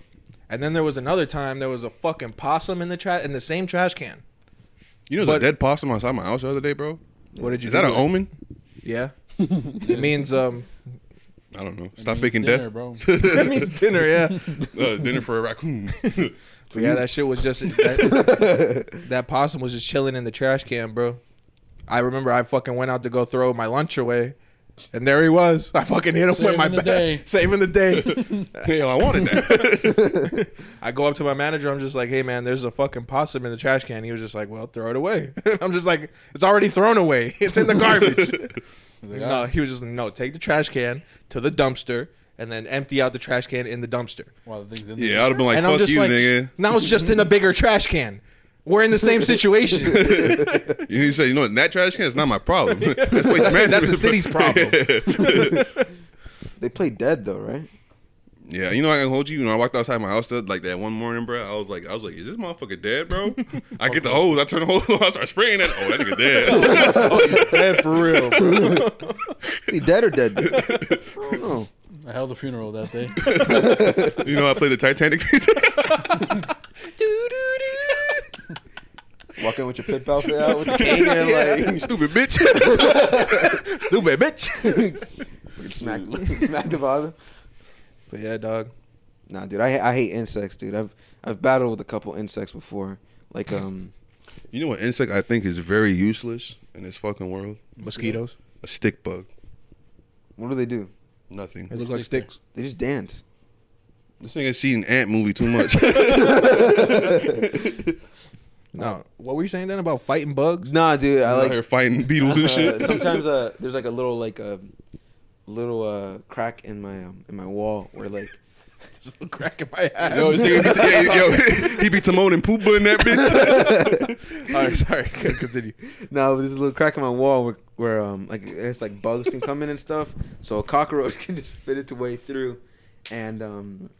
[SPEAKER 4] And then there was another time there was a fucking possum in the trash in the same trash can.
[SPEAKER 2] you know, there's a dead possum outside my house the other day, bro.
[SPEAKER 4] What did you?
[SPEAKER 2] Is that
[SPEAKER 4] do
[SPEAKER 2] an
[SPEAKER 4] with it?
[SPEAKER 2] omen?
[SPEAKER 4] Yeah. it means um.
[SPEAKER 2] I don't know. Stop
[SPEAKER 1] Means
[SPEAKER 2] faking
[SPEAKER 1] dinner,
[SPEAKER 2] death.
[SPEAKER 1] bro.
[SPEAKER 4] That means dinner. Yeah.
[SPEAKER 2] Uh, dinner for a raccoon.
[SPEAKER 4] But yeah, that shit was just that, that possum was just chilling in the trash can, bro. I remember I fucking went out to go throw my lunch away, and there he was. I fucking hit him with
[SPEAKER 1] Saving
[SPEAKER 4] my
[SPEAKER 1] the
[SPEAKER 4] bat,
[SPEAKER 1] day.
[SPEAKER 4] saving the day.
[SPEAKER 2] Yo, I wanted that.
[SPEAKER 4] I go up to my manager. I'm just like, "Hey, man, there's a fucking possum in the trash can." He was just like, "Well, throw it away." I'm just like, "It's already thrown away. It's in the garbage."
[SPEAKER 1] He's like,
[SPEAKER 4] No,
[SPEAKER 1] "Ah,
[SPEAKER 4] he was just like, no, take the trash can to the dumpster and then empty out the trash can in the dumpster.
[SPEAKER 1] wow, the thing's in there.
[SPEAKER 2] yeah, I'd have been like,
[SPEAKER 4] and
[SPEAKER 2] fuck
[SPEAKER 4] I'm just
[SPEAKER 2] you,
[SPEAKER 4] like,
[SPEAKER 2] nigga.
[SPEAKER 4] now it's just in a bigger trash can. We're in the same situation.
[SPEAKER 2] You need to say, you know, what, that trash can is not my problem. That's waste management.
[SPEAKER 4] That's the city's problem.
[SPEAKER 3] they play dead though, right?
[SPEAKER 2] Yeah, you know I can hold you. You know I walked outside my house the- like that one morning, bro. I was like, I was like, is this motherfucker dead, bro? I get the hose, I turn the hose on, I start spraying it. Oh, that nigga dead.
[SPEAKER 4] Oh, Dead for real.
[SPEAKER 3] They dead or dead? dead? Oh. I don't know.
[SPEAKER 1] I held a funeral that day.
[SPEAKER 2] you know I played the Titanic piece.
[SPEAKER 3] Walking with your pimp outfit out with the cane and like
[SPEAKER 2] Stupid bitch.
[SPEAKER 4] Stupid bitch.
[SPEAKER 3] smack, smack the bottom.
[SPEAKER 4] But yeah, dog.
[SPEAKER 3] Nah, dude, I I hate insects, dude. I've I've battled with a couple insects before. Like um,
[SPEAKER 2] you know what insect I think is very useless in this fucking world?
[SPEAKER 4] Mosquitoes.
[SPEAKER 2] A stick bug.
[SPEAKER 3] what do they do?
[SPEAKER 2] Nothing.
[SPEAKER 4] They look like
[SPEAKER 1] Stick there.
[SPEAKER 4] sticks.
[SPEAKER 3] They just dance.
[SPEAKER 2] This nigga seen ant movie too much.
[SPEAKER 4] No. What were you saying then about fighting bugs?
[SPEAKER 3] Nah, dude, I
[SPEAKER 2] I
[SPEAKER 3] like
[SPEAKER 2] like fighting beetles and
[SPEAKER 3] Uh,
[SPEAKER 2] shit.
[SPEAKER 3] sometimes uh, there's like a little like a little uh, crack in my um, in my wall where like
[SPEAKER 4] Just a crack in my ass.
[SPEAKER 2] Yo, this nigga be, yeah, yo, he be Timon and Pumbaa in that bitch.
[SPEAKER 4] All right, sorry. Continue.
[SPEAKER 3] no, there's a little crack in my wall where where um like it's like bugs can come in and stuff. So a cockroach can just fit its way through, and um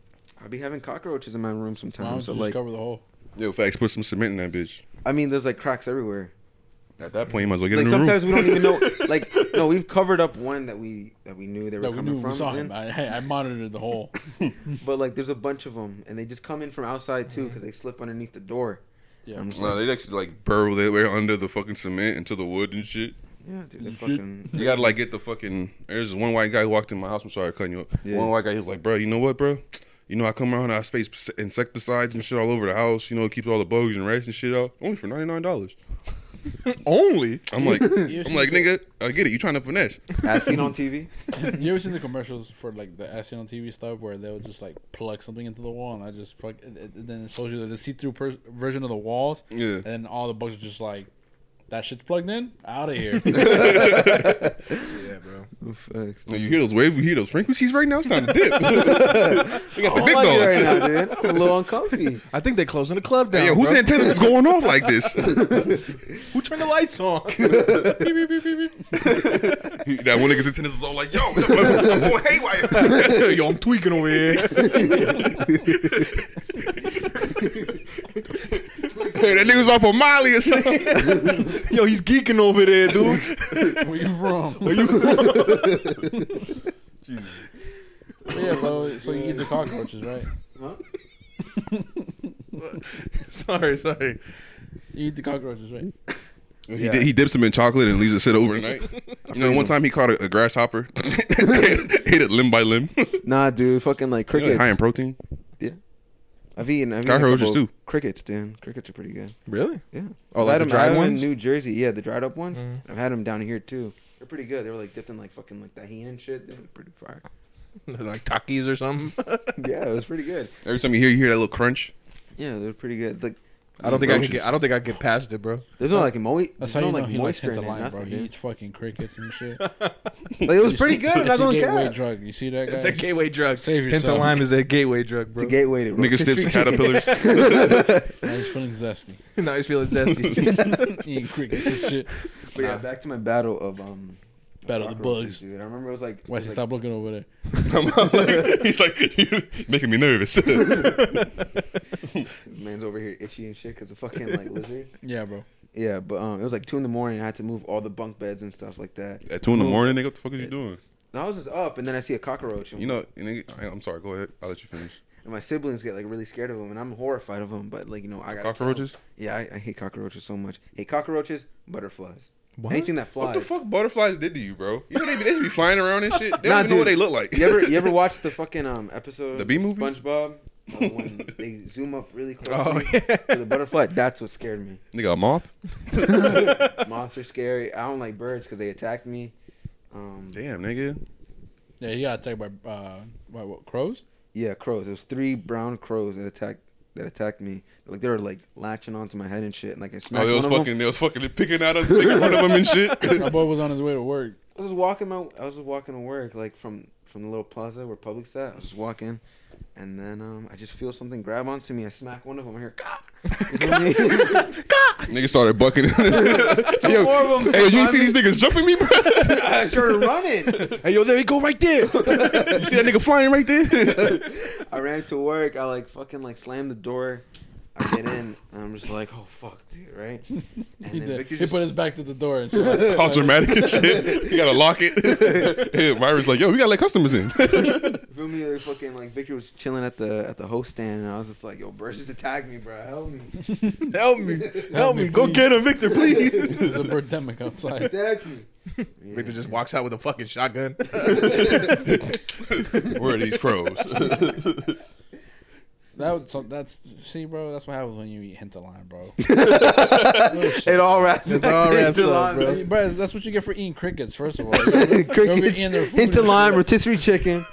[SPEAKER 3] I'll be having cockroaches in my room
[SPEAKER 1] Why don't you
[SPEAKER 3] sometimes. So
[SPEAKER 1] just
[SPEAKER 3] like
[SPEAKER 1] cover the hole?
[SPEAKER 2] Yo, facts. Put some cement in that bitch.
[SPEAKER 3] I mean, there's like cracks everywhere.
[SPEAKER 2] At that point, you might as well get
[SPEAKER 3] Like
[SPEAKER 2] in the room.
[SPEAKER 3] sometimes we don't even know. Like no, we've covered up one that we that we knew they were
[SPEAKER 1] That we
[SPEAKER 3] coming
[SPEAKER 1] knew
[SPEAKER 3] from.
[SPEAKER 1] we saw
[SPEAKER 3] in.
[SPEAKER 1] him. I, hey, I monitored the hole.
[SPEAKER 3] But like, there's a bunch of them, and they just come in from outside too because they slip underneath the door.
[SPEAKER 1] Mm-hmm. Yeah.
[SPEAKER 3] I'm just
[SPEAKER 2] No,
[SPEAKER 3] like,
[SPEAKER 2] they actually like burrow their way under the fucking cement into the wood and shit.
[SPEAKER 3] yeah, dude, they're
[SPEAKER 1] You should-
[SPEAKER 3] fucking.
[SPEAKER 2] You gotta like get the fucking. There's this one white guy who walked in my house. I'm sorry, cutting you up.
[SPEAKER 3] Yeah.
[SPEAKER 2] One white guy, he was like, bro, you know what, bro? You know, I come around, I space insecticides and shit all over the house. You know, it keeps all the bugs and rats and shit out. Only for ninety nine dollars.
[SPEAKER 4] Only.
[SPEAKER 2] I'm like, I'm like, nigga, I get it. You trying to finesse?
[SPEAKER 3] As seen on TV.
[SPEAKER 1] you ever seen the commercials for like the SN on TV stuff where they'll just like plug something into the wall and I just plug, and and then it shows you the see-through per- version of the walls,
[SPEAKER 2] Yeah.
[SPEAKER 1] and then all the bugs are just like, that shit's plugged in, out of here.
[SPEAKER 4] Yeah, bro.
[SPEAKER 2] No, you hear those waves? You hear those frequencies right now? It's time to dip. we got the
[SPEAKER 3] I'm
[SPEAKER 2] big
[SPEAKER 3] like it
[SPEAKER 2] dogs.
[SPEAKER 3] Oh, right now, dude. I'm a little uncomfy.
[SPEAKER 4] I think they're closing the club down.
[SPEAKER 2] yeah, whose
[SPEAKER 4] bro.
[SPEAKER 2] antennas is going off like this?
[SPEAKER 4] Who turned the lights on?
[SPEAKER 2] that one nigga's antennas is all like, yo, I'm going haywire.
[SPEAKER 4] Yo, I'm tweaking over here.
[SPEAKER 2] hey, that nigga's off of Molly or something.
[SPEAKER 4] Yo, he's geeking over there, dude.
[SPEAKER 1] Where you from? But yeah, bro. So you eat the cockroaches, right?
[SPEAKER 4] sorry, sorry.
[SPEAKER 1] You eat the cockroaches, right?
[SPEAKER 2] He, di- he dips them in chocolate and leaves it sit overnight. You know, one time he caught a, a grasshopper, ate it limb by limb.
[SPEAKER 3] Nah, dude, fucking like
[SPEAKER 2] You know,
[SPEAKER 3] crickets.
[SPEAKER 2] high in protein.
[SPEAKER 3] I've eaten. I've eaten a
[SPEAKER 2] Cockroaches,
[SPEAKER 3] couple
[SPEAKER 2] too.
[SPEAKER 3] Crickets, dude. Crickets are pretty good.
[SPEAKER 4] Really?
[SPEAKER 3] Yeah.
[SPEAKER 4] Oh,
[SPEAKER 3] I've
[SPEAKER 4] like
[SPEAKER 3] had
[SPEAKER 4] the
[SPEAKER 3] 'em-
[SPEAKER 4] dried
[SPEAKER 3] I've had 'em
[SPEAKER 4] ones? Mm-hmm.
[SPEAKER 3] in New Jersey. Yeah, the dried up ones. I've had them down here too. They're pretty good. They were like dipped in like fucking like tahini and shit. They were pretty fire.
[SPEAKER 4] like Takis or something?
[SPEAKER 3] yeah, it was pretty good.
[SPEAKER 2] Every time you hear, you hear that little crunch.
[SPEAKER 3] Yeah, they're pretty good. Like
[SPEAKER 4] I don't think I can
[SPEAKER 2] Roaches.
[SPEAKER 4] get. I don't think I can get past it, bro.
[SPEAKER 3] there's no like mo-
[SPEAKER 1] That's
[SPEAKER 3] there's
[SPEAKER 1] how
[SPEAKER 3] no
[SPEAKER 1] you know
[SPEAKER 3] like
[SPEAKER 1] he likes
[SPEAKER 3] moisture
[SPEAKER 1] hits a
[SPEAKER 3] in it.
[SPEAKER 1] line, bro.
[SPEAKER 3] nothing,
[SPEAKER 1] He
[SPEAKER 3] dude.
[SPEAKER 1] eats fucking crickets and shit.
[SPEAKER 3] Like it was pretty good. I'm
[SPEAKER 1] It's
[SPEAKER 3] not
[SPEAKER 1] a
[SPEAKER 3] gonna
[SPEAKER 1] gateway
[SPEAKER 3] cap.
[SPEAKER 1] drug. You see that guy?
[SPEAKER 4] It's a gateway drug.
[SPEAKER 1] Save
[SPEAKER 4] Hinta
[SPEAKER 1] yourself.
[SPEAKER 4] lime is a gateway drug, bro.
[SPEAKER 3] It's a gateway to
[SPEAKER 2] Nigga sniffs caterpillars.
[SPEAKER 1] Now he's feeling zesty.
[SPEAKER 4] now he's feeling zesty.
[SPEAKER 1] Eating crickets and shit.
[SPEAKER 3] But yeah, back to my battle of um.
[SPEAKER 1] Battle of the
[SPEAKER 3] cockroaches,
[SPEAKER 1] bugs.
[SPEAKER 3] dude. I remember it was like. it
[SPEAKER 1] Wesley,
[SPEAKER 3] was, like-
[SPEAKER 1] stop looking over there.
[SPEAKER 2] I'm like- he's like, you're making me nervous.
[SPEAKER 3] Man's over here itchy and shit because of fucking like lizard.
[SPEAKER 1] Yeah, bro.
[SPEAKER 3] Yeah, but um, it was like two in the morning. I had to move all the bunk beds and stuff like that.
[SPEAKER 2] At two in the morning, nigga, what the fuck is you doing?
[SPEAKER 3] The house is up, and then I see a cockroach. And,
[SPEAKER 2] eh, You know, nigga, I- I'm sorry. Go ahead. I'll let you finish.
[SPEAKER 3] and my siblings get like really scared of them, and I'm horrified of them. But like you know, I got
[SPEAKER 2] Cockroaches.
[SPEAKER 3] Yeah, I, I hate cockroaches so much. Hate cockroaches, butterflies,
[SPEAKER 4] What?
[SPEAKER 3] anything that
[SPEAKER 2] What
[SPEAKER 3] flies.
[SPEAKER 2] the fuck butterflies did to you, bro? You know they, be- they be flying around and shit. They
[SPEAKER 3] Nah,
[SPEAKER 2] don't even know what they
[SPEAKER 3] dude.
[SPEAKER 2] look like.
[SPEAKER 3] You ever you ever watch the fucking um episode
[SPEAKER 2] The Bee
[SPEAKER 3] of
[SPEAKER 2] Movie?
[SPEAKER 3] SpongeBob uh, when they zoom up really close
[SPEAKER 4] Oh,
[SPEAKER 3] to
[SPEAKER 4] yeah.
[SPEAKER 3] the butterfly? That's what scared me.
[SPEAKER 2] nigga, a moth?
[SPEAKER 3] Moths are scary. I don't like birds because they attack me. Um,
[SPEAKER 2] Damn, nigga.
[SPEAKER 1] Yeah, he got attacked by uh, by what, crows?
[SPEAKER 3] Yeah, crows. It was three brown crows that attacked that attacked me. Like they were like latching onto my head and shit. And like I
[SPEAKER 2] Oh,
[SPEAKER 3] smacked
[SPEAKER 2] they
[SPEAKER 3] one
[SPEAKER 2] was
[SPEAKER 3] of them.
[SPEAKER 2] fucking, they was fucking picking out us nigga, in front of them and shit.
[SPEAKER 1] My boy was on his way to work.
[SPEAKER 3] I was just walking my. I was just walking to work, like from from the little plaza where Publix at. I was just walking, and then um, I just feel something grab onto me. I smack one of them. I hear. "Gah!" You know what I mean?
[SPEAKER 2] nigga started bucking. hey, yo,
[SPEAKER 3] of 'em.
[SPEAKER 2] hey, you see these niggas jumping me, bro?
[SPEAKER 3] I started running.
[SPEAKER 4] hey, yo, there you go, right there.
[SPEAKER 2] you see that nigga flying right there?
[SPEAKER 3] I ran to work. I like fucking like slammed the door. I get in, and I'm just like, oh fuck, dude, right? And
[SPEAKER 1] He,
[SPEAKER 3] then
[SPEAKER 1] did.
[SPEAKER 3] Victor
[SPEAKER 1] he
[SPEAKER 3] just
[SPEAKER 1] put his back to the door and shit.
[SPEAKER 2] How dramatic and shit. You gotta lock it. and Myra's like, yo, we gotta let customers in.
[SPEAKER 3] threw me like fucking like Victor was chilling at the at the host stand, and I was just like, yo, bro, just attacked me, bro, help me,
[SPEAKER 2] Help me.
[SPEAKER 1] Help me, please.
[SPEAKER 2] him, Victor, please.
[SPEAKER 1] There's a birdemic outside.
[SPEAKER 3] attack me. Yeah.
[SPEAKER 4] Victor just walks out with a fucking shotgun.
[SPEAKER 2] Where are these crows?
[SPEAKER 1] That would, so that's see, bro. That's what happens when you eat hinterland, bro.
[SPEAKER 3] it all wraps
[SPEAKER 4] It's
[SPEAKER 3] back
[SPEAKER 4] all
[SPEAKER 3] to
[SPEAKER 4] wraps
[SPEAKER 3] into
[SPEAKER 4] up,
[SPEAKER 3] line,
[SPEAKER 4] bro.
[SPEAKER 3] bro.
[SPEAKER 1] Hey, bro, that's what you get for eating crickets. First of all, You're gonna be
[SPEAKER 3] Crickets
[SPEAKER 1] eating their food
[SPEAKER 3] into
[SPEAKER 1] and
[SPEAKER 3] lime,
[SPEAKER 1] shit.
[SPEAKER 3] rotisserie chicken.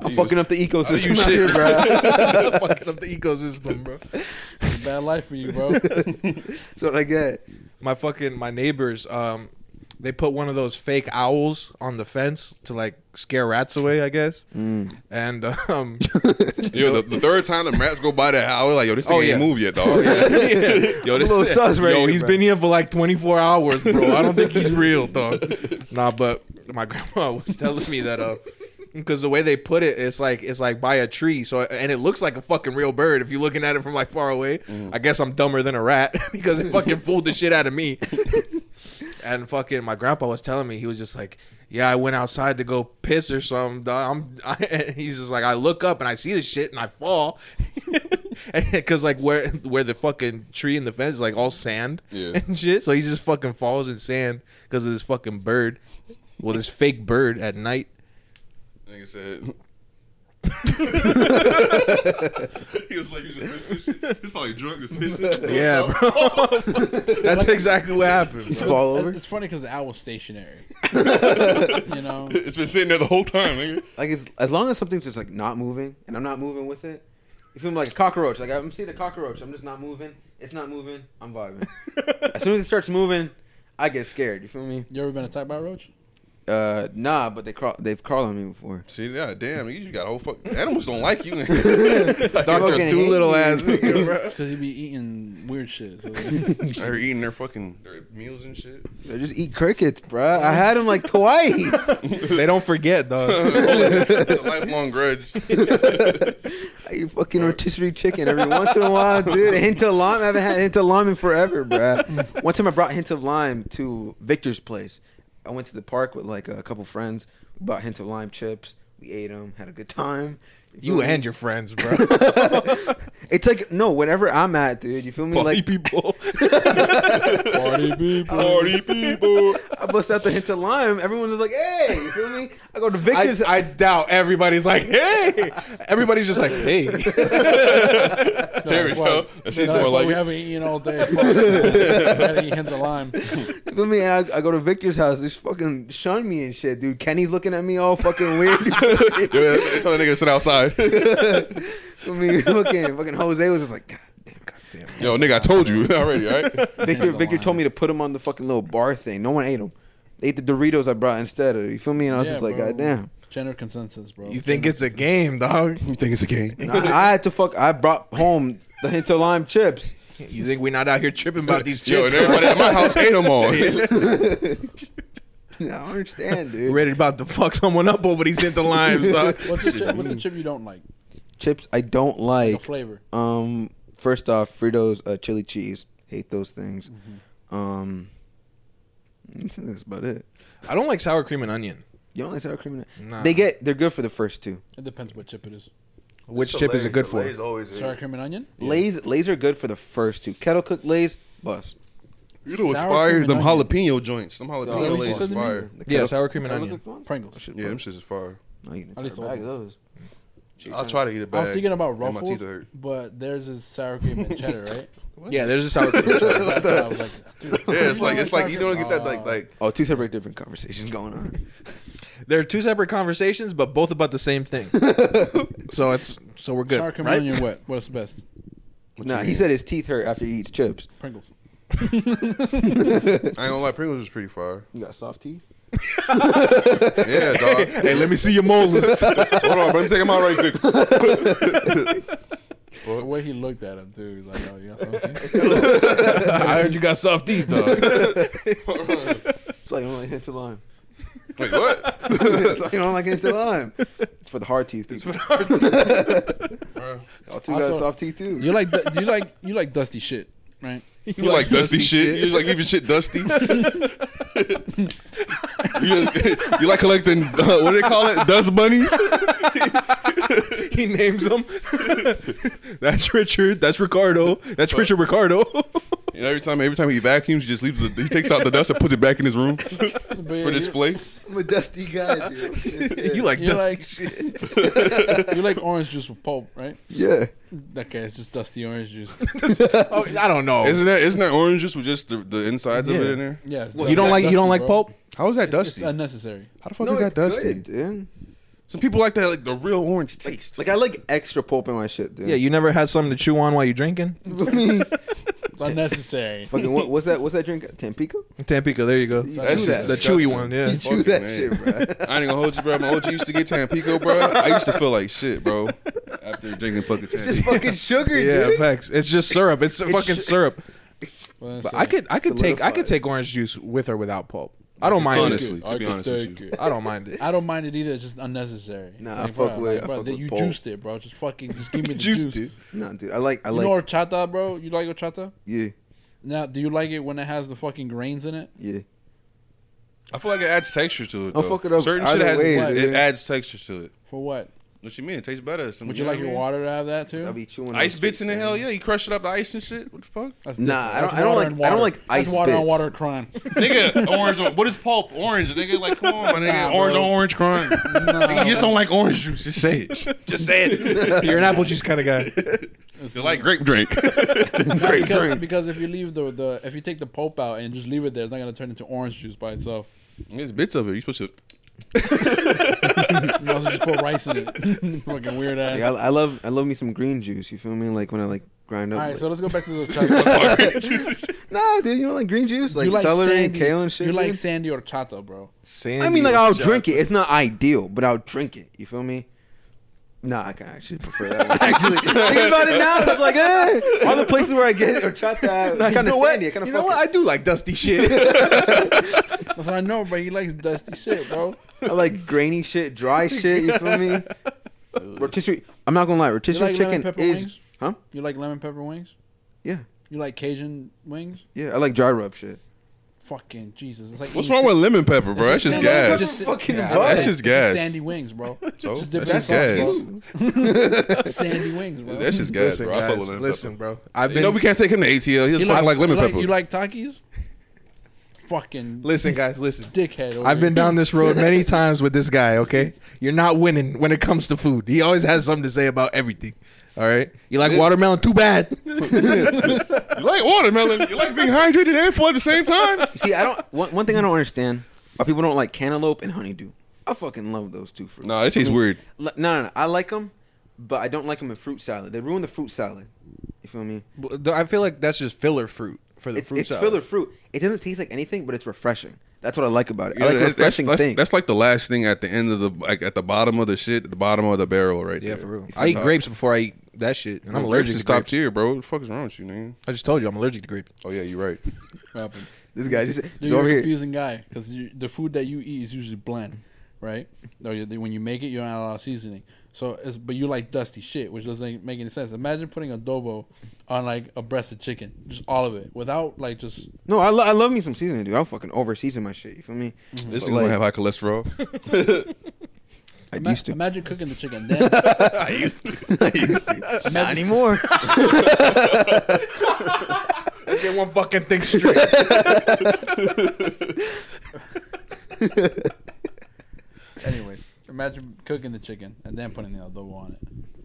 [SPEAKER 3] I'm fucking up the
[SPEAKER 2] you
[SPEAKER 3] ecosystem out
[SPEAKER 2] shit.
[SPEAKER 3] here, bro.
[SPEAKER 4] fucking up the ecosystem, bro.
[SPEAKER 1] It's a bad life for you, bro.
[SPEAKER 3] That's what I get.
[SPEAKER 4] my fucking my neighbors um they put one of those fake owls on the fence to like scare rats away i guess and um
[SPEAKER 2] yo, the, the third time the rats go by the house, like, yo, this thing
[SPEAKER 4] Oh, yeah.
[SPEAKER 2] ain't move yet, dog.
[SPEAKER 4] yo
[SPEAKER 3] this- little sus right
[SPEAKER 4] yo
[SPEAKER 3] here,
[SPEAKER 4] he's
[SPEAKER 3] bro.
[SPEAKER 4] been here for like 24 hours bro i don't think he's real dog nah but my grandma was telling me that uh because the way they put it, it's like it's like by a tree. So and it looks like a fucking real bird if you're looking at it from like far away.
[SPEAKER 3] Mm-hmm.
[SPEAKER 4] I guess I'm dumber than a rat because it fucking fooled the shit out of me. and fucking my grandpa was telling me he was just like yeah i went outside to go piss or something dawg. i'm I, and he's just like i look up and i see this shit and i fall because like where where the fucking tree and the fence is like all sand
[SPEAKER 2] Yeah.
[SPEAKER 4] and shit so he just fucking falls in sand because of this fucking bird well this fake bird at night
[SPEAKER 2] Nigga said. he was like, he was just pissing. He's probably drunk. He's pissing.
[SPEAKER 4] yeah bro that's exactly what happened
[SPEAKER 3] Just
[SPEAKER 4] bro.
[SPEAKER 3] fall over.
[SPEAKER 1] It's funny because the owl was stationary. you know,
[SPEAKER 2] It's been sitting there the whole time, nigga.
[SPEAKER 3] Like as as long as something's just like not moving, and I'm not moving with it. You feel me? Like a cockroach. Like I'm seeing a cockroach. I'm just not moving. It's not moving. I'm vibing. as soon as it starts moving, I get scared. You feel me?
[SPEAKER 1] you ever been attacked by a roach?
[SPEAKER 3] Uh, nah, but they crawl. They've crawled on me before.
[SPEAKER 2] See, yeah, damn, you just got a whole fuck. Animals don't like you. nigga. like,
[SPEAKER 3] Fucking
[SPEAKER 4] dr
[SPEAKER 3] hate
[SPEAKER 4] doolittle
[SPEAKER 3] you.
[SPEAKER 4] ass nigga, bro.
[SPEAKER 1] It's because you be eating weird shit. So
[SPEAKER 2] they're eating their fucking their meals and shit.
[SPEAKER 3] They just eat crickets, bruh. I had them like twice.
[SPEAKER 4] they don't forget dog
[SPEAKER 2] it's a lifelong grudge.
[SPEAKER 3] I eat fucking rotisserie chicken every once in a while, dude. A hint of lime. I haven't had a hint of lime in forever, bruh. One time I brought hint of lime to Victor's place. I went to the park with like a couple friends. We bought hint of lime chips. We ate them. Had a good time.
[SPEAKER 4] you and your friends bro
[SPEAKER 3] It's like no, whenever I'm at, dude. You feel me?
[SPEAKER 4] Party
[SPEAKER 3] Like
[SPEAKER 4] people
[SPEAKER 1] party people.
[SPEAKER 2] Party people.
[SPEAKER 3] I bust out the hint of lime. Everyone is like, "Hey," you feel me? I go to Victor's.
[SPEAKER 4] I, I doubt everybody's like, hey. Everybody's just like, hey.
[SPEAKER 2] There we go. That shit's
[SPEAKER 1] No,
[SPEAKER 2] more
[SPEAKER 1] fuck,
[SPEAKER 2] like
[SPEAKER 1] we
[SPEAKER 2] it.
[SPEAKER 1] haven't eaten all day. Fuck. Gotta eat hints of lime.
[SPEAKER 3] You feel me? And I, I go to Victor's house. They just fucking shun me and shit, dude. Kenny's looking at me all fucking weird. You feel me?
[SPEAKER 2] Yeah, they tell the nigga to sit outside.
[SPEAKER 3] I mean, fucking, fucking Jose was just like, God damn, God damn.
[SPEAKER 2] Yo, nigga, I told you already, all right?
[SPEAKER 3] Victor,
[SPEAKER 1] the
[SPEAKER 3] Victor
[SPEAKER 1] line.
[SPEAKER 3] told me to put him on the fucking little bar thing. No one ate him. They ate the Doritos I brought instead of. You feel me? And I was
[SPEAKER 1] Yeah,
[SPEAKER 3] just like,
[SPEAKER 1] bro.
[SPEAKER 3] God damn.
[SPEAKER 1] Gender consensus, bro.
[SPEAKER 4] You think it's a game, dog?
[SPEAKER 2] You think it's a game?
[SPEAKER 3] And I, I had to fuck. I brought home the hint of lime chips.
[SPEAKER 4] You think we're not out here tripping about these
[SPEAKER 2] Yo,
[SPEAKER 4] chicks?
[SPEAKER 2] and everybody at my house ate them all.
[SPEAKER 3] I don't understand,
[SPEAKER 4] We're
[SPEAKER 3] dude.
[SPEAKER 4] ready about to fuck someone up over these interlimes, dog.
[SPEAKER 1] What's the chip? What's the chip you don't like?
[SPEAKER 3] Chips I don't
[SPEAKER 1] The
[SPEAKER 3] like.
[SPEAKER 1] flavor.
[SPEAKER 3] Um, first off, Fritos, uh, chili cheese. Hate those things. Um, I think that's about it.
[SPEAKER 4] I don't like sour cream and onion.
[SPEAKER 3] You don't like sour cream? and-
[SPEAKER 4] Nah.
[SPEAKER 3] They get they're good for the first two.
[SPEAKER 1] It depends what chip it is.
[SPEAKER 4] Which chip is it good for?
[SPEAKER 1] Sour cream and onion.
[SPEAKER 3] Lays Lays are good for the first two. Kettle cooked Lays, bust.
[SPEAKER 2] You know what's
[SPEAKER 1] Sour
[SPEAKER 2] fire?
[SPEAKER 1] cream and
[SPEAKER 2] Them
[SPEAKER 1] onion.
[SPEAKER 2] jalapeno joints. Them jalapeno
[SPEAKER 3] Dog.
[SPEAKER 2] lays is
[SPEAKER 1] Doesn't
[SPEAKER 2] fire.
[SPEAKER 3] The
[SPEAKER 4] Yeah,
[SPEAKER 3] kettle-
[SPEAKER 4] sour cream and
[SPEAKER 3] kettle
[SPEAKER 4] onion.
[SPEAKER 3] cooked ones? Oh,
[SPEAKER 1] Pringles.
[SPEAKER 2] Yeah, them shits is fire.
[SPEAKER 3] No, you didn't
[SPEAKER 1] At least
[SPEAKER 3] a bag of
[SPEAKER 1] open.
[SPEAKER 3] those.
[SPEAKER 2] I'll try to eat a bag.
[SPEAKER 1] I was thinking about
[SPEAKER 2] and My
[SPEAKER 1] ruffles,
[SPEAKER 2] teeth hurt.
[SPEAKER 1] but theirs is sour cream and cheddar, right?
[SPEAKER 4] Yeah, there's a sour cream. and onion.
[SPEAKER 1] That's what I was like, dude,
[SPEAKER 2] Yeah, it's like
[SPEAKER 1] you don't
[SPEAKER 2] it's like
[SPEAKER 1] sour
[SPEAKER 2] you don't
[SPEAKER 1] cream?
[SPEAKER 2] get that like
[SPEAKER 1] Uh,
[SPEAKER 2] like
[SPEAKER 3] Oh, two separate different conversations going on.
[SPEAKER 4] There are two separate conversations, but both about the same thing. so it's so we're good.
[SPEAKER 1] Sour cream
[SPEAKER 4] right?
[SPEAKER 1] and onion. What? What's the best?
[SPEAKER 3] nah, he said his teeth hurt after he eats chips.
[SPEAKER 1] Pringles.
[SPEAKER 2] I ain't gonna lie, Pringles is pretty fire.
[SPEAKER 3] You got soft teeth?
[SPEAKER 2] Yeah, dog.
[SPEAKER 4] Hey, let me see your molars.
[SPEAKER 2] Hold on, let me take them out right quick.
[SPEAKER 1] The way he looked at him, dude. he was Like, oh, you got something?
[SPEAKER 4] I heard you got soft teeth, dog.
[SPEAKER 2] Hold on.
[SPEAKER 3] "Oh, So I only hit to lime.
[SPEAKER 2] Wait, what?
[SPEAKER 3] It's like, you don't like it to lime. It's for the hard teeth. People.
[SPEAKER 2] Bruh.
[SPEAKER 3] Y'all two
[SPEAKER 1] Also-
[SPEAKER 3] got soft teeth too.
[SPEAKER 1] You like du- you like you like dusty shit, right?
[SPEAKER 2] You like, dusty, shit? You like keeping shit dusty? you, just- you like collecting uh, what do they call it? Dust bunnies?
[SPEAKER 4] he names them. that's Richard. That's Ricardo. That's Richard Ricardo.
[SPEAKER 2] You know, every time every time he vacuums, he just leaves the he takes out the dust and puts it back in his room for display.
[SPEAKER 3] I'm a dusty guy, dude.
[SPEAKER 4] you like
[SPEAKER 1] You
[SPEAKER 4] dusty
[SPEAKER 1] like-
[SPEAKER 4] shit.
[SPEAKER 1] You like orange juice with pulp, right?
[SPEAKER 3] yeah.
[SPEAKER 1] Okay, it's just dusty orange juice.
[SPEAKER 4] Oh, I don't know.
[SPEAKER 2] Isn't that isn't that orange juice with just the, the insides of it in there?
[SPEAKER 1] Yeah, it's
[SPEAKER 4] you don't
[SPEAKER 1] dusty,
[SPEAKER 4] like you don't like
[SPEAKER 1] bro.
[SPEAKER 4] pulp?
[SPEAKER 2] How is that
[SPEAKER 1] It's
[SPEAKER 2] dusty? How
[SPEAKER 1] unnecessary.
[SPEAKER 2] the fuck
[SPEAKER 3] No,
[SPEAKER 2] is
[SPEAKER 3] it's
[SPEAKER 2] that dusty?
[SPEAKER 3] good, dude.
[SPEAKER 2] Some people like that like the real orange taste.
[SPEAKER 3] Like I like extra pulp in my shit, dude.
[SPEAKER 4] Yeah, you never had something to chew on while you're drinking?
[SPEAKER 3] I mean,
[SPEAKER 1] It's unnecessary.
[SPEAKER 3] fucking what, what's that? What's that drink? Tampico.
[SPEAKER 4] Tampico, there you go.
[SPEAKER 3] You
[SPEAKER 2] That's just
[SPEAKER 3] chew that.
[SPEAKER 4] the
[SPEAKER 2] disgusting.
[SPEAKER 4] chewy one, yeah.
[SPEAKER 3] You chew
[SPEAKER 2] Fucking
[SPEAKER 3] that
[SPEAKER 2] man.
[SPEAKER 3] shit, bro.
[SPEAKER 2] I ain't gonna hold you, bro. My OG used to get Tampico, bro. I used to feel like shit, bro. After drinking fucking
[SPEAKER 3] It's just
[SPEAKER 2] Tampico.
[SPEAKER 3] fucking sugar,
[SPEAKER 4] Yeah,
[SPEAKER 3] dude.
[SPEAKER 4] facts. It's just syrup. It's, fucking
[SPEAKER 3] sh-
[SPEAKER 4] syrup. But I
[SPEAKER 1] Unnecessary.
[SPEAKER 4] could I could take I could
[SPEAKER 3] Solidified.
[SPEAKER 4] take orange juice with or without pulp. I don't mind
[SPEAKER 2] Honestly.
[SPEAKER 4] it.
[SPEAKER 2] to be
[SPEAKER 1] could
[SPEAKER 2] honest with
[SPEAKER 1] take
[SPEAKER 2] you.
[SPEAKER 1] it.
[SPEAKER 4] I don't mind it.
[SPEAKER 1] I don't mind it either. It's just unnecessary. It's
[SPEAKER 3] Nah, I
[SPEAKER 1] like,
[SPEAKER 3] fuck
[SPEAKER 1] bruh,
[SPEAKER 3] with- I
[SPEAKER 1] like, bruh,
[SPEAKER 3] fuck
[SPEAKER 1] that
[SPEAKER 3] with
[SPEAKER 1] you
[SPEAKER 3] pulp.
[SPEAKER 1] juiced it, bro. Just fucking, just give me the
[SPEAKER 4] Juiced
[SPEAKER 1] juice.
[SPEAKER 4] it.
[SPEAKER 3] No, dude. I like. I
[SPEAKER 1] You
[SPEAKER 3] like.
[SPEAKER 1] know horchata, bro? You like horchata?
[SPEAKER 3] yeah,
[SPEAKER 1] Now, do you like it when it has the fucking grains in it?
[SPEAKER 3] yeah.
[SPEAKER 2] I feel like it adds texture to it.
[SPEAKER 3] Don't
[SPEAKER 2] though.
[SPEAKER 3] fuck it up
[SPEAKER 2] Certain shit
[SPEAKER 3] either
[SPEAKER 2] has
[SPEAKER 3] way,
[SPEAKER 2] it,
[SPEAKER 3] dude.
[SPEAKER 2] adds texture to it.
[SPEAKER 1] For what?
[SPEAKER 2] What you mean? It tastes better. Some,
[SPEAKER 1] Would you
[SPEAKER 2] know
[SPEAKER 1] like
[SPEAKER 2] what I
[SPEAKER 1] your
[SPEAKER 2] mean?
[SPEAKER 1] water to have that too?
[SPEAKER 3] I'll be chewing.
[SPEAKER 2] Ice
[SPEAKER 3] on
[SPEAKER 2] bits in
[SPEAKER 3] shit,
[SPEAKER 2] the
[SPEAKER 3] son.
[SPEAKER 2] hell, yeah. You crush it up the ice and shit. What the fuck,
[SPEAKER 1] That's
[SPEAKER 3] Nah,
[SPEAKER 1] different.
[SPEAKER 3] I don't-
[SPEAKER 1] That's
[SPEAKER 3] I don't
[SPEAKER 1] water
[SPEAKER 3] like-
[SPEAKER 1] and
[SPEAKER 3] I don't
[SPEAKER 1] water.
[SPEAKER 3] like ice
[SPEAKER 1] That's water on
[SPEAKER 3] bits.
[SPEAKER 1] water crime.
[SPEAKER 2] nigga? Orange. What is pulp? Orange, nigga. Like, come on, my nigga.
[SPEAKER 1] Nah,
[SPEAKER 2] orange
[SPEAKER 1] bro.
[SPEAKER 2] on orange crime.
[SPEAKER 1] Nah,
[SPEAKER 2] You just don't like orange juice. Just say it. Just say it.
[SPEAKER 4] You're an apple juice kind of guy.
[SPEAKER 2] you like grape drink.
[SPEAKER 1] nah,
[SPEAKER 2] grape
[SPEAKER 1] because,
[SPEAKER 2] drink.
[SPEAKER 1] because if you leave the, the if you take the pulp out and just leave it there, it's not gonna turn into orange juice by itself.
[SPEAKER 2] There's bits of it. You supposed to.
[SPEAKER 1] You also just put rice in it. fucking weird ass.
[SPEAKER 3] Like, I, I love. I love me some green juice. You feel me? Like when I like grind up.
[SPEAKER 1] All right,
[SPEAKER 3] like-
[SPEAKER 1] so let's go back to the horchata.
[SPEAKER 3] Nah, dude, you don't like green juice, like,
[SPEAKER 1] you like
[SPEAKER 3] celery and
[SPEAKER 1] sandy,
[SPEAKER 3] kale and shit.
[SPEAKER 1] You like
[SPEAKER 3] dude?
[SPEAKER 1] sandy horchata, bro.
[SPEAKER 3] I mean, like I'll drink it. It's not ideal, but I'll drink it. You feel me? Nah, I can actually prefer that. One. actually, think about it now. It's like, hey, all the places where I get or chat that
[SPEAKER 4] You
[SPEAKER 3] kind of
[SPEAKER 4] know what?
[SPEAKER 3] sandy. I
[SPEAKER 4] You
[SPEAKER 3] kind of
[SPEAKER 4] know what? I do like dusty shit.
[SPEAKER 1] That's what I know, bro. He likes dusty shit, bro.
[SPEAKER 3] I like grainy shit, dry shit. You feel me? rotisserie. I'm not gonna lie,
[SPEAKER 1] You
[SPEAKER 3] rotisserie
[SPEAKER 1] like lemon
[SPEAKER 3] chicken
[SPEAKER 1] pepper
[SPEAKER 3] is
[SPEAKER 1] wings?
[SPEAKER 3] huh?
[SPEAKER 1] You like lemon pepper wings?
[SPEAKER 3] Yeah.
[SPEAKER 1] You like Cajun wings?
[SPEAKER 3] Yeah, I like dry rub shit.
[SPEAKER 1] Fucking Jesus! It's like
[SPEAKER 2] What's
[SPEAKER 1] eating
[SPEAKER 2] wrong with lemon pepper, bro? That's just
[SPEAKER 1] Sandy wings.
[SPEAKER 2] gas.
[SPEAKER 1] Just-
[SPEAKER 3] Fucking
[SPEAKER 1] yeah,
[SPEAKER 3] butt.
[SPEAKER 1] that's
[SPEAKER 2] That's just
[SPEAKER 1] just
[SPEAKER 2] gas.
[SPEAKER 1] Sandy wings, bro.
[SPEAKER 2] So,
[SPEAKER 1] Just dip
[SPEAKER 2] that's
[SPEAKER 1] it in
[SPEAKER 2] just
[SPEAKER 1] sauce,
[SPEAKER 2] gas.
[SPEAKER 1] bro. Sandy wings, bro.
[SPEAKER 2] That's just gas,
[SPEAKER 4] listen,
[SPEAKER 2] bro. I fuck with
[SPEAKER 4] guys,
[SPEAKER 2] lemon
[SPEAKER 4] listen,
[SPEAKER 2] pepper.
[SPEAKER 4] bro. I've
[SPEAKER 2] You
[SPEAKER 4] been
[SPEAKER 2] know we can't take him to ATL. He'll
[SPEAKER 1] You
[SPEAKER 2] fuck like
[SPEAKER 1] you
[SPEAKER 2] lemon pepper.
[SPEAKER 1] You like Takis? Fucking
[SPEAKER 4] listen, guys, listen.
[SPEAKER 1] dickhead. Over
[SPEAKER 4] I've been
[SPEAKER 1] here.
[SPEAKER 4] down this road many times with this guy, okay? You're not winning when it comes to food. He always has something to say about everything. All right? You like watermelon? Too bad.
[SPEAKER 2] You like watermelon. You like being hydrated and full at the same time.
[SPEAKER 3] See, I don't. One, one thing I don't understand why people don't like cantaloupe and honeydew. I fucking love those two fruits.
[SPEAKER 2] Nah, it tastes weird.
[SPEAKER 3] L- No, no, no. I like them, but I don't like them in fruit salad. They ruin the fruit salad. You feel me?
[SPEAKER 4] I feel like that's just filler fruit for the
[SPEAKER 3] It's,
[SPEAKER 4] fruit
[SPEAKER 3] it's
[SPEAKER 4] salad.
[SPEAKER 3] filler fruit. It doesn't taste like anything, but it's refreshing. That's what I like about it.
[SPEAKER 2] Yeah,
[SPEAKER 3] I like
[SPEAKER 2] that's- that's,
[SPEAKER 3] refreshing
[SPEAKER 2] that's-
[SPEAKER 3] things.
[SPEAKER 2] that's like the last thing at the end of the like at the bottom of the shit, at the bottom of the barrel, right
[SPEAKER 4] Yeah,
[SPEAKER 2] there.
[SPEAKER 4] for real.
[SPEAKER 2] If
[SPEAKER 4] I
[SPEAKER 2] you
[SPEAKER 4] eat
[SPEAKER 2] talk-
[SPEAKER 4] grapes before I eat that shit, and I'm
[SPEAKER 2] Grapes
[SPEAKER 4] allergic
[SPEAKER 2] is
[SPEAKER 4] to
[SPEAKER 2] top
[SPEAKER 4] grapes.
[SPEAKER 2] tier, bro. What the fuck is wrong with you, man?
[SPEAKER 4] I just told you I'm allergic to grapes.
[SPEAKER 2] Oh yeah, you're right.
[SPEAKER 1] What happened?
[SPEAKER 3] this guy just
[SPEAKER 1] Dude,
[SPEAKER 3] he's
[SPEAKER 1] you're
[SPEAKER 3] over
[SPEAKER 1] a
[SPEAKER 3] here.
[SPEAKER 1] confusing guy because the food that you eat is usually bland, right? No, you, when you make it, you don't add a lot of seasoning. So, it's, but you like dusty shit, which doesn't make any sense. Imagine putting adobo on like a breast of chicken, just all of it, without like just
[SPEAKER 3] No, I, lo- I love me some seasoning, dude. I'll fucking over season my shit. You feel me?
[SPEAKER 2] This
[SPEAKER 3] But
[SPEAKER 2] is gonna
[SPEAKER 3] like-
[SPEAKER 2] have high cholesterol.
[SPEAKER 3] I
[SPEAKER 1] ima-
[SPEAKER 3] used to.
[SPEAKER 1] imagine cooking the chicken. Then
[SPEAKER 2] I used to.
[SPEAKER 3] I used to. Not anymore.
[SPEAKER 4] Get one fucking thing straight.
[SPEAKER 1] anyway, imagine cooking the chicken and then putting the adobo on it.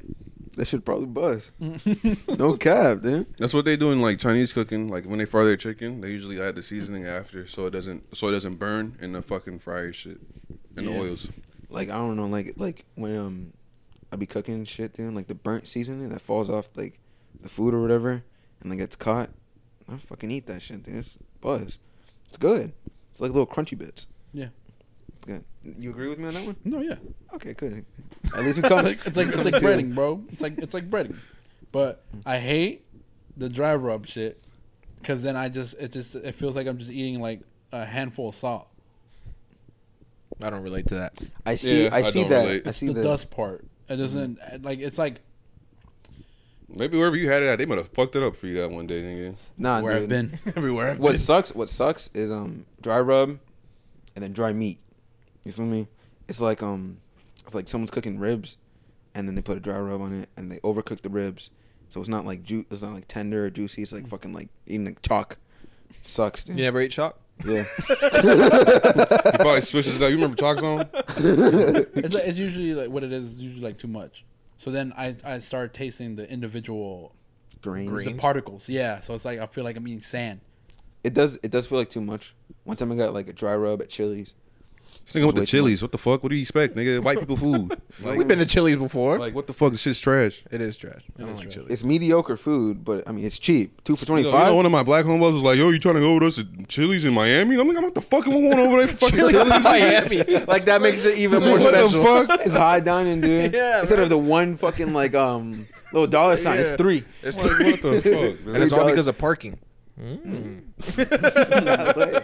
[SPEAKER 3] That should probably buzz. no cap, dude.
[SPEAKER 2] That's what they do in like Chinese cooking. Like when they fry their chicken, they usually add the seasoning after, so it doesn't so it doesn't burn in the fucking fryer shit and the
[SPEAKER 3] Yeah.
[SPEAKER 2] oils.
[SPEAKER 3] Like I don't know, like like when um I be cooking and shit, dude. Like the burnt seasoning that falls off like the food or whatever, and like gets caught. I fucking eat that shit, dude. It's buzz. It's good. It's like little crunchy bits.
[SPEAKER 1] Yeah.
[SPEAKER 3] It's Good. You agree with me on that one?
[SPEAKER 1] No, yeah.
[SPEAKER 3] Okay, good. At least we come.
[SPEAKER 1] It's like it's like, it's like breading, bro. It's like it's like breading, but I hate the dry rub shit because then I just it just it feels like I'm just eating like a handful of salt.
[SPEAKER 4] I don't relate to that.
[SPEAKER 3] I see.
[SPEAKER 2] Yeah,
[SPEAKER 3] I
[SPEAKER 2] I
[SPEAKER 3] see
[SPEAKER 2] don't
[SPEAKER 3] that.
[SPEAKER 2] relate.
[SPEAKER 3] I see
[SPEAKER 1] the
[SPEAKER 3] the.
[SPEAKER 1] dust part. It doesn't like it's like
[SPEAKER 2] Maybe wherever you had it at, they might have fucked it up for you that one day, nigga.
[SPEAKER 3] Nah,
[SPEAKER 1] where
[SPEAKER 3] dude.
[SPEAKER 1] I've been everywhere. I've
[SPEAKER 3] What
[SPEAKER 1] been.
[SPEAKER 3] sucks? What sucks is um dry rub, and then dry meat. You feel me? It's like um, it's like someone's cooking ribs, and then they put a dry rub on it, and they overcook the ribs, so it's not like ju- it's not like tender or juicy. It's like fucking like eating like chalk. Sucks, dude.
[SPEAKER 4] You never ate chalk?
[SPEAKER 3] Yeah.
[SPEAKER 2] He probably switches it up. You remember Talk Zone?
[SPEAKER 1] It's, like, it's usually like what it is. Is usually like too much. So then I I start tasting the individual
[SPEAKER 3] Grains.
[SPEAKER 1] the particles. Yeah. So it's like I feel like I'm eating sand.
[SPEAKER 3] It does. It does feel like too much. One time I got like a dry rub at Chili's.
[SPEAKER 2] This nigga with
[SPEAKER 3] Way
[SPEAKER 2] the
[SPEAKER 3] too
[SPEAKER 2] chilies. What the fuck? What do you expect, nigga? White people food. Like,
[SPEAKER 4] We've been to Chili's before.
[SPEAKER 2] like what the fuck? This shit's trash.
[SPEAKER 4] it is trash. I don't
[SPEAKER 1] is
[SPEAKER 4] like
[SPEAKER 1] trash.
[SPEAKER 4] Chili's.
[SPEAKER 3] It's mediocre food, but I mean it's cheap. Two for
[SPEAKER 2] You
[SPEAKER 3] twenty
[SPEAKER 2] know,
[SPEAKER 3] five.
[SPEAKER 2] you know, one of my black homeboys was like, "Yo, you trying to go with us to Chili's in Miami?" And I'm like, "I'm not the fuck. am going over there. for Fucking Chili's."
[SPEAKER 4] Miami. Like that makes it even more
[SPEAKER 2] What the
[SPEAKER 4] special.
[SPEAKER 2] fuck?
[SPEAKER 3] It's high dining, dude.
[SPEAKER 4] Yeah,
[SPEAKER 3] Instead
[SPEAKER 4] man.
[SPEAKER 3] of the one fucking like um little dollar sign, it's
[SPEAKER 4] Yeah.
[SPEAKER 3] three.
[SPEAKER 4] It's
[SPEAKER 2] Like, what the fuck?
[SPEAKER 4] and
[SPEAKER 2] man?
[SPEAKER 4] it's all
[SPEAKER 3] $3.
[SPEAKER 4] because of parking.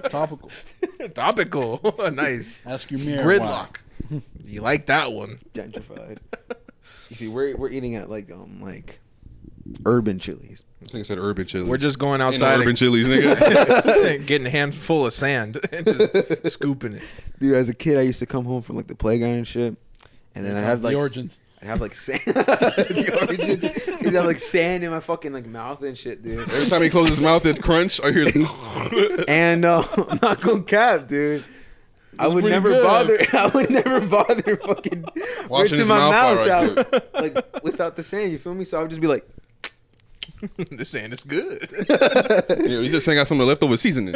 [SPEAKER 1] Topical.
[SPEAKER 4] Topical. nice.
[SPEAKER 1] Ask your mirror. why.
[SPEAKER 4] Gridlock. You like that one?
[SPEAKER 3] Gentrified. you see, we're we're eating at like um like urban chilies.
[SPEAKER 2] This nigga said urban Chili's.
[SPEAKER 4] We're just
[SPEAKER 2] Ain't
[SPEAKER 4] going
[SPEAKER 2] no
[SPEAKER 4] outside
[SPEAKER 2] urban
[SPEAKER 4] and
[SPEAKER 2] Chili's, nigga.
[SPEAKER 4] getting hands full of sand and just scooping it.
[SPEAKER 3] Dude, as a kid, I used to come home from like the playground and shit, and then I'd have
[SPEAKER 1] The
[SPEAKER 3] like
[SPEAKER 1] origins.
[SPEAKER 3] I'd have like sand. the origins. I'd have like sand in my fucking like mouth and shit, dude.
[SPEAKER 2] Every time he closes his mouth, it crunch. I hear.
[SPEAKER 3] And uh, I'm not gonna cap, dude. I would
[SPEAKER 2] pretty
[SPEAKER 3] never
[SPEAKER 2] good.
[SPEAKER 3] bother. I would never bother fucking rinsing
[SPEAKER 2] his
[SPEAKER 3] my
[SPEAKER 2] mouth
[SPEAKER 3] mouth,
[SPEAKER 2] out right
[SPEAKER 3] out like without the sand. You feel me? So I would just be like,
[SPEAKER 4] the sand is good.
[SPEAKER 2] yeah, he just sang out some of the leftover seasoning.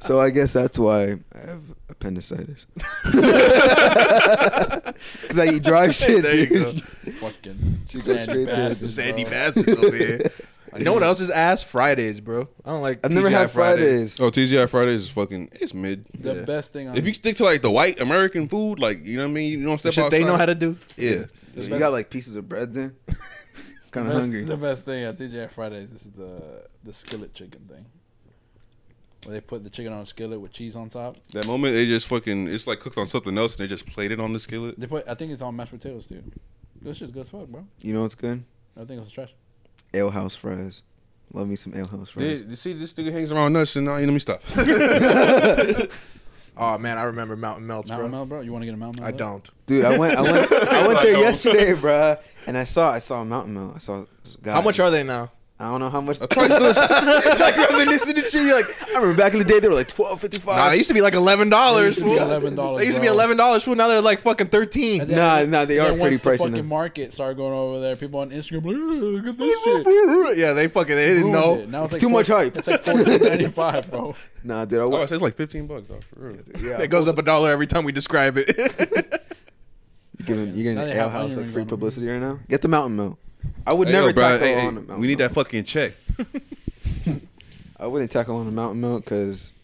[SPEAKER 3] so I guess that's why I have appendicitis. Cause I eat dry shit.
[SPEAKER 4] there you
[SPEAKER 3] dude.
[SPEAKER 4] go.
[SPEAKER 1] Fucking
[SPEAKER 3] She goes
[SPEAKER 1] sandy
[SPEAKER 3] straight to
[SPEAKER 1] bastards,
[SPEAKER 3] the
[SPEAKER 4] Sandy
[SPEAKER 1] bro.
[SPEAKER 4] bastards over here. You know what else is ass? Fridays, bro. I don't like.
[SPEAKER 3] I've never
[SPEAKER 4] TGI
[SPEAKER 3] had Fridays.
[SPEAKER 2] Oh, TGI Fridays is fucking. It's mid.
[SPEAKER 1] The best thing. On,
[SPEAKER 2] If you stick to like the white American food, like you know what I mean, you don't step
[SPEAKER 4] Shit,
[SPEAKER 2] outside.
[SPEAKER 4] they know how to do.
[SPEAKER 2] Yeah,
[SPEAKER 3] You got like pieces of bread then.
[SPEAKER 1] the
[SPEAKER 3] kind of
[SPEAKER 1] best,
[SPEAKER 3] hungry.
[SPEAKER 1] The best thing at TJ Fridays is the the skillet chicken thing. Where they put the chicken on a skillet with cheese on top.
[SPEAKER 2] that moment they just fucking. It's like cooked on something else, and they just plate it on the skillet.
[SPEAKER 1] They put. I think it's on mashed potatoes too. This shit's good as fuck, bro.
[SPEAKER 3] You know what's good?
[SPEAKER 1] I think it's trash.
[SPEAKER 3] Ale house fries. Love me some ale house fries.
[SPEAKER 2] you see, this nigga hangs around us, and now you let me stop.
[SPEAKER 4] Oh man, I remember Mountain Melts,
[SPEAKER 1] Mountain
[SPEAKER 4] bro.
[SPEAKER 1] Mel, bro. You want to get a Mountain Mel?
[SPEAKER 4] I
[SPEAKER 1] bro?
[SPEAKER 4] don't.
[SPEAKER 3] Dude, I went, I went, I went there yesterday, bruh. And I saw, I saw a Mountain Mill. I saw. Guys.
[SPEAKER 4] How much are they now?
[SPEAKER 3] I don't know how much.
[SPEAKER 2] Priceless.
[SPEAKER 3] like reminiscing and shit. You're like, I remember back in the day they were like twelve fifty
[SPEAKER 4] Nah, it
[SPEAKER 3] five.
[SPEAKER 4] Uh, used to be like eleven dollars.
[SPEAKER 1] They used to be $11,
[SPEAKER 4] They used to be
[SPEAKER 1] bro.
[SPEAKER 4] eleven dollars. Now they're like fucking thirteen.
[SPEAKER 1] And then-
[SPEAKER 3] Nah, nah, they
[SPEAKER 1] and
[SPEAKER 3] are
[SPEAKER 1] then
[SPEAKER 3] pretty
[SPEAKER 1] once the
[SPEAKER 3] pricey
[SPEAKER 1] Fucking
[SPEAKER 3] now.
[SPEAKER 1] market started going over there. People on Instagram like, "Ugh, look at this shit.
[SPEAKER 4] yeah, they fucking they didn't
[SPEAKER 1] Ruined
[SPEAKER 4] know.
[SPEAKER 1] it. Now
[SPEAKER 3] It's too much hype.
[SPEAKER 1] It's like fourteen ninety five, bro.
[SPEAKER 3] Nah, dude, I
[SPEAKER 2] oh, it
[SPEAKER 3] watched.
[SPEAKER 2] says like fifteen bucks, dog, for real.
[SPEAKER 3] Yeah,
[SPEAKER 4] Oh, It goes up a dollar every time we describe it.
[SPEAKER 3] you're giving, you're
[SPEAKER 1] Now
[SPEAKER 3] giving
[SPEAKER 1] they
[SPEAKER 3] Ale
[SPEAKER 1] have
[SPEAKER 3] House like
[SPEAKER 1] onion rings
[SPEAKER 3] free
[SPEAKER 1] on 'em.
[SPEAKER 3] publicity right now. Get the Mountain Mill. I would
[SPEAKER 2] Hey,
[SPEAKER 3] never
[SPEAKER 2] yo, bro,
[SPEAKER 3] tackle
[SPEAKER 2] hey, hey,
[SPEAKER 3] on a Mountain
[SPEAKER 2] We need
[SPEAKER 3] Mill.
[SPEAKER 2] that fucking check.
[SPEAKER 3] I wouldn't tackle on a Mountain Mill because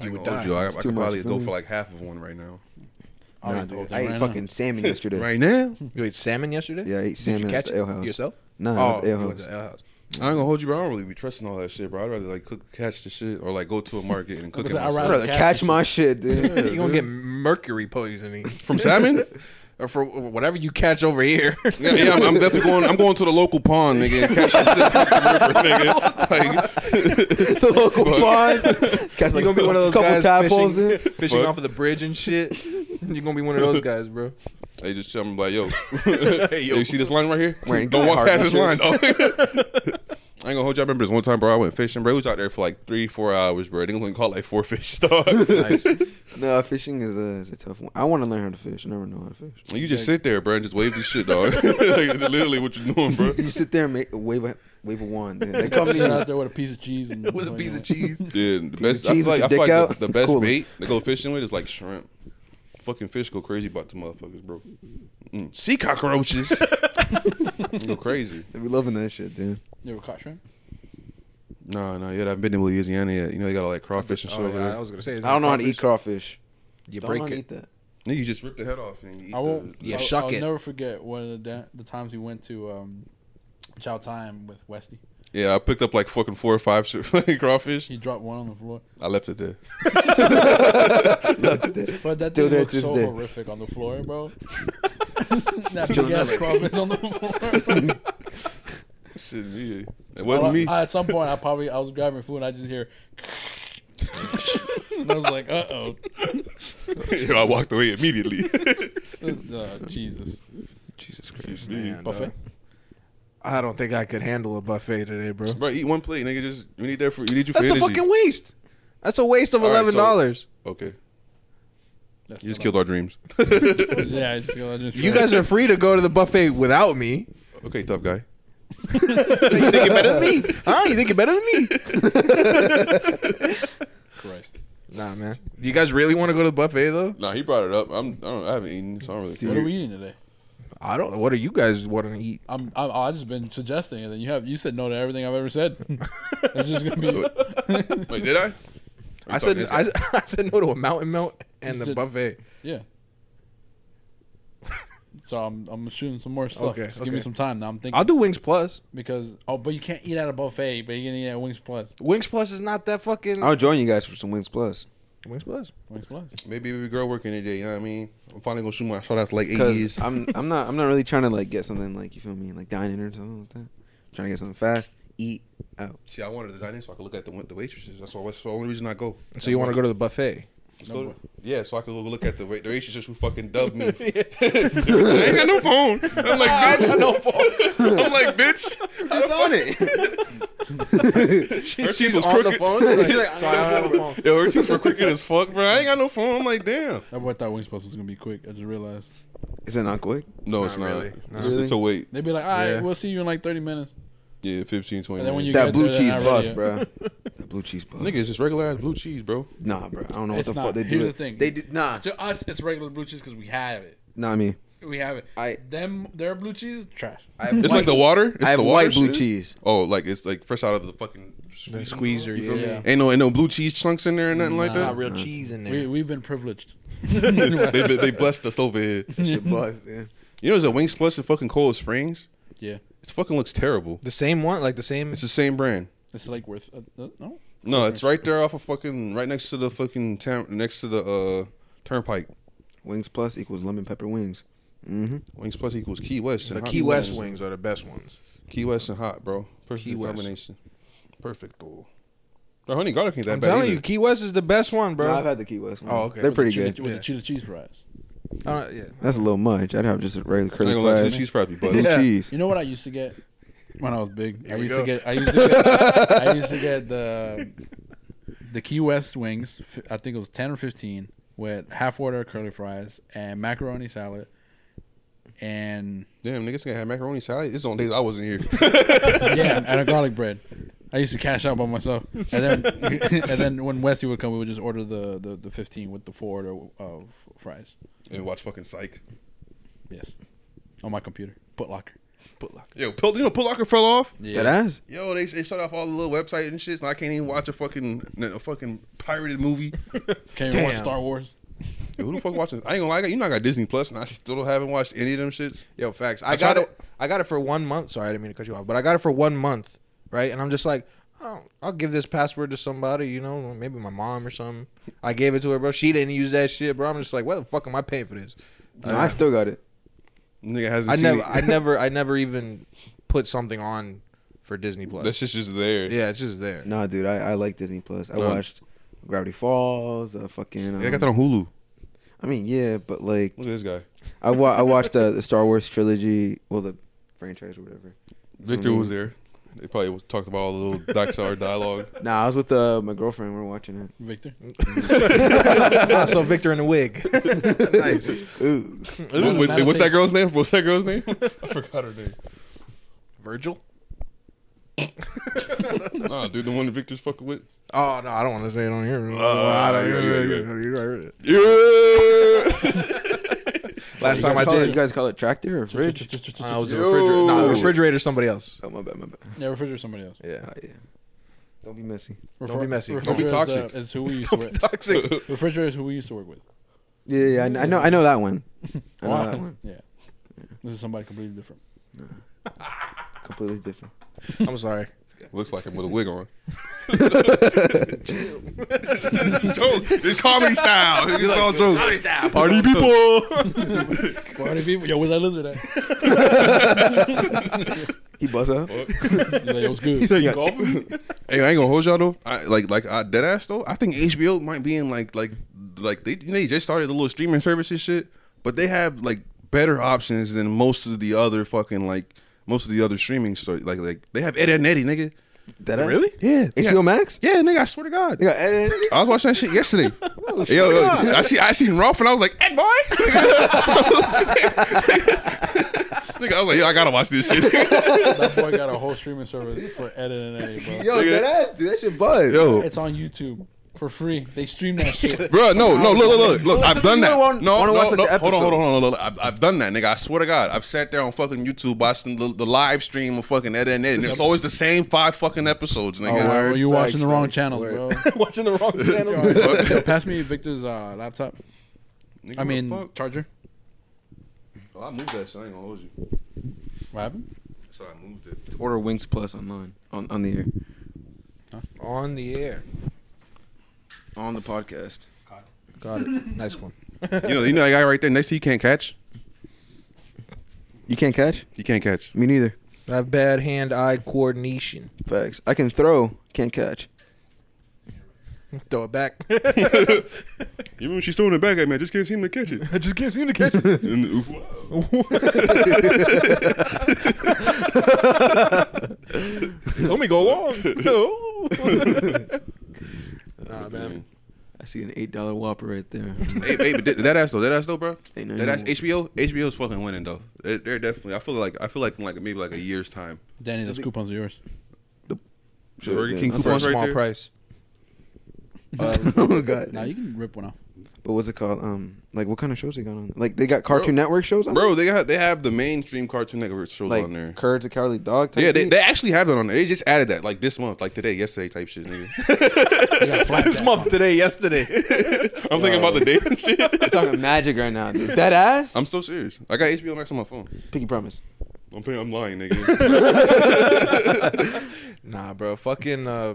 [SPEAKER 2] You
[SPEAKER 4] would
[SPEAKER 2] would die.
[SPEAKER 4] die.
[SPEAKER 2] You, I, I
[SPEAKER 3] It's
[SPEAKER 2] could
[SPEAKER 3] too much
[SPEAKER 2] probably
[SPEAKER 3] for
[SPEAKER 2] go
[SPEAKER 3] me.
[SPEAKER 2] for like half of one right now.
[SPEAKER 1] I'll
[SPEAKER 3] nah,
[SPEAKER 1] eat the whole
[SPEAKER 3] dude,
[SPEAKER 1] thing
[SPEAKER 3] I ate
[SPEAKER 1] right now.
[SPEAKER 3] fucking salmon yesterday.
[SPEAKER 2] Right now,
[SPEAKER 4] you ate salmon yesterday?
[SPEAKER 3] Yeah, I ate
[SPEAKER 4] Did you
[SPEAKER 3] salmon at
[SPEAKER 4] catch
[SPEAKER 3] the Ale House.
[SPEAKER 4] it yourself?
[SPEAKER 3] Nah, at the
[SPEAKER 4] Oh, you
[SPEAKER 3] Ale
[SPEAKER 4] went
[SPEAKER 3] House.
[SPEAKER 4] to Ale House.
[SPEAKER 2] I ain't gonna hold you, bro. I don't really be trusting all that shit, bro. I'd rather like cook, catch the shit, or like go to a market and cook it
[SPEAKER 1] Because I'd
[SPEAKER 2] myself.
[SPEAKER 3] I'd
[SPEAKER 1] rather-
[SPEAKER 3] rather catch my shit,
[SPEAKER 4] You're
[SPEAKER 3] dude.
[SPEAKER 4] gonna get mercury poisoning
[SPEAKER 2] from salmon.
[SPEAKER 4] or for whatever you catch over here.
[SPEAKER 2] Yeah, yeah I'm, I'm definitely going. I'm going to the local pond, nigga. And catch some shit from the river, nigga. Like,
[SPEAKER 3] the local pond. Catch like
[SPEAKER 4] You're gonna be one of those
[SPEAKER 3] couple
[SPEAKER 4] guys
[SPEAKER 3] tadpoles,
[SPEAKER 4] fishing,
[SPEAKER 3] dude.
[SPEAKER 4] fishing
[SPEAKER 2] Fuck.
[SPEAKER 4] off of the bridge and shit. You're gonna be one of those guys, bro.
[SPEAKER 2] I just tell them like, yo, you see this line right here?
[SPEAKER 3] Wearing
[SPEAKER 2] Don't walk
[SPEAKER 3] hard
[SPEAKER 2] past this line.
[SPEAKER 3] shoes.
[SPEAKER 2] dog. I ain't gonna hold you. I remember this one time, bro. I went fishing, bro. We was out there for like three, four hours, bro. They only caught like four fish, dog.
[SPEAKER 4] Nice.
[SPEAKER 3] No, fishing is a, is a tough one. I want to learn how to fish. I never know how to fish.
[SPEAKER 2] And you just sit there, bro, and just wave this shit, dog. like, literally, what you doing, bro?
[SPEAKER 3] You sit there and make, wave a wave a wand. dude. They
[SPEAKER 1] They
[SPEAKER 3] call
[SPEAKER 1] come
[SPEAKER 3] me
[SPEAKER 1] out there with a piece of cheese and
[SPEAKER 4] With a piece of cheese.
[SPEAKER 2] Yeah, the
[SPEAKER 3] Piece of
[SPEAKER 2] best. I
[SPEAKER 3] cheese
[SPEAKER 2] feel like,
[SPEAKER 3] with
[SPEAKER 2] I feel
[SPEAKER 3] the dick
[SPEAKER 2] like the,
[SPEAKER 3] out?
[SPEAKER 2] the best
[SPEAKER 3] Cool.
[SPEAKER 2] bait to go fishing with is like shrimp. Fucking fish go crazy about the motherfuckers, bro. Mm. Sea cockroaches go crazy.
[SPEAKER 3] They be loving that shit, dude.
[SPEAKER 1] You ever caught shrimp?
[SPEAKER 2] No, no, yet I've been to Louisiana yet. You know they got all that crawfish and shit
[SPEAKER 4] Oh,
[SPEAKER 2] over
[SPEAKER 4] yeah, I
[SPEAKER 2] there.
[SPEAKER 4] was gonna say. is
[SPEAKER 3] I don't
[SPEAKER 4] that
[SPEAKER 3] know how to eat crawfish.
[SPEAKER 4] crawfish? You
[SPEAKER 3] don't know how
[SPEAKER 4] break
[SPEAKER 3] to
[SPEAKER 4] it.
[SPEAKER 3] eat that.
[SPEAKER 2] Then you just rip the head off and you eat
[SPEAKER 1] I won't.
[SPEAKER 2] the-
[SPEAKER 4] Yeah,
[SPEAKER 1] I'll,
[SPEAKER 4] shuck
[SPEAKER 1] I'll
[SPEAKER 4] it.
[SPEAKER 1] never forget one of the, da- the times we went to um, Chow Time with Westy.
[SPEAKER 2] Yeah, I picked up like fucking four or five shit- crawfish.
[SPEAKER 1] He dropped one on the floor.
[SPEAKER 2] I left it there.
[SPEAKER 1] But that
[SPEAKER 3] Still
[SPEAKER 1] thing
[SPEAKER 3] there
[SPEAKER 1] looks
[SPEAKER 3] to this
[SPEAKER 1] so
[SPEAKER 3] day.
[SPEAKER 1] horrific on the floor, bro. that
[SPEAKER 3] Still
[SPEAKER 1] big ass
[SPEAKER 3] another.
[SPEAKER 1] crawfish on the floor.
[SPEAKER 2] Shit, me. It
[SPEAKER 1] Well,
[SPEAKER 2] wasn't me.
[SPEAKER 1] I- at some point, I probably I was grabbing food and I just hear. and I was like, uh oh,
[SPEAKER 2] Yo, I walked away immediately.
[SPEAKER 1] Uh, Jesus
[SPEAKER 2] Jesus Christ, man.
[SPEAKER 1] buffet.
[SPEAKER 4] I don't think I could handle a buffet today, bro.
[SPEAKER 2] Bro, eat one plate, nigga. Just we need that for you need you for
[SPEAKER 4] That's a
[SPEAKER 2] energy.
[SPEAKER 4] fucking waste. That's a waste of
[SPEAKER 2] All right,
[SPEAKER 4] eleven dollars.
[SPEAKER 2] okay,
[SPEAKER 1] That's
[SPEAKER 2] you just
[SPEAKER 1] not-
[SPEAKER 2] killed our dreams.
[SPEAKER 1] Yeah, I just killed. I just
[SPEAKER 4] you guys are free to go to the buffet without me.
[SPEAKER 2] okay, tough guy.
[SPEAKER 4] you think you're better than me? Huh? You think you're better than me?
[SPEAKER 1] Christ.
[SPEAKER 4] Nah, man. You guys really want to go to the buffet though?
[SPEAKER 2] Nah, he brought it up. I'm. I don't. I haven't eaten, so I don't really.
[SPEAKER 1] What
[SPEAKER 2] care.
[SPEAKER 1] are we eating today?
[SPEAKER 4] I don't know. What are you guys wanting to eat?
[SPEAKER 1] I'm, I'm I've just been suggesting, and then you have you said no to everything I've ever said. it's just gonna be.
[SPEAKER 2] Wait, did I? Or you
[SPEAKER 4] I
[SPEAKER 2] talking
[SPEAKER 4] said
[SPEAKER 2] to this
[SPEAKER 4] I,
[SPEAKER 2] guy?
[SPEAKER 4] I said no to a mountain melt and
[SPEAKER 1] You
[SPEAKER 4] the
[SPEAKER 1] said-
[SPEAKER 4] buffet.
[SPEAKER 1] Yeah. So I'm I'm shooting some more stuff.
[SPEAKER 4] Okay,
[SPEAKER 1] Just give me
[SPEAKER 4] okay.
[SPEAKER 1] some time. Now I'm thinking
[SPEAKER 4] I'll do wings plus.
[SPEAKER 1] because oh, but you can't eat at a buffet, but you can eat at Wings Plus.
[SPEAKER 4] Wings plus is not that fucking.
[SPEAKER 3] I'll join you guys for some wings plus.
[SPEAKER 4] Wings plus.
[SPEAKER 1] Wings Plus.
[SPEAKER 2] Maybe baby girl working today. You know what I mean? I'm finally gonna shoot my shot after like eight
[SPEAKER 3] Cause
[SPEAKER 2] years.
[SPEAKER 3] I'm I'm not I'm not really trying to like get something like you feel me like dining or something like that. trying to get something fast, eat out.
[SPEAKER 2] See, I wanted to dine in so I could look at the the waitresses. That's all. That's the only reason I go.
[SPEAKER 4] So you want to go to the buffet?
[SPEAKER 2] Let's
[SPEAKER 1] No
[SPEAKER 2] go to- yeah, so I could go look at the wait the waitresses who fucking dubbed me. I ain't got no phone. I'm like, bitch. no phone. I'm like, bitch.
[SPEAKER 3] Just on it.
[SPEAKER 2] Her teeth was
[SPEAKER 4] on the
[SPEAKER 2] crooked.
[SPEAKER 4] phone? She's like, "Sorry, I don't have a phone."
[SPEAKER 2] Yo, her teeth were crooked as fuck, bro. I ain't got no phone. I'm like, damn.
[SPEAKER 1] That boy thought Wings Plus was gonna be quick. I just realized
[SPEAKER 3] Is it not quick?
[SPEAKER 2] No, it's not.
[SPEAKER 4] really.
[SPEAKER 2] It's,
[SPEAKER 3] Really?
[SPEAKER 2] it's a wait.
[SPEAKER 1] they'd be like, all right,
[SPEAKER 4] Yeah.
[SPEAKER 1] we'll see you in like 30 minutes.
[SPEAKER 2] Yeah, 15, 20
[SPEAKER 1] And then when
[SPEAKER 2] minutes.
[SPEAKER 1] you
[SPEAKER 3] that
[SPEAKER 1] get
[SPEAKER 3] blue
[SPEAKER 1] there, they're
[SPEAKER 3] cheese
[SPEAKER 1] not
[SPEAKER 3] bus,
[SPEAKER 1] ready
[SPEAKER 3] bro. That blue cheese bus.
[SPEAKER 2] Nigga, it's just regular ass blue cheese, bro.
[SPEAKER 3] Nah, bro. I don't know
[SPEAKER 1] It's
[SPEAKER 3] what the
[SPEAKER 1] not.
[SPEAKER 3] fuck they do.
[SPEAKER 1] Here's
[SPEAKER 3] with-
[SPEAKER 1] the thing.
[SPEAKER 3] They do nah.
[SPEAKER 1] To us, it's regular blue cheese because we have it.
[SPEAKER 3] Nah, I mean,
[SPEAKER 1] We have it.
[SPEAKER 3] I-
[SPEAKER 1] them their blue cheese trash.
[SPEAKER 3] I have
[SPEAKER 2] It's like the water. It's
[SPEAKER 3] I have
[SPEAKER 2] the water
[SPEAKER 3] white blue
[SPEAKER 2] shit.
[SPEAKER 3] cheese.
[SPEAKER 2] Oh, like it's like fresh out of the fucking
[SPEAKER 4] The squeezer.
[SPEAKER 2] You feel me?
[SPEAKER 1] Yeah.
[SPEAKER 2] Ain't no ain't no blue cheese chunks in there or nothing like
[SPEAKER 4] There's not
[SPEAKER 2] that.
[SPEAKER 4] real cheese in there.
[SPEAKER 1] We we've been privileged.
[SPEAKER 2] they, they they blessed us over here.
[SPEAKER 3] shit bus. Yeah.
[SPEAKER 2] You know, there's a Wings Plus in fucking Cold Springs.
[SPEAKER 1] Yeah,
[SPEAKER 2] It fucking looks terrible.
[SPEAKER 4] the same one, like the same.
[SPEAKER 2] It's the same brand.
[SPEAKER 1] it's like worth uh, uh, no.
[SPEAKER 2] No, it's right there off of fucking right next to the fucking tam- next to the uh turnpike.
[SPEAKER 3] Wings plus equals lemon pepper wings. Mm-hmm.
[SPEAKER 2] Wings Plus equals Key West.
[SPEAKER 4] The
[SPEAKER 2] and hot.
[SPEAKER 4] Key West wings are the best ones.
[SPEAKER 2] Key West and hot, bro. Perfect
[SPEAKER 4] Key West.
[SPEAKER 2] combination. Perfect. though. The honey garlic ain't that
[SPEAKER 4] I'm
[SPEAKER 2] bad.
[SPEAKER 4] telling
[SPEAKER 2] either.
[SPEAKER 4] you, Key West is the best one,
[SPEAKER 3] Bro,
[SPEAKER 4] bro.
[SPEAKER 3] I've had the Key West.
[SPEAKER 4] Oh, okay.
[SPEAKER 3] They're
[SPEAKER 4] With
[SPEAKER 3] pretty
[SPEAKER 1] Cheetah-
[SPEAKER 3] good.
[SPEAKER 1] with the cheetah cheese fries.
[SPEAKER 4] Uh, yeah.
[SPEAKER 3] That's a little much. I'd have just a regular
[SPEAKER 2] I ain't
[SPEAKER 3] curly
[SPEAKER 2] gonna lie,
[SPEAKER 3] fries,
[SPEAKER 2] cheese fries be
[SPEAKER 3] blue
[SPEAKER 2] buzzing.
[SPEAKER 4] Yeah.
[SPEAKER 3] cheese.
[SPEAKER 1] You know what I used to get when I was big? I
[SPEAKER 4] we
[SPEAKER 1] used
[SPEAKER 4] go.
[SPEAKER 1] to get I used to get I used to get the the Key West wings. fi- I think it was ten or fifteen with half order curly fries and macaroni salad and
[SPEAKER 2] Damn, niggas gonna have macaroni salad. It's on days I wasn't here.
[SPEAKER 1] yeah and a garlic bread. I used to cash out by myself, and then and then when Wesley would come, we would just order the, the, the fifteen with the four order of fries.
[SPEAKER 2] and watch fucking Psych.
[SPEAKER 1] Yes, on my computer, Put Locker.
[SPEAKER 2] Yo, Pil- you know, Put Locker fell off.
[SPEAKER 1] Yeah,
[SPEAKER 3] That ass.
[SPEAKER 2] Yo, they they shut off all the little website and shit, and I can't even watch a fucking a fucking pirated movie.
[SPEAKER 1] can't even watch
[SPEAKER 4] Damn.
[SPEAKER 1] Star Wars.
[SPEAKER 2] Yo, who the fuck watching? I ain't gonna lie, I got- you know I got Disney Plus, and I still haven't watched any of them shits.
[SPEAKER 4] Yo, facts. I,
[SPEAKER 2] tried
[SPEAKER 4] got it. I got it for one month. Sorry, I didn't mean to cut you off, but I got it for one month, right? And I'm just like, oh, I'll give this password to somebody, you know, maybe my mom or something. I gave it to her, bro. She didn't use that shit, bro. I'm just like, why the fuck am I paying for this?
[SPEAKER 3] No, I still got it.
[SPEAKER 2] Nigga hasn't
[SPEAKER 4] I
[SPEAKER 2] seen
[SPEAKER 4] never,
[SPEAKER 2] it.
[SPEAKER 4] I never, I never even put something on for Disney
[SPEAKER 2] that
[SPEAKER 4] Plus.
[SPEAKER 2] shit's just there.
[SPEAKER 4] Yeah, it's just there.
[SPEAKER 3] Nah, dude, I, I like Disney Plus. I
[SPEAKER 2] No.
[SPEAKER 3] watched Gravity Falls. Uh, fucking. Um,
[SPEAKER 2] Yeah, I got that on Hulu.
[SPEAKER 3] I mean, yeah, but like,
[SPEAKER 2] Look at this guy.
[SPEAKER 3] I wa- I watched uh, the Star Wars trilogy, well, the franchise or whatever.
[SPEAKER 2] Victor
[SPEAKER 3] Mhm.
[SPEAKER 4] Mm-hmm.
[SPEAKER 2] was there. They probably was- talked about all the little Doxar dialogue.
[SPEAKER 3] Nah, I was with uh, my girlfriend. We were watching it.
[SPEAKER 1] Victor.
[SPEAKER 4] Ah, so Victor in a wig. nice.
[SPEAKER 3] Ooh,
[SPEAKER 2] What- what-
[SPEAKER 1] Battle
[SPEAKER 2] what's that
[SPEAKER 1] Face.
[SPEAKER 2] girl's name? What's that girl's name? I forgot her name.
[SPEAKER 4] Virgil.
[SPEAKER 2] Nah, dude, the one that Victor's fucking with.
[SPEAKER 4] Oh no, I don't want to say it on here.
[SPEAKER 2] Ah,
[SPEAKER 4] I don't-
[SPEAKER 2] you good, you good.
[SPEAKER 4] you good. Last
[SPEAKER 3] You
[SPEAKER 4] time
[SPEAKER 3] guys
[SPEAKER 4] I
[SPEAKER 3] call it-
[SPEAKER 4] did,
[SPEAKER 3] you guys call it tractor or fridge?
[SPEAKER 4] Uh, it was the
[SPEAKER 2] Yo.
[SPEAKER 4] refrigerator. No, the refrigerator. Somebody else.
[SPEAKER 3] Oh my bad, my bad.
[SPEAKER 1] Yeah, refrigerator somebody else.
[SPEAKER 4] Yeah.
[SPEAKER 3] Oh, yeah. Don't be messy.
[SPEAKER 1] Refer-
[SPEAKER 4] be messy.
[SPEAKER 1] refrigerator
[SPEAKER 4] Don't be
[SPEAKER 1] is,
[SPEAKER 2] toxic.
[SPEAKER 1] Uh, is who we used to work.
[SPEAKER 4] Toxic.
[SPEAKER 1] Refrigerator is who we used to work with.
[SPEAKER 3] Yeah, yeah, I, kn- I know, I know that one. I know that one.
[SPEAKER 1] Yeah. This is somebody completely different.
[SPEAKER 3] Completely different.
[SPEAKER 4] I'm sorry.
[SPEAKER 2] Looks like him with a wig on.
[SPEAKER 3] Chill.
[SPEAKER 2] it's joke. It's comedy style. It's all jokes. Comedy style.
[SPEAKER 4] Party people.
[SPEAKER 1] Party people. Yo, where's that lizard at?
[SPEAKER 3] he buzz up.
[SPEAKER 1] He's like, it was good.
[SPEAKER 2] Yeah. hey, I ain't gonna hold y'all though. I, like, like I, dead ass though. I think HBO might be in like, like, like they they just started the little streaming services shit, but they have like better options than most of the other fucking like most of the other streaming stuff. Like, like they have Ed, Ed and Eddie, nigga.
[SPEAKER 3] Dead ass?
[SPEAKER 2] Yeah.
[SPEAKER 3] HBO
[SPEAKER 2] yeah.
[SPEAKER 3] Max?
[SPEAKER 2] Yeah, nigga. I swear to God.
[SPEAKER 3] They got Ed, Ed, Ed.
[SPEAKER 2] I was watching that shit yesterday.
[SPEAKER 3] Oh,
[SPEAKER 2] yo, yo, I see, I seen Ralph, and I was like, "Ed boy." Nigga, I was like, "Yo, I gotta watch this shit."
[SPEAKER 1] That boy got a whole streaming service for Ed and Eddie, bro.
[SPEAKER 3] Yo, dead ass, dude. That shit buzz.
[SPEAKER 2] Yo,
[SPEAKER 1] It's on YouTube for free. They stream that shit.
[SPEAKER 2] Bro, no, no, look, look, look, look. I've done that.
[SPEAKER 3] You
[SPEAKER 2] No,
[SPEAKER 3] wanna-
[SPEAKER 2] no,
[SPEAKER 3] wanna
[SPEAKER 2] no.
[SPEAKER 3] watch,
[SPEAKER 2] Hold
[SPEAKER 3] like,
[SPEAKER 2] on,
[SPEAKER 3] the
[SPEAKER 2] hold on, hold on,
[SPEAKER 3] episodes.
[SPEAKER 2] hold on. I've, I've done that, nigga. I swear to God, I've sat there on fucking YouTube watching the, the live stream of fucking Ed and Ed, and it's always the same five fucking episodes,
[SPEAKER 1] Oh,
[SPEAKER 2] nigga.
[SPEAKER 1] bro,
[SPEAKER 3] Word,
[SPEAKER 1] you watching
[SPEAKER 3] facts,
[SPEAKER 1] the wrong
[SPEAKER 3] word,
[SPEAKER 1] channel,
[SPEAKER 3] word.
[SPEAKER 1] bro.
[SPEAKER 4] Watching the wrong channels.
[SPEAKER 1] Yo, Pass me Victor's uh, laptop.
[SPEAKER 2] Nigga,
[SPEAKER 1] I mean,
[SPEAKER 2] what the
[SPEAKER 1] charger.
[SPEAKER 2] fuck? Oh, I moved that, so I ain't gonna hold you.
[SPEAKER 1] What happened?
[SPEAKER 2] So I moved it.
[SPEAKER 5] Order Wings Plus online on on the air
[SPEAKER 4] On the air.
[SPEAKER 5] on the podcast.
[SPEAKER 4] Got it. Nice one.
[SPEAKER 2] You know, you know that guy right there next to you can't catch.
[SPEAKER 3] You can't catch?
[SPEAKER 2] You can't catch.
[SPEAKER 3] Me neither.
[SPEAKER 4] I have bad hand-eye coordination.
[SPEAKER 3] Facts. I can throw, can't catch.
[SPEAKER 4] Throw it back.
[SPEAKER 2] You remember she's throwing it back at me. I just can't seem to catch it.
[SPEAKER 4] I just can't seem to catch it.
[SPEAKER 2] And, wow.
[SPEAKER 4] Let me go long. No. nah, man.
[SPEAKER 5] I see an eight dollar Whopper right there.
[SPEAKER 2] Mm-hmm. hey, hey, but that ass though, that ass though, bro.
[SPEAKER 5] Ain't no
[SPEAKER 2] That ass
[SPEAKER 5] need.
[SPEAKER 2] HBO, HBO's fucking winning though. They're, they're definitely. I feel like I feel like in like maybe like a year's time.
[SPEAKER 1] Danny, those coupons are yours.
[SPEAKER 2] So Burger
[SPEAKER 3] Yeah,
[SPEAKER 2] King
[SPEAKER 3] that's
[SPEAKER 4] For a
[SPEAKER 2] coupons right
[SPEAKER 4] small
[SPEAKER 2] there.
[SPEAKER 4] price.
[SPEAKER 3] oh god.
[SPEAKER 1] Now you can rip one off.
[SPEAKER 3] But what's it called? Um, like what kind of shows they got on? Like they got Cartoon Network shows on,
[SPEAKER 2] Bro, they got they have the mainstream Cartoon Network shows
[SPEAKER 3] Like
[SPEAKER 2] on there.
[SPEAKER 3] Courage the Cowardly Dog. Type
[SPEAKER 2] Yeah, they,
[SPEAKER 3] beat?
[SPEAKER 2] they actually have that on there. They just added that like this month, like today, yesterday type shit, nigga.
[SPEAKER 4] this month, today, yesterday.
[SPEAKER 2] I'm thinking about the date and shit.
[SPEAKER 3] I'm talking magic right now, dude. That ass.
[SPEAKER 2] I'm so serious. I got HBO Max on my phone.
[SPEAKER 3] Pinky promise.
[SPEAKER 2] I'm paying, I'm lying, nigga.
[SPEAKER 4] Nah, bro. Fucking. Uh,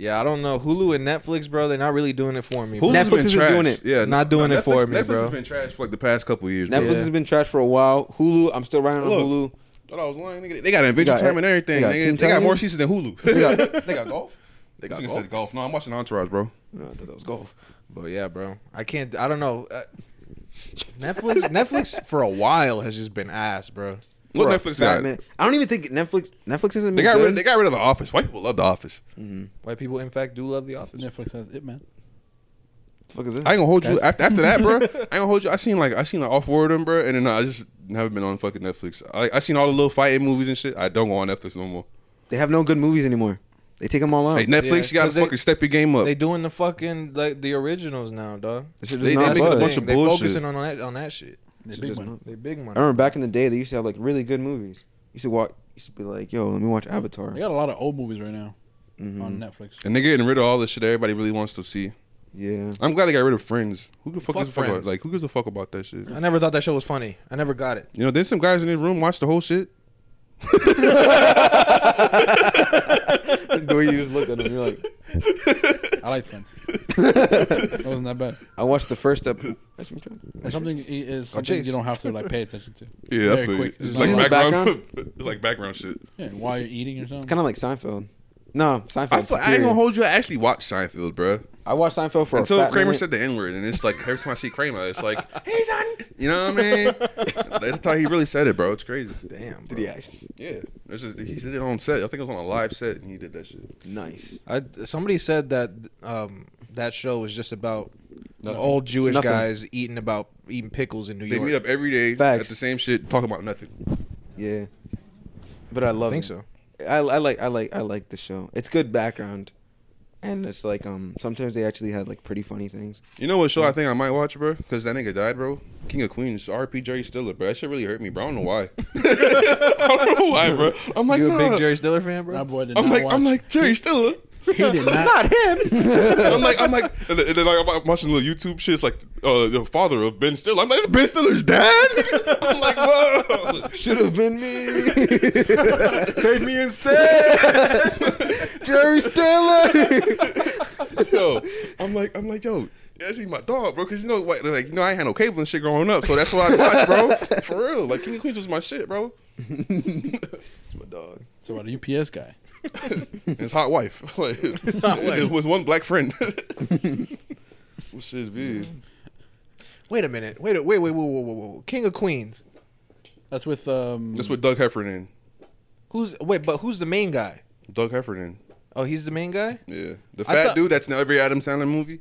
[SPEAKER 4] yeah, I don't know. Hulu and Netflix, bro. They're not really doing it for me. bro.
[SPEAKER 2] Hulu's
[SPEAKER 3] Netflix
[SPEAKER 2] been
[SPEAKER 3] isn't
[SPEAKER 2] trash.
[SPEAKER 3] doing it.
[SPEAKER 2] Yeah,
[SPEAKER 4] Not doing it for
[SPEAKER 2] Netflix-
[SPEAKER 4] me,
[SPEAKER 2] Netflix
[SPEAKER 4] bro.
[SPEAKER 2] has been trash for like the past couple years.
[SPEAKER 3] Netflix
[SPEAKER 2] bro.
[SPEAKER 3] has been trash for a while. Hulu, I'm still riding on
[SPEAKER 2] Look.
[SPEAKER 3] Hulu.
[SPEAKER 2] Thought I was lying, nigga. They got Adventure
[SPEAKER 3] got-
[SPEAKER 2] Time and everything.
[SPEAKER 3] they got
[SPEAKER 2] nigga.
[SPEAKER 3] Teen
[SPEAKER 2] they got more
[SPEAKER 3] Titans.
[SPEAKER 2] seasons than Hulu.
[SPEAKER 3] They got-
[SPEAKER 2] they got golf. They got golf. Said golf. No, I'm watching Entourage, bro.
[SPEAKER 3] No, I thought that was golf.
[SPEAKER 4] But yeah, bro, I can't. I don't know. Uh, Netflix, Netflix for a while has just been ass, bro.
[SPEAKER 2] What
[SPEAKER 3] For a
[SPEAKER 2] Netflix
[SPEAKER 3] fact,
[SPEAKER 2] got?
[SPEAKER 3] man. I don't even think Netflix. Netflix isn't.
[SPEAKER 2] They got rid. They got rid of the Office. White people love the Office.
[SPEAKER 4] White people, in fact, do love The Office.
[SPEAKER 1] Netflix has it, man.
[SPEAKER 3] the fuck is it?
[SPEAKER 2] I ain't gonna hold you after, after that, bro. I ain't gonna hold you. I seen like I seen like off word them, bro, and then I just haven't been on fucking Netflix. I, I seen all the little fighting movies and shit. I don't go on Netflix no more.
[SPEAKER 3] they have no good movies anymore. They take them all out.
[SPEAKER 2] Hey, Netflix,
[SPEAKER 4] Yeah,
[SPEAKER 2] you
[SPEAKER 4] 'cause
[SPEAKER 2] gotta
[SPEAKER 4] they-
[SPEAKER 2] fucking step your game up.
[SPEAKER 4] They doing the fucking like the originals now, dog.
[SPEAKER 3] This shit
[SPEAKER 2] they-
[SPEAKER 3] does not
[SPEAKER 2] they making a
[SPEAKER 3] buzz.
[SPEAKER 2] bunch of
[SPEAKER 4] they
[SPEAKER 2] bullshit.
[SPEAKER 4] focusing on that on that shit.
[SPEAKER 1] The
[SPEAKER 3] Shit
[SPEAKER 1] big
[SPEAKER 3] does
[SPEAKER 1] one.
[SPEAKER 3] not-
[SPEAKER 4] They big money.
[SPEAKER 3] I remember back in the day, they used to have like really good movies. Used to watch. Used to be like, yo, let me watch Avatar.
[SPEAKER 1] They got a lot of old movies right now
[SPEAKER 3] Mhm.
[SPEAKER 4] Mm-hmm.
[SPEAKER 1] on Netflix.
[SPEAKER 2] and they're getting rid of all the shit that everybody really wants to see.
[SPEAKER 3] Yeah.
[SPEAKER 2] I'm glad they got rid of Friends. Who the fuck,
[SPEAKER 4] Fuck
[SPEAKER 2] gives a fuck about
[SPEAKER 4] Friends.
[SPEAKER 2] like who gives a fuck about that shit?
[SPEAKER 4] I never thought that show was funny. I never got it.
[SPEAKER 2] You know, then some guys in this room watch the whole shit.
[SPEAKER 3] the way you just looked at him, you're like,
[SPEAKER 1] I like Friends. That wasn't that bad.
[SPEAKER 3] I watched the first episode. Actually, I'm trying-
[SPEAKER 1] And something i- is something
[SPEAKER 4] Chase.
[SPEAKER 1] you don't have to like pay attention to.
[SPEAKER 2] Yeah,
[SPEAKER 1] Very
[SPEAKER 2] I feel
[SPEAKER 1] quick.
[SPEAKER 2] you.
[SPEAKER 1] It's
[SPEAKER 2] It's
[SPEAKER 1] not
[SPEAKER 2] like
[SPEAKER 1] like-
[SPEAKER 2] background. it's like background shit.
[SPEAKER 1] Yeah, while you're eating or something.
[SPEAKER 3] It's kind of like Seinfeld. No, Seinfeld.
[SPEAKER 2] I, feel, I ain't
[SPEAKER 3] superior.
[SPEAKER 2] gonna hold you. I actually watched Seinfeld, bro.
[SPEAKER 3] I watched Seinfeld for a
[SPEAKER 2] Until
[SPEAKER 3] fat
[SPEAKER 2] Kramer
[SPEAKER 3] minute.
[SPEAKER 2] said the N word, and it's like every time I see Kramer, it's like he's on. You know what I mean? That's how he really said it, bro. It's crazy.
[SPEAKER 4] Damn. Bro.
[SPEAKER 3] Did he actually?
[SPEAKER 2] Yeah, It's just- he did it on set. I think it was on a live set, and he did that shit.
[SPEAKER 3] Nice.
[SPEAKER 4] I, somebody said that um, that show was just about
[SPEAKER 2] Nothing.
[SPEAKER 4] old Jewish
[SPEAKER 3] nothing.
[SPEAKER 4] guys eating about eating pickles in New
[SPEAKER 2] They
[SPEAKER 4] York.
[SPEAKER 2] meet up every day
[SPEAKER 3] Facts.
[SPEAKER 2] at the same shit, talking about nothing.
[SPEAKER 3] Yeah. But I
[SPEAKER 4] I
[SPEAKER 3] love
[SPEAKER 4] think
[SPEAKER 3] it.
[SPEAKER 4] so.
[SPEAKER 3] I, I like I like I like the show. It's good background. And it's like um sometimes they actually had like pretty funny things.
[SPEAKER 2] You know what show
[SPEAKER 4] Mm.
[SPEAKER 2] I think I might watch, bro? Because that nigga died, bro. King of Queens, R.P. Jerry Stiller, bro. That shit really hurt me, bro. I don't know why. I don't know why, bro. I'm like,
[SPEAKER 4] you a
[SPEAKER 2] nah.
[SPEAKER 4] big Jerry Stiller fan, bro?
[SPEAKER 1] That boy did
[SPEAKER 2] I'm
[SPEAKER 1] not
[SPEAKER 2] like,
[SPEAKER 1] watch.
[SPEAKER 2] I'm like Jerry Stiller.
[SPEAKER 1] He did not.
[SPEAKER 4] Not him.
[SPEAKER 2] And I'm like, I'm like, and then, and then like, I'm watching little YouTube shit. It's like uh, the father of Ben Stiller. I'm like, it's Ben Stiller's dad. I'm like, whoa.
[SPEAKER 3] Should have been me.
[SPEAKER 2] Take me instead.
[SPEAKER 3] Jerry Stiller.
[SPEAKER 2] yo, I'm like, I'm like, yo, that's even my dog, bro. Cause you know, like, like, you know, I ain't had no cable and shit growing up, so that's what I watch, bro. For real, like King of Queens was my shit, bro. it's my dog.
[SPEAKER 1] So about a UPS guy.
[SPEAKER 2] And his hot wife. like, it was one black friend. What's shit's big?
[SPEAKER 4] Wait a minute. Wait. A, wait. Wait. Whoa. Whoa. Whoa. Whoa. King of Queens.
[SPEAKER 1] That's with um.
[SPEAKER 2] That's what Doug Heffernan.
[SPEAKER 4] Who's wait? But who's the main guy?
[SPEAKER 2] Doug Heffernan.
[SPEAKER 4] Oh, he's the main guy.
[SPEAKER 2] Yeah, the
[SPEAKER 4] I
[SPEAKER 2] fat
[SPEAKER 4] thought-
[SPEAKER 2] dude that's in every Adam Sandler movie.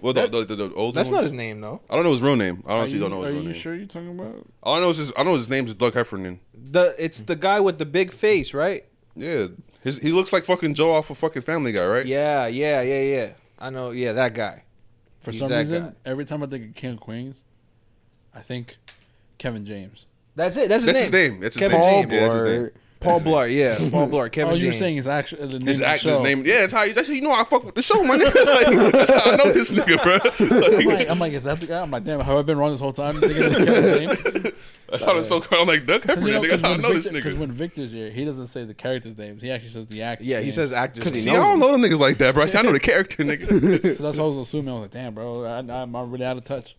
[SPEAKER 2] Well, the, the, the, the older
[SPEAKER 4] That's
[SPEAKER 2] one.
[SPEAKER 4] not his name though.
[SPEAKER 2] I don't know his real name. I
[SPEAKER 1] Are
[SPEAKER 2] honestly
[SPEAKER 1] you,
[SPEAKER 2] don't know
[SPEAKER 1] are
[SPEAKER 2] his real
[SPEAKER 1] you
[SPEAKER 2] name.
[SPEAKER 1] sure you're talking about?
[SPEAKER 2] All I know is his, I know his name's Doug Heffernan.
[SPEAKER 4] The it's the guy with the big face, right?
[SPEAKER 2] Yeah, his, he looks like fucking Joe off of fucking Family Guy, right?
[SPEAKER 4] Yeah. Yeah. Yeah. Yeah. I know. Yeah. That guy.
[SPEAKER 1] For
[SPEAKER 4] He's
[SPEAKER 1] some
[SPEAKER 4] that
[SPEAKER 1] reason,
[SPEAKER 4] guy.
[SPEAKER 1] every time I think of King of Queens, I think Kevin James.
[SPEAKER 4] That's it. That's his
[SPEAKER 2] That's his
[SPEAKER 4] name.
[SPEAKER 2] name. That's his
[SPEAKER 4] Kevin
[SPEAKER 2] name.
[SPEAKER 4] James.
[SPEAKER 2] Yeah, that's his name.
[SPEAKER 4] Paul Blart. Yeah. Paul Blart. Kevin
[SPEAKER 1] oh, you were
[SPEAKER 4] James.
[SPEAKER 1] saying his actual the name
[SPEAKER 2] His
[SPEAKER 1] of the
[SPEAKER 2] actor's
[SPEAKER 1] show.
[SPEAKER 2] name. Yeah, that's how you. That's how you know I fuck with the show, my nigga. Like, that's how I know this nigga, bro.
[SPEAKER 1] I'm
[SPEAKER 2] Like,
[SPEAKER 1] like, I'm like, is that the guy? I'm like, damn, have I been wrong this whole time thinking this Kevin's name?
[SPEAKER 2] that's how it's so. cool. I'm like Doug
[SPEAKER 1] Because Uh,
[SPEAKER 2] Heffernan.
[SPEAKER 1] you know,
[SPEAKER 2] nigga, that's how I
[SPEAKER 1] when,
[SPEAKER 2] know this
[SPEAKER 1] Victor- 'cause
[SPEAKER 2] nigga.
[SPEAKER 1] when Victor's here, he doesn't say the characters' names. He actually says the actors.
[SPEAKER 4] Yeah. He
[SPEAKER 1] names.
[SPEAKER 4] says uh, actors.
[SPEAKER 2] See, I don't know them niggas like that, bro. See, I know the character, nigga.
[SPEAKER 1] So that's what I was assuming. I was like, damn, bro, I, I'm I'm really out of touch.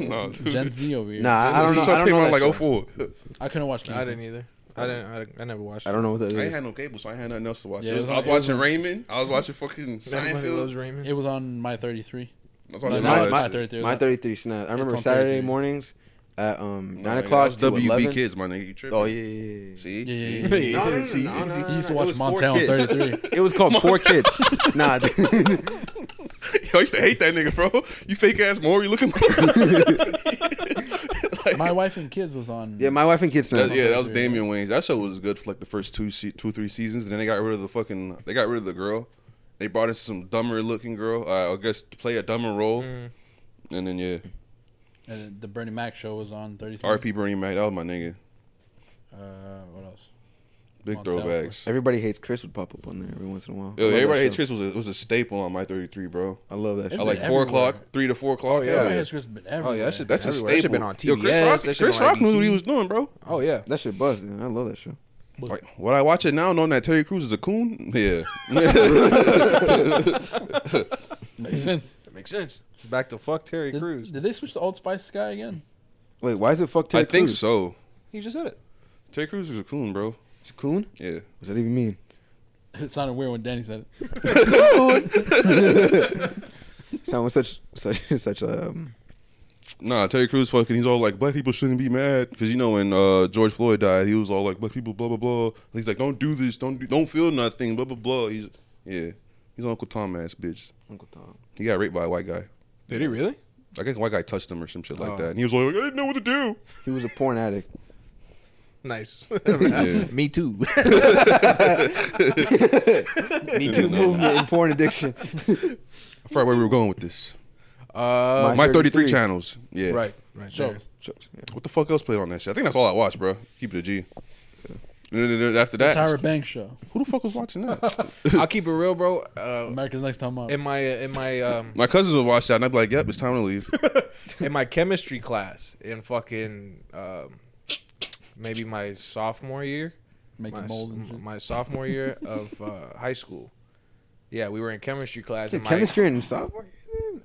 [SPEAKER 2] no, dude.
[SPEAKER 1] Gen Z over here.
[SPEAKER 3] Nah, I don't know.
[SPEAKER 2] So
[SPEAKER 3] I don't
[SPEAKER 2] came
[SPEAKER 3] know.
[SPEAKER 2] out
[SPEAKER 3] that
[SPEAKER 2] like
[SPEAKER 3] show.
[SPEAKER 2] 04.
[SPEAKER 1] I couldn't watch. King
[SPEAKER 4] I
[SPEAKER 1] of
[SPEAKER 4] didn't either. I didn't. I, I never watched.
[SPEAKER 3] I don't know what that
[SPEAKER 2] oh, I ain't
[SPEAKER 3] is.
[SPEAKER 2] had no cable, so I ain't had nothing else to watch.
[SPEAKER 1] Yeah,
[SPEAKER 2] I
[SPEAKER 1] it
[SPEAKER 2] was,
[SPEAKER 1] was on- it was
[SPEAKER 2] watching
[SPEAKER 1] on-
[SPEAKER 2] Raymond. I was watching fucking
[SPEAKER 4] Everybody loves
[SPEAKER 2] Seinfeld.
[SPEAKER 1] Queens.
[SPEAKER 4] Raymond.
[SPEAKER 1] It was on my 33.
[SPEAKER 2] I was watching
[SPEAKER 1] No,
[SPEAKER 2] all
[SPEAKER 3] my,
[SPEAKER 2] that
[SPEAKER 3] my,
[SPEAKER 2] shit.
[SPEAKER 1] 33,
[SPEAKER 3] my
[SPEAKER 1] isn't it?
[SPEAKER 3] 33 snaps. I remember
[SPEAKER 1] on
[SPEAKER 3] Saturday
[SPEAKER 1] 33.
[SPEAKER 3] mornings at um, 9
[SPEAKER 2] Nah, nigga,
[SPEAKER 3] o'clock
[SPEAKER 2] that's
[SPEAKER 3] to
[SPEAKER 2] WB
[SPEAKER 3] 11.
[SPEAKER 2] kids, my nigga. You tripping?
[SPEAKER 3] Oh, yeah, yeah, yeah, yeah.
[SPEAKER 2] See?
[SPEAKER 1] Yeah,
[SPEAKER 2] See?
[SPEAKER 1] yeah, yeah.
[SPEAKER 3] No, no, no,
[SPEAKER 5] See?
[SPEAKER 3] no, no,
[SPEAKER 1] He used to
[SPEAKER 3] no, no,
[SPEAKER 1] watch
[SPEAKER 3] it was four
[SPEAKER 1] Montel on
[SPEAKER 3] kids.
[SPEAKER 1] 33.
[SPEAKER 3] It was called Four Kids. Nah,
[SPEAKER 2] Yo, I used to hate that nigga, bro. You fake ass Maury looking. Like-
[SPEAKER 1] My wife and kids was on.
[SPEAKER 3] yeah, my wife and kids now.
[SPEAKER 2] That- yeah, that was Damian Wayne's. That show was good for like the first two, se- two, three seasons, and then they got rid of the fucking. They got rid of the girl. They brought in some dumber looking girl. Uh, I guess to play a dumber role,
[SPEAKER 3] Mm.
[SPEAKER 4] Mm-hmm.
[SPEAKER 2] and then yeah,
[SPEAKER 1] and uh, the Bernie Mac show was on 33.
[SPEAKER 2] R.P. Bernie Mac. That was my nigga.
[SPEAKER 1] Uh, what else?
[SPEAKER 2] Big
[SPEAKER 1] Montel.
[SPEAKER 2] throwbacks.
[SPEAKER 3] Everybody hates Chris would pop up on there every once in a while. I
[SPEAKER 2] Yo,
[SPEAKER 3] love that
[SPEAKER 2] everybody hates
[SPEAKER 3] show.
[SPEAKER 2] Chris was a, was a staple on my thirty three, bro.
[SPEAKER 3] I love that.
[SPEAKER 2] I
[SPEAKER 3] Show.
[SPEAKER 1] been
[SPEAKER 2] like four
[SPEAKER 1] everywhere.
[SPEAKER 2] o'clock, three to four o'clock. yeah,
[SPEAKER 4] yeah.
[SPEAKER 1] Yeah, it's Chris been
[SPEAKER 4] Oh
[SPEAKER 1] everywhere.
[SPEAKER 4] yeah, that shit,
[SPEAKER 2] That's a
[SPEAKER 4] everywhere.
[SPEAKER 2] staple.
[SPEAKER 4] That shit been on
[SPEAKER 2] Yo,
[SPEAKER 4] TBS.
[SPEAKER 2] Chris Rock,
[SPEAKER 4] that shit
[SPEAKER 2] Chris
[SPEAKER 4] been on
[SPEAKER 2] Rock knew what
[SPEAKER 4] ABC.
[SPEAKER 2] he was doing, bro.
[SPEAKER 4] Oh yeah.
[SPEAKER 3] That shit busts. Man. I love that show.
[SPEAKER 2] Like, what I watch it now, knowing that Terry Crews is a coon, yeah.
[SPEAKER 1] makes sense.
[SPEAKER 4] That makes sense. Back to fuck Terry Crews.
[SPEAKER 1] Did, did they switch to Old Spice guy again?
[SPEAKER 3] Wait, why is it fuck Ted
[SPEAKER 2] I think
[SPEAKER 3] Cruz?
[SPEAKER 2] so.
[SPEAKER 4] He just said it.
[SPEAKER 2] Terry Crews is a coon, bro.
[SPEAKER 3] It's coon?
[SPEAKER 2] Yeah.
[SPEAKER 3] What's that even mean?
[SPEAKER 1] It sounded weird when Danny said it.
[SPEAKER 3] Sound with such such such um.
[SPEAKER 2] Nah, Terry Crews fucking. He's all like, black people shouldn't be mad because you know when uh, George Floyd died, he was all like, black people, blah blah blah. He's like, don't do this, don't do, don't feel nothing, blah blah blah. He's yeah, he's Uncle Tom ass bitch.
[SPEAKER 3] Uncle Tom.
[SPEAKER 2] He got raped by a white guy.
[SPEAKER 4] Did he really?
[SPEAKER 2] I guess a white guy touched him or some shit like that, and he was like, I didn't know what to do.
[SPEAKER 3] He was a porn addict.
[SPEAKER 4] Nice.
[SPEAKER 2] Yeah.
[SPEAKER 4] Me too.
[SPEAKER 3] Me too. Movement and porn addiction.
[SPEAKER 2] I forgot where we were going with this.
[SPEAKER 4] uh,
[SPEAKER 2] My thirty three channels. Yeah.
[SPEAKER 4] right. Right. there.
[SPEAKER 1] Shows.
[SPEAKER 3] Jokes, yeah.
[SPEAKER 2] What the fuck else played on that shit? I think that's all I watched, bro. Keep it a G. And then After that,
[SPEAKER 1] Tyra Banks show.
[SPEAKER 2] who the fuck was watching that?
[SPEAKER 4] I'll keep it real, bro. Uh,
[SPEAKER 1] America's Next Time Up.
[SPEAKER 4] in my in my um
[SPEAKER 2] My cousins would watch that, and I'd be like, "Yep, it's time to leave."
[SPEAKER 4] in my chemistry class in fucking um, maybe my sophomore year.
[SPEAKER 1] Making
[SPEAKER 4] my,
[SPEAKER 1] molds and
[SPEAKER 4] s-
[SPEAKER 1] shit.
[SPEAKER 4] my sophomore year of uh, high school. Yeah, we were in chemistry class.
[SPEAKER 3] Yeah,
[SPEAKER 4] and my-
[SPEAKER 3] chemistry and sophomore.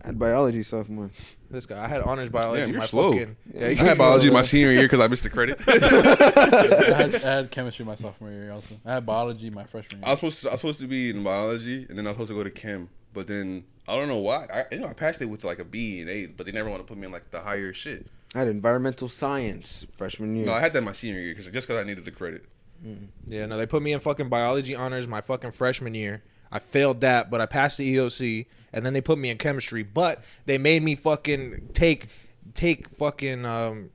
[SPEAKER 3] And biology sophomore.
[SPEAKER 4] This guy, I had honors biology.
[SPEAKER 2] Damn, you're
[SPEAKER 4] my
[SPEAKER 2] slow.
[SPEAKER 4] fucking yeah,
[SPEAKER 2] I
[SPEAKER 4] you
[SPEAKER 2] had biology my senior year because I missed the credit.
[SPEAKER 1] I, had, I had chemistry my sophomore year also. I had biology my freshman
[SPEAKER 2] I
[SPEAKER 1] year.
[SPEAKER 2] was supposed to, I was supposed to be in biology, and then I was supposed to go to chem, but then I don't know why. I you know I passed it with like a B and A, but they never want to put me in like the higher shit.
[SPEAKER 3] I had environmental science freshman year.
[SPEAKER 2] No, I had that my senior year because just because I needed the credit.
[SPEAKER 4] Yeah, no, they put me in fucking biology honors my fucking freshman year. I failed that, but I passed the EOC, and then they put me in chemistry. But they made me fucking take take fucking um,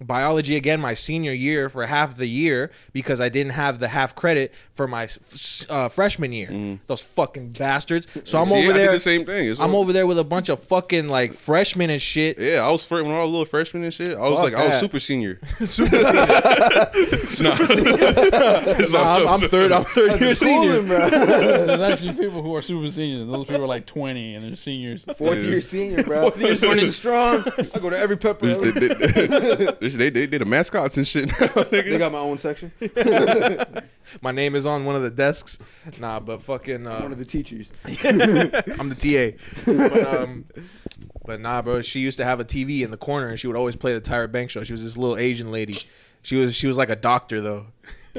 [SPEAKER 4] biology again my senior year for half the year because I didn't have the half credit for my f- uh, freshman year. Those fucking bastards. So I'm
[SPEAKER 2] Mm. See,
[SPEAKER 4] over
[SPEAKER 2] I did
[SPEAKER 4] there.
[SPEAKER 2] the same thing. It's
[SPEAKER 4] I'm
[SPEAKER 2] all-
[SPEAKER 4] over there with a bunch of fucking like freshmen and shit.
[SPEAKER 2] Yeah, I was fr- when I was a little freshman and shit. I was
[SPEAKER 4] Fuck
[SPEAKER 2] like, I was
[SPEAKER 4] that.
[SPEAKER 2] super senior.
[SPEAKER 4] Super
[SPEAKER 2] Nah. So
[SPEAKER 4] Nah, I'm, I'm third. I'm third year senior.
[SPEAKER 1] There's actually people who are super seniors. Those people are like 20 and they're seniors.
[SPEAKER 3] Fourth
[SPEAKER 2] Yeah.
[SPEAKER 3] year senior, bro. Fourth year running strong. I go to every pepper.
[SPEAKER 2] They, they,
[SPEAKER 3] every-
[SPEAKER 2] they, they did the mascots and shit. Now,
[SPEAKER 3] They
[SPEAKER 2] nigga.
[SPEAKER 3] got my own section.
[SPEAKER 4] My name is on one of the desks. Nah, but fucking. Uh,
[SPEAKER 3] One of the teachers.
[SPEAKER 4] I'm the TA. But, um, but nah, bro. She used to have a TV in the corner, and she would always play the Tyra Banks show. She was this little Asian lady. She was she was like a doctor though.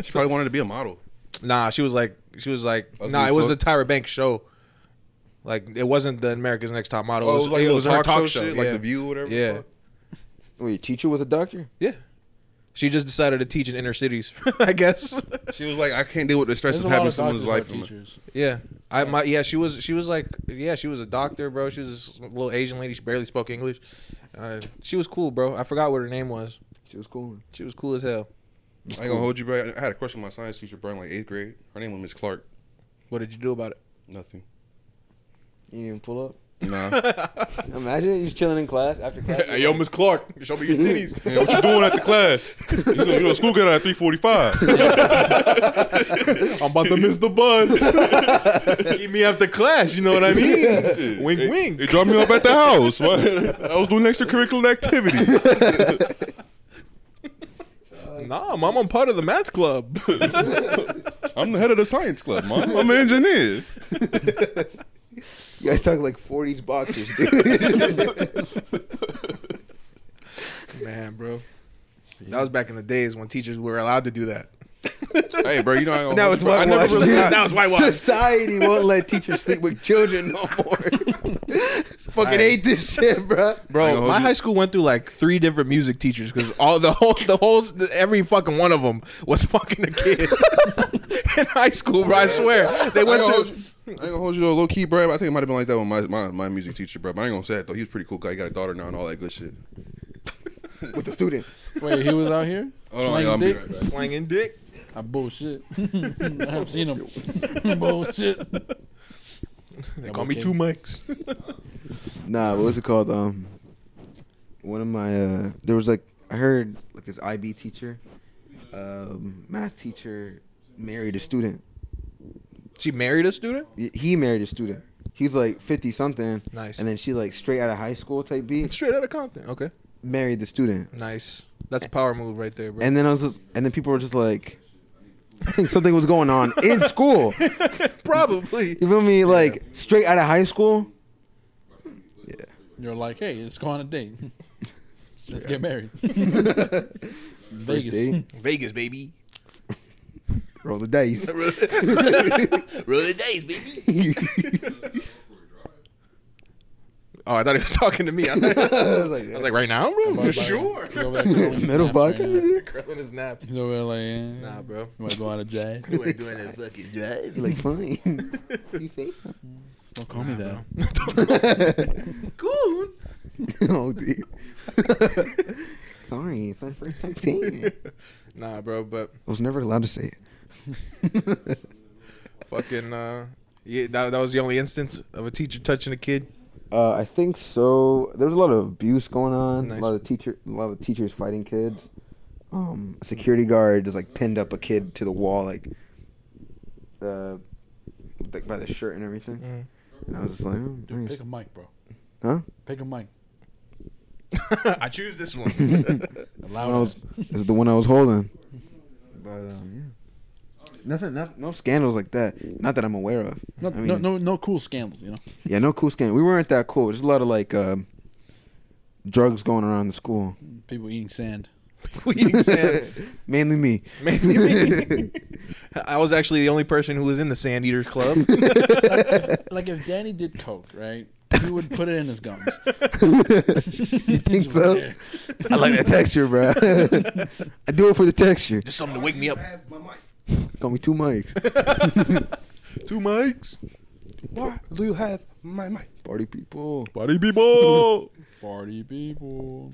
[SPEAKER 2] She probably wanted to be a model.
[SPEAKER 4] Nah, she was like she was like
[SPEAKER 2] Ugly
[SPEAKER 4] nah.
[SPEAKER 2] as
[SPEAKER 4] It was the
[SPEAKER 2] fuck?
[SPEAKER 4] Tyra Banks show. Like it wasn't the America's Next Top Model.
[SPEAKER 2] Oh, it was like a little
[SPEAKER 4] her
[SPEAKER 2] talk, show, shit, like
[SPEAKER 4] yeah.
[SPEAKER 2] The View or whatever. the
[SPEAKER 4] Yeah.
[SPEAKER 2] fuck.
[SPEAKER 3] Wait, teacher was a doctor?
[SPEAKER 4] Yeah. She just decided to teach in inner cities, I guess.
[SPEAKER 2] She was like, I can't deal with the stress
[SPEAKER 1] There's a
[SPEAKER 2] of
[SPEAKER 1] lot
[SPEAKER 2] having
[SPEAKER 1] of doctors
[SPEAKER 2] someone's
[SPEAKER 1] who
[SPEAKER 2] life.
[SPEAKER 1] are
[SPEAKER 2] In my-
[SPEAKER 1] teachers.
[SPEAKER 4] yeah. I my yeah, she was she was like yeah, she was a doctor, bro. She was this little Asian lady, she barely spoke English. Uh, she was cool, bro. I forgot what her name was.
[SPEAKER 3] She was cool.
[SPEAKER 4] She was cool as hell.
[SPEAKER 2] I ain't gonna hold you, bro. I had a crush on my science teacher, bro, in like eighth grade. Her name was Miss Clark.
[SPEAKER 4] What did you do about it?
[SPEAKER 2] Nothing.
[SPEAKER 3] You didn't even pull up.
[SPEAKER 2] Nah.
[SPEAKER 3] Imagine you was chilling in class after class.
[SPEAKER 4] Hey, yo, Miss Clark, show me your titties.
[SPEAKER 2] Man, what you doing at the class? You know, you know school got out at three forty-five.
[SPEAKER 4] I'm about to miss the bus. Keep me after class, you know what I mean? wink,
[SPEAKER 2] They-
[SPEAKER 4] wink.
[SPEAKER 2] They dropped me off at the house. I was doing extracurricular activities.
[SPEAKER 4] Nah, mom, I'm part of the math club.
[SPEAKER 2] I'm the head of the science club, man. I'm an engineer.
[SPEAKER 3] You guys talk like 40s boxers, dude.
[SPEAKER 4] Man, bro. That was back in the days when teachers were allowed to do that.
[SPEAKER 2] Hey, bro, you know
[SPEAKER 4] Oh,
[SPEAKER 2] I,
[SPEAKER 3] now it's
[SPEAKER 2] I
[SPEAKER 3] whitewash.
[SPEAKER 2] never really
[SPEAKER 3] dude.
[SPEAKER 2] got,
[SPEAKER 4] Now it's whitewash.
[SPEAKER 3] Society won't let teachers sleep with children no more. Fucking hate this shit, bro.
[SPEAKER 2] Hang
[SPEAKER 4] Bro,
[SPEAKER 2] on,
[SPEAKER 4] my
[SPEAKER 2] hold you-
[SPEAKER 4] high school went through like three different music teachers because all the whole, the whole, every fucking one of them was fucking a kid in high school, bro. I swear they
[SPEAKER 2] I ain't
[SPEAKER 4] went
[SPEAKER 2] gonna hold
[SPEAKER 4] through.
[SPEAKER 2] you- I ain't gonna hold you though, low key, bro. I think it might have been like that with my, my, my music teacher, bro. But I ain't gonna say it though. He was a pretty cool guy. He got a daughter now and all that good shit.
[SPEAKER 3] With the student.
[SPEAKER 1] Wait, he was out here?
[SPEAKER 2] Hold on,
[SPEAKER 1] Slanging
[SPEAKER 2] yeah, I'll be
[SPEAKER 1] dick?
[SPEAKER 2] right back.
[SPEAKER 4] Slanging dick.
[SPEAKER 1] I bullshit. I've seen him. bullshit.
[SPEAKER 4] They
[SPEAKER 1] I'm
[SPEAKER 4] call me
[SPEAKER 1] okay.
[SPEAKER 4] two mics.
[SPEAKER 3] Nah, what was it called? Um, one of my uh, there was like I heard like this IB teacher, um, math teacher married a student.
[SPEAKER 4] she married a student.
[SPEAKER 3] Y- He married a student. He's like fifty something.
[SPEAKER 4] Nice.
[SPEAKER 3] And then she like straight out of high school type B
[SPEAKER 4] Straight out of Compton. Okay.
[SPEAKER 3] married the student.
[SPEAKER 4] Nice. That's a power move right there, bro.
[SPEAKER 3] And then I was just, and then people were just like, I think something was going on in school.
[SPEAKER 4] Probably.
[SPEAKER 3] You feel me? Like straight out of high school.
[SPEAKER 1] You're like, hey, let's go on a date. Let's get married.
[SPEAKER 3] First date,
[SPEAKER 4] Vegas,
[SPEAKER 1] Vegas.
[SPEAKER 4] baby.
[SPEAKER 3] roll the dice.
[SPEAKER 4] Roll the days, baby. Oh, I thought he was talking to me. I,
[SPEAKER 3] I
[SPEAKER 4] was
[SPEAKER 3] was like,
[SPEAKER 4] like, right now, bro? Sure.
[SPEAKER 1] He's over there curling his
[SPEAKER 3] middle
[SPEAKER 1] nap right now.
[SPEAKER 3] pocket.
[SPEAKER 4] Curling his nap.
[SPEAKER 1] He's over there like, eh,
[SPEAKER 4] Nah, bro.
[SPEAKER 1] You want to go on a drive?
[SPEAKER 4] You ain't doing that fucking drive.
[SPEAKER 3] like fine. you think?
[SPEAKER 1] Don't call me that.
[SPEAKER 4] Cool.
[SPEAKER 3] oh dude. Sorry, it's my first time saying it.
[SPEAKER 4] Nah, bro, but
[SPEAKER 3] I was never allowed to say it.
[SPEAKER 4] fucking, uh, yeah, that, that was the only instance of a teacher touching a kid.
[SPEAKER 3] uh, I think so. There was a lot of abuse going on.
[SPEAKER 4] Nice.
[SPEAKER 3] A lot of teacher, a lot of teachers fighting kids. Um, a security guard just like pinned up a kid to the wall, like the like by the shirt and everything.
[SPEAKER 4] Mm-hmm.
[SPEAKER 3] And I was just like, oh,
[SPEAKER 1] Dude,
[SPEAKER 3] nice.
[SPEAKER 1] pick a mic, bro.
[SPEAKER 3] huh?
[SPEAKER 1] Pick a mic.
[SPEAKER 4] I choose this one.
[SPEAKER 3] When I
[SPEAKER 1] Allow
[SPEAKER 3] was-
[SPEAKER 1] us.
[SPEAKER 3] this is the one I was holding. But um, yeah, nothing, no, no scandals like that. Not that I'm aware of.
[SPEAKER 1] No,
[SPEAKER 3] I mean,
[SPEAKER 1] no, no, no cool scandals, you know?
[SPEAKER 3] Yeah, no cool scandal. We weren't that cool. There's a lot of like um, drugs going around the school.
[SPEAKER 1] People eating sand.
[SPEAKER 4] Please, man.
[SPEAKER 3] Mainly me.
[SPEAKER 4] Mainly me. I was actually the only person who was in the Sand Eater Club.
[SPEAKER 1] like, if, like if Danny did coke, right? He would put it in his gums.
[SPEAKER 3] you think so? I like that texture, bro. I do it for the texture.
[SPEAKER 4] Just something to wake me up.
[SPEAKER 3] Call me two mics.
[SPEAKER 4] Two mics.
[SPEAKER 2] Why do you have my mic?
[SPEAKER 3] Party people.
[SPEAKER 2] Body people.
[SPEAKER 1] Party people.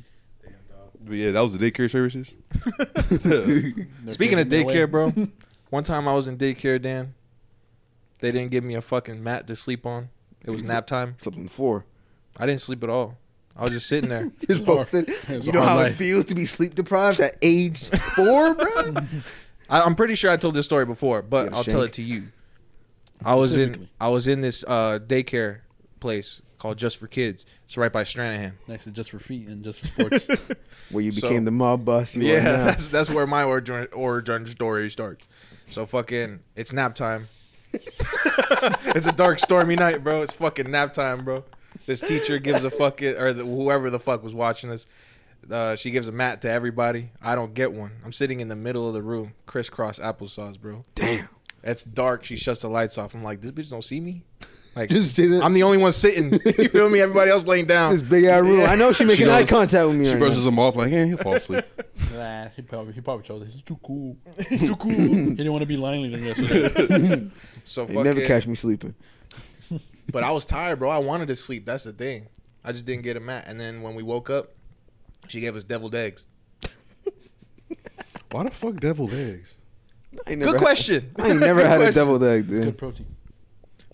[SPEAKER 2] But yeah, that was the daycare services.
[SPEAKER 1] They're
[SPEAKER 4] Speaking of
[SPEAKER 1] taking it away.
[SPEAKER 4] daycare, bro, one time I was in daycare, Dan. They didn't give me a fucking mat to sleep on. It was nap time.
[SPEAKER 3] Slept on the floor.
[SPEAKER 4] I didn't sleep at all. I was just sitting there.
[SPEAKER 3] His
[SPEAKER 1] Floor.
[SPEAKER 3] folks said,
[SPEAKER 1] It's
[SPEAKER 3] "You know
[SPEAKER 1] all
[SPEAKER 3] how it
[SPEAKER 1] night.
[SPEAKER 3] feels to be sleep deprived at age four, bro."
[SPEAKER 4] I, I'm pretty sure I told this story before, but
[SPEAKER 3] Yeah,
[SPEAKER 4] I'll tell
[SPEAKER 3] Shank.
[SPEAKER 4] it to you. I was in
[SPEAKER 1] Specifically.
[SPEAKER 4] I was in this uh, daycare place called Just for Kids. It's right by Stranahan.
[SPEAKER 1] Next to just for feet and just for sports.
[SPEAKER 3] Where you
[SPEAKER 4] So-
[SPEAKER 3] became the mob boss. You
[SPEAKER 4] yeah,
[SPEAKER 3] yeah. Are now.
[SPEAKER 4] that's that's where my origin origin story starts. So fucking, it's nap time. it's a dark, stormy night, bro. It's fucking nap time, bro. This teacher gives a fucking or the, whoever the fuck was watching us. Uh, she gives a mat to everybody. I don't get one. I'm sitting in the middle of the room, crisscross applesauce, bro.
[SPEAKER 5] Damn.
[SPEAKER 4] It's dark. She shuts the lights off. I'm like, this bitch don't see me. Like,
[SPEAKER 3] Just didn't.
[SPEAKER 4] I'm the only one sitting. You feel me? Everybody else laying down.
[SPEAKER 3] this big ass room. I know she making eye contact with me.
[SPEAKER 2] She
[SPEAKER 3] right
[SPEAKER 2] brushes
[SPEAKER 3] now.
[SPEAKER 2] them off like, eh, he'll fall asleep.
[SPEAKER 1] nah, he probably he probably chose. it. He's too cool. He's too cool.
[SPEAKER 3] Mm.
[SPEAKER 1] he didn't want to be line leader yesterday.
[SPEAKER 4] So
[SPEAKER 3] They never
[SPEAKER 4] fucking-
[SPEAKER 3] catch me sleeping.
[SPEAKER 4] But I was tired, bro. I wanted to sleep. That's the thing. I just didn't get a mat. And then when we woke up, she gave us deviled eggs.
[SPEAKER 2] Why the fuck deviled eggs?
[SPEAKER 3] I ain't never
[SPEAKER 4] Good question.
[SPEAKER 3] I ain't never
[SPEAKER 4] Good
[SPEAKER 3] had a
[SPEAKER 4] question.
[SPEAKER 3] deviled egg,
[SPEAKER 1] Good
[SPEAKER 3] dude.
[SPEAKER 1] protein.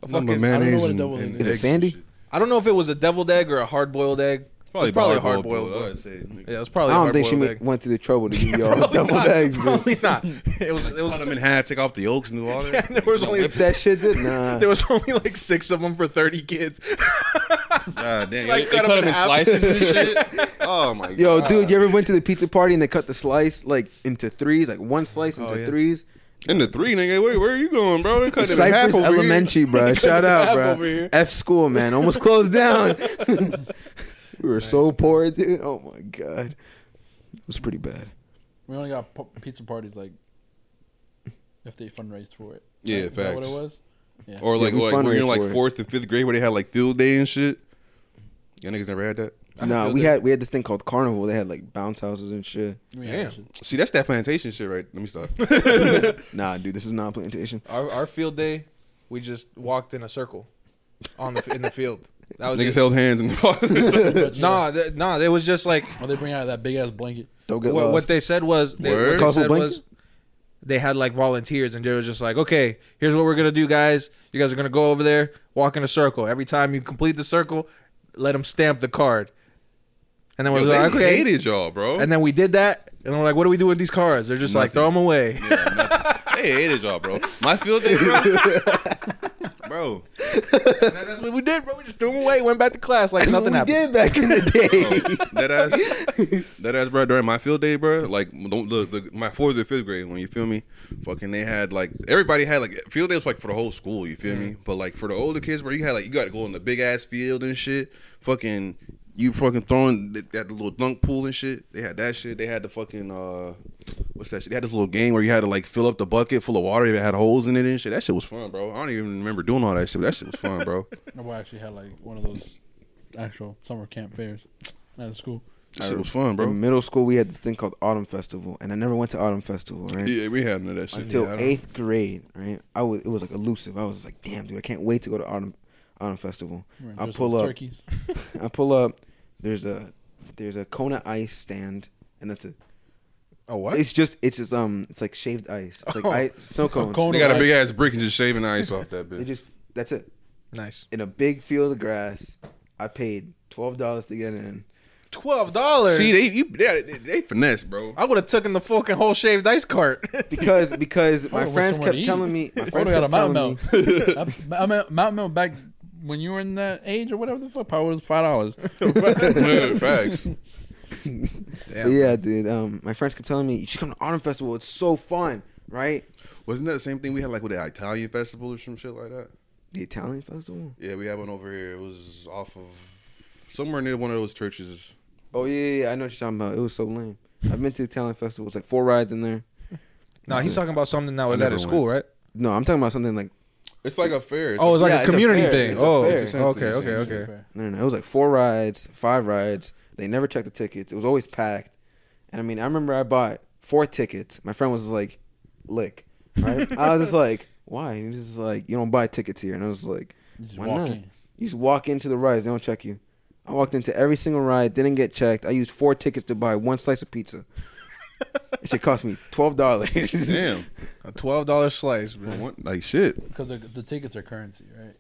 [SPEAKER 4] A
[SPEAKER 2] Nothing but
[SPEAKER 4] fucking-
[SPEAKER 1] I don't know
[SPEAKER 2] mayonnaise
[SPEAKER 1] what a
[SPEAKER 2] and-
[SPEAKER 1] deviled
[SPEAKER 2] and
[SPEAKER 1] egg
[SPEAKER 3] Is
[SPEAKER 1] is.
[SPEAKER 3] it
[SPEAKER 2] eggs and
[SPEAKER 3] sandy?
[SPEAKER 2] shit.
[SPEAKER 4] I don't know if it was a deviled egg or a hard boiled egg. Probably, it's probably a hard boiled.
[SPEAKER 2] though,
[SPEAKER 4] egg.
[SPEAKER 2] I'd say. Nigga,
[SPEAKER 4] Yeah, it was
[SPEAKER 3] I
[SPEAKER 4] probably. a
[SPEAKER 3] don't think she
[SPEAKER 4] hard-boiled
[SPEAKER 3] ma-
[SPEAKER 4] egg.
[SPEAKER 3] went through the trouble to give y'all
[SPEAKER 4] Probably
[SPEAKER 3] deviled
[SPEAKER 4] not.
[SPEAKER 3] eggs, dude.
[SPEAKER 4] Probably not. It was. It was.
[SPEAKER 2] Cut them in half, take off the yolks and do all that.
[SPEAKER 4] there was only.
[SPEAKER 3] If that shit did, nah.
[SPEAKER 4] There was only like six of them for thirty kids.
[SPEAKER 2] God damn.
[SPEAKER 4] Like,
[SPEAKER 2] they cut
[SPEAKER 4] cut 'em
[SPEAKER 2] them
[SPEAKER 4] in
[SPEAKER 2] in
[SPEAKER 4] half.
[SPEAKER 2] slices and shit. Oh my god.
[SPEAKER 3] Yo, dude,
[SPEAKER 4] Uh,
[SPEAKER 3] you ever went to the pizza party and they cut the slice like into threes, like one slice into
[SPEAKER 4] Oh, yeah.
[SPEAKER 3] threes?
[SPEAKER 2] In the three, nigga. Where, where are you going, bro? They cut them in half
[SPEAKER 3] Cypress
[SPEAKER 2] over
[SPEAKER 3] Elementary, bro. Shout out,
[SPEAKER 4] half
[SPEAKER 3] bro.
[SPEAKER 4] over here.
[SPEAKER 3] F school, man. Almost closed down. we were so poor, dude. Oh my god, it was pretty bad.
[SPEAKER 1] We only got p- pizza parties like if they fundraised for it.
[SPEAKER 2] Here. Yeah,
[SPEAKER 1] Is that what
[SPEAKER 2] facts.
[SPEAKER 1] it was? Yeah.
[SPEAKER 2] Or like,
[SPEAKER 3] we
[SPEAKER 2] like when
[SPEAKER 3] fundraised
[SPEAKER 2] you're in
[SPEAKER 3] for
[SPEAKER 2] like
[SPEAKER 3] it.
[SPEAKER 2] fourth and fifth grade where they had like field day and shit. Y'all niggas never had that.
[SPEAKER 3] Nah,
[SPEAKER 4] feel
[SPEAKER 3] we
[SPEAKER 4] that.
[SPEAKER 3] had we had this thing called carnival. They had like bounce houses and shit.
[SPEAKER 1] We
[SPEAKER 4] Damn.
[SPEAKER 1] had that shit.
[SPEAKER 2] See, that's that plantation shit, right? Let me stop.
[SPEAKER 3] Nah, dude, this is non plantation.
[SPEAKER 4] our, our field day, we just walked in a circle, on the in the field. That was
[SPEAKER 2] niggas
[SPEAKER 4] it.
[SPEAKER 2] held hands and
[SPEAKER 1] But, you know,
[SPEAKER 4] Nah, th- nah. It was just like
[SPEAKER 1] Or they bring out that big ass blanket.
[SPEAKER 3] Don't get
[SPEAKER 2] uh,
[SPEAKER 4] what,
[SPEAKER 3] lost.
[SPEAKER 4] what they said was they, what
[SPEAKER 2] Word?
[SPEAKER 4] they
[SPEAKER 3] Colorful
[SPEAKER 4] said
[SPEAKER 3] blanket?
[SPEAKER 4] was they had like volunteers and they were just like, okay, here's what we're gonna do, guys. You guys are gonna go over there, walk in a circle. Every time you complete the circle, let them stamp the card. And then we're
[SPEAKER 2] Yo,
[SPEAKER 4] like,
[SPEAKER 2] they
[SPEAKER 4] okay.
[SPEAKER 2] hated y'all, bro.
[SPEAKER 4] And then we did that, and we're like, what do we do with these cards? They're just like throw them away.
[SPEAKER 2] they hated y'all, bro. My field day, bro. bro.
[SPEAKER 4] And that's what we did, bro. We just threw them away, went back to class like
[SPEAKER 3] That's what
[SPEAKER 4] nothing
[SPEAKER 3] we did
[SPEAKER 4] happened.
[SPEAKER 3] back in the day.
[SPEAKER 2] that ass, that ass, bro. During my field day, bro, like don't the, the my fourth or fifth grade when you feel me, fucking they had like everybody had like field day was like for the whole school, you feel me? But like for the older kids, bro, you had like you got to go in the big ass field and shit, fucking. You fucking throwing th- that little dunk pool and shit. They had that shit. They had the fucking uh, what's that shit? They had this little game where you had to like fill up the bucket full of water. It had holes in it and shit. That shit was fun, bro. I don't even remember doing all that shit. But that shit was fun, bro.
[SPEAKER 1] Well, I actually had like one of those actual summer camp fairs at the school.
[SPEAKER 2] That shit was fun,
[SPEAKER 3] In
[SPEAKER 2] bro.
[SPEAKER 3] middle school, we had this thing called autumn festival, and I never went to autumn festival, right?
[SPEAKER 2] Yeah, we had none of that shit.
[SPEAKER 3] until
[SPEAKER 2] Yeah, I don't-
[SPEAKER 3] eighth grade, right? I was it was like elusive. I was like, damn, dude, I can't wait to go to autumn autumn festival.
[SPEAKER 1] We were
[SPEAKER 3] I
[SPEAKER 1] just
[SPEAKER 3] pull
[SPEAKER 1] on
[SPEAKER 3] up,
[SPEAKER 1] Turkeys.
[SPEAKER 3] I pull up. There's a there's a Kona ice stand, and that's it.
[SPEAKER 4] Oh what?
[SPEAKER 3] It's just it's just um it's like shaved ice. It's like
[SPEAKER 4] Oh.
[SPEAKER 3] ice, snow cones.
[SPEAKER 1] cone.
[SPEAKER 2] They got a big ass brick and just shaving ice off that
[SPEAKER 3] They
[SPEAKER 2] bitch.
[SPEAKER 3] just that's it
[SPEAKER 4] Nice.
[SPEAKER 3] in a big field of grass. I paid twelve dollars to get in.
[SPEAKER 4] Twelve dollars.
[SPEAKER 2] See, they you, they, they, they finesse, bro.
[SPEAKER 4] I would have taken the fucking whole shaved ice cart.
[SPEAKER 3] Because because my
[SPEAKER 1] went
[SPEAKER 3] friends
[SPEAKER 1] somewhere
[SPEAKER 3] kept
[SPEAKER 1] to eat.
[SPEAKER 3] telling me my
[SPEAKER 1] Oh, we
[SPEAKER 3] friends
[SPEAKER 1] got a
[SPEAKER 3] kept telling
[SPEAKER 1] mountain
[SPEAKER 3] me
[SPEAKER 1] milk. I, I mean, mountain milk back when you were in that age or whatever the fuck, probably was five dollars.
[SPEAKER 2] Yeah, Facts.
[SPEAKER 3] but yeah, dude. Um, my friends kept telling me you should come to Autumn Festival. It's so fun, right?
[SPEAKER 2] Wasn't that the same thing we had like with the Italian festival or some shit like that?
[SPEAKER 3] The Italian festival.
[SPEAKER 2] Yeah, we had one over here. It was off of somewhere near one of those churches.
[SPEAKER 3] Oh yeah, yeah, yeah, I know what you're talking about. It was so lame. I've been to the talent festival. It's like four rides in there.
[SPEAKER 4] no, he's talking about something that was
[SPEAKER 2] I
[SPEAKER 4] at
[SPEAKER 2] never
[SPEAKER 4] his school, right?
[SPEAKER 3] No, I'm talking about something like
[SPEAKER 2] It's like a fair. It's
[SPEAKER 4] Oh, it's like
[SPEAKER 3] Yeah,
[SPEAKER 4] a
[SPEAKER 3] it's a
[SPEAKER 4] community
[SPEAKER 3] fair.
[SPEAKER 4] thing.
[SPEAKER 3] It's a
[SPEAKER 4] Oh,
[SPEAKER 3] fair.
[SPEAKER 4] okay, okay, okay, okay.
[SPEAKER 3] no, no, no. It was like four rides, five rides. They never checked the tickets. It was always packed. And I mean, I remember I bought four tickets. My friend was like, "Lick," right? I was just like, "Why?" And he was just like, "You don't buy tickets here." And I was like,
[SPEAKER 1] You just
[SPEAKER 3] "Why
[SPEAKER 1] walk
[SPEAKER 3] not?"
[SPEAKER 1] in.
[SPEAKER 3] You just walk into the rides. They don't check you. I walked into every single ride, didn't get checked. I used four tickets to buy one slice of pizza. it should cost me twelve dollars.
[SPEAKER 2] Damn.
[SPEAKER 4] A twelve dollar slice, bro.
[SPEAKER 2] What- Like shit.
[SPEAKER 1] Because the, the tickets are currency, right?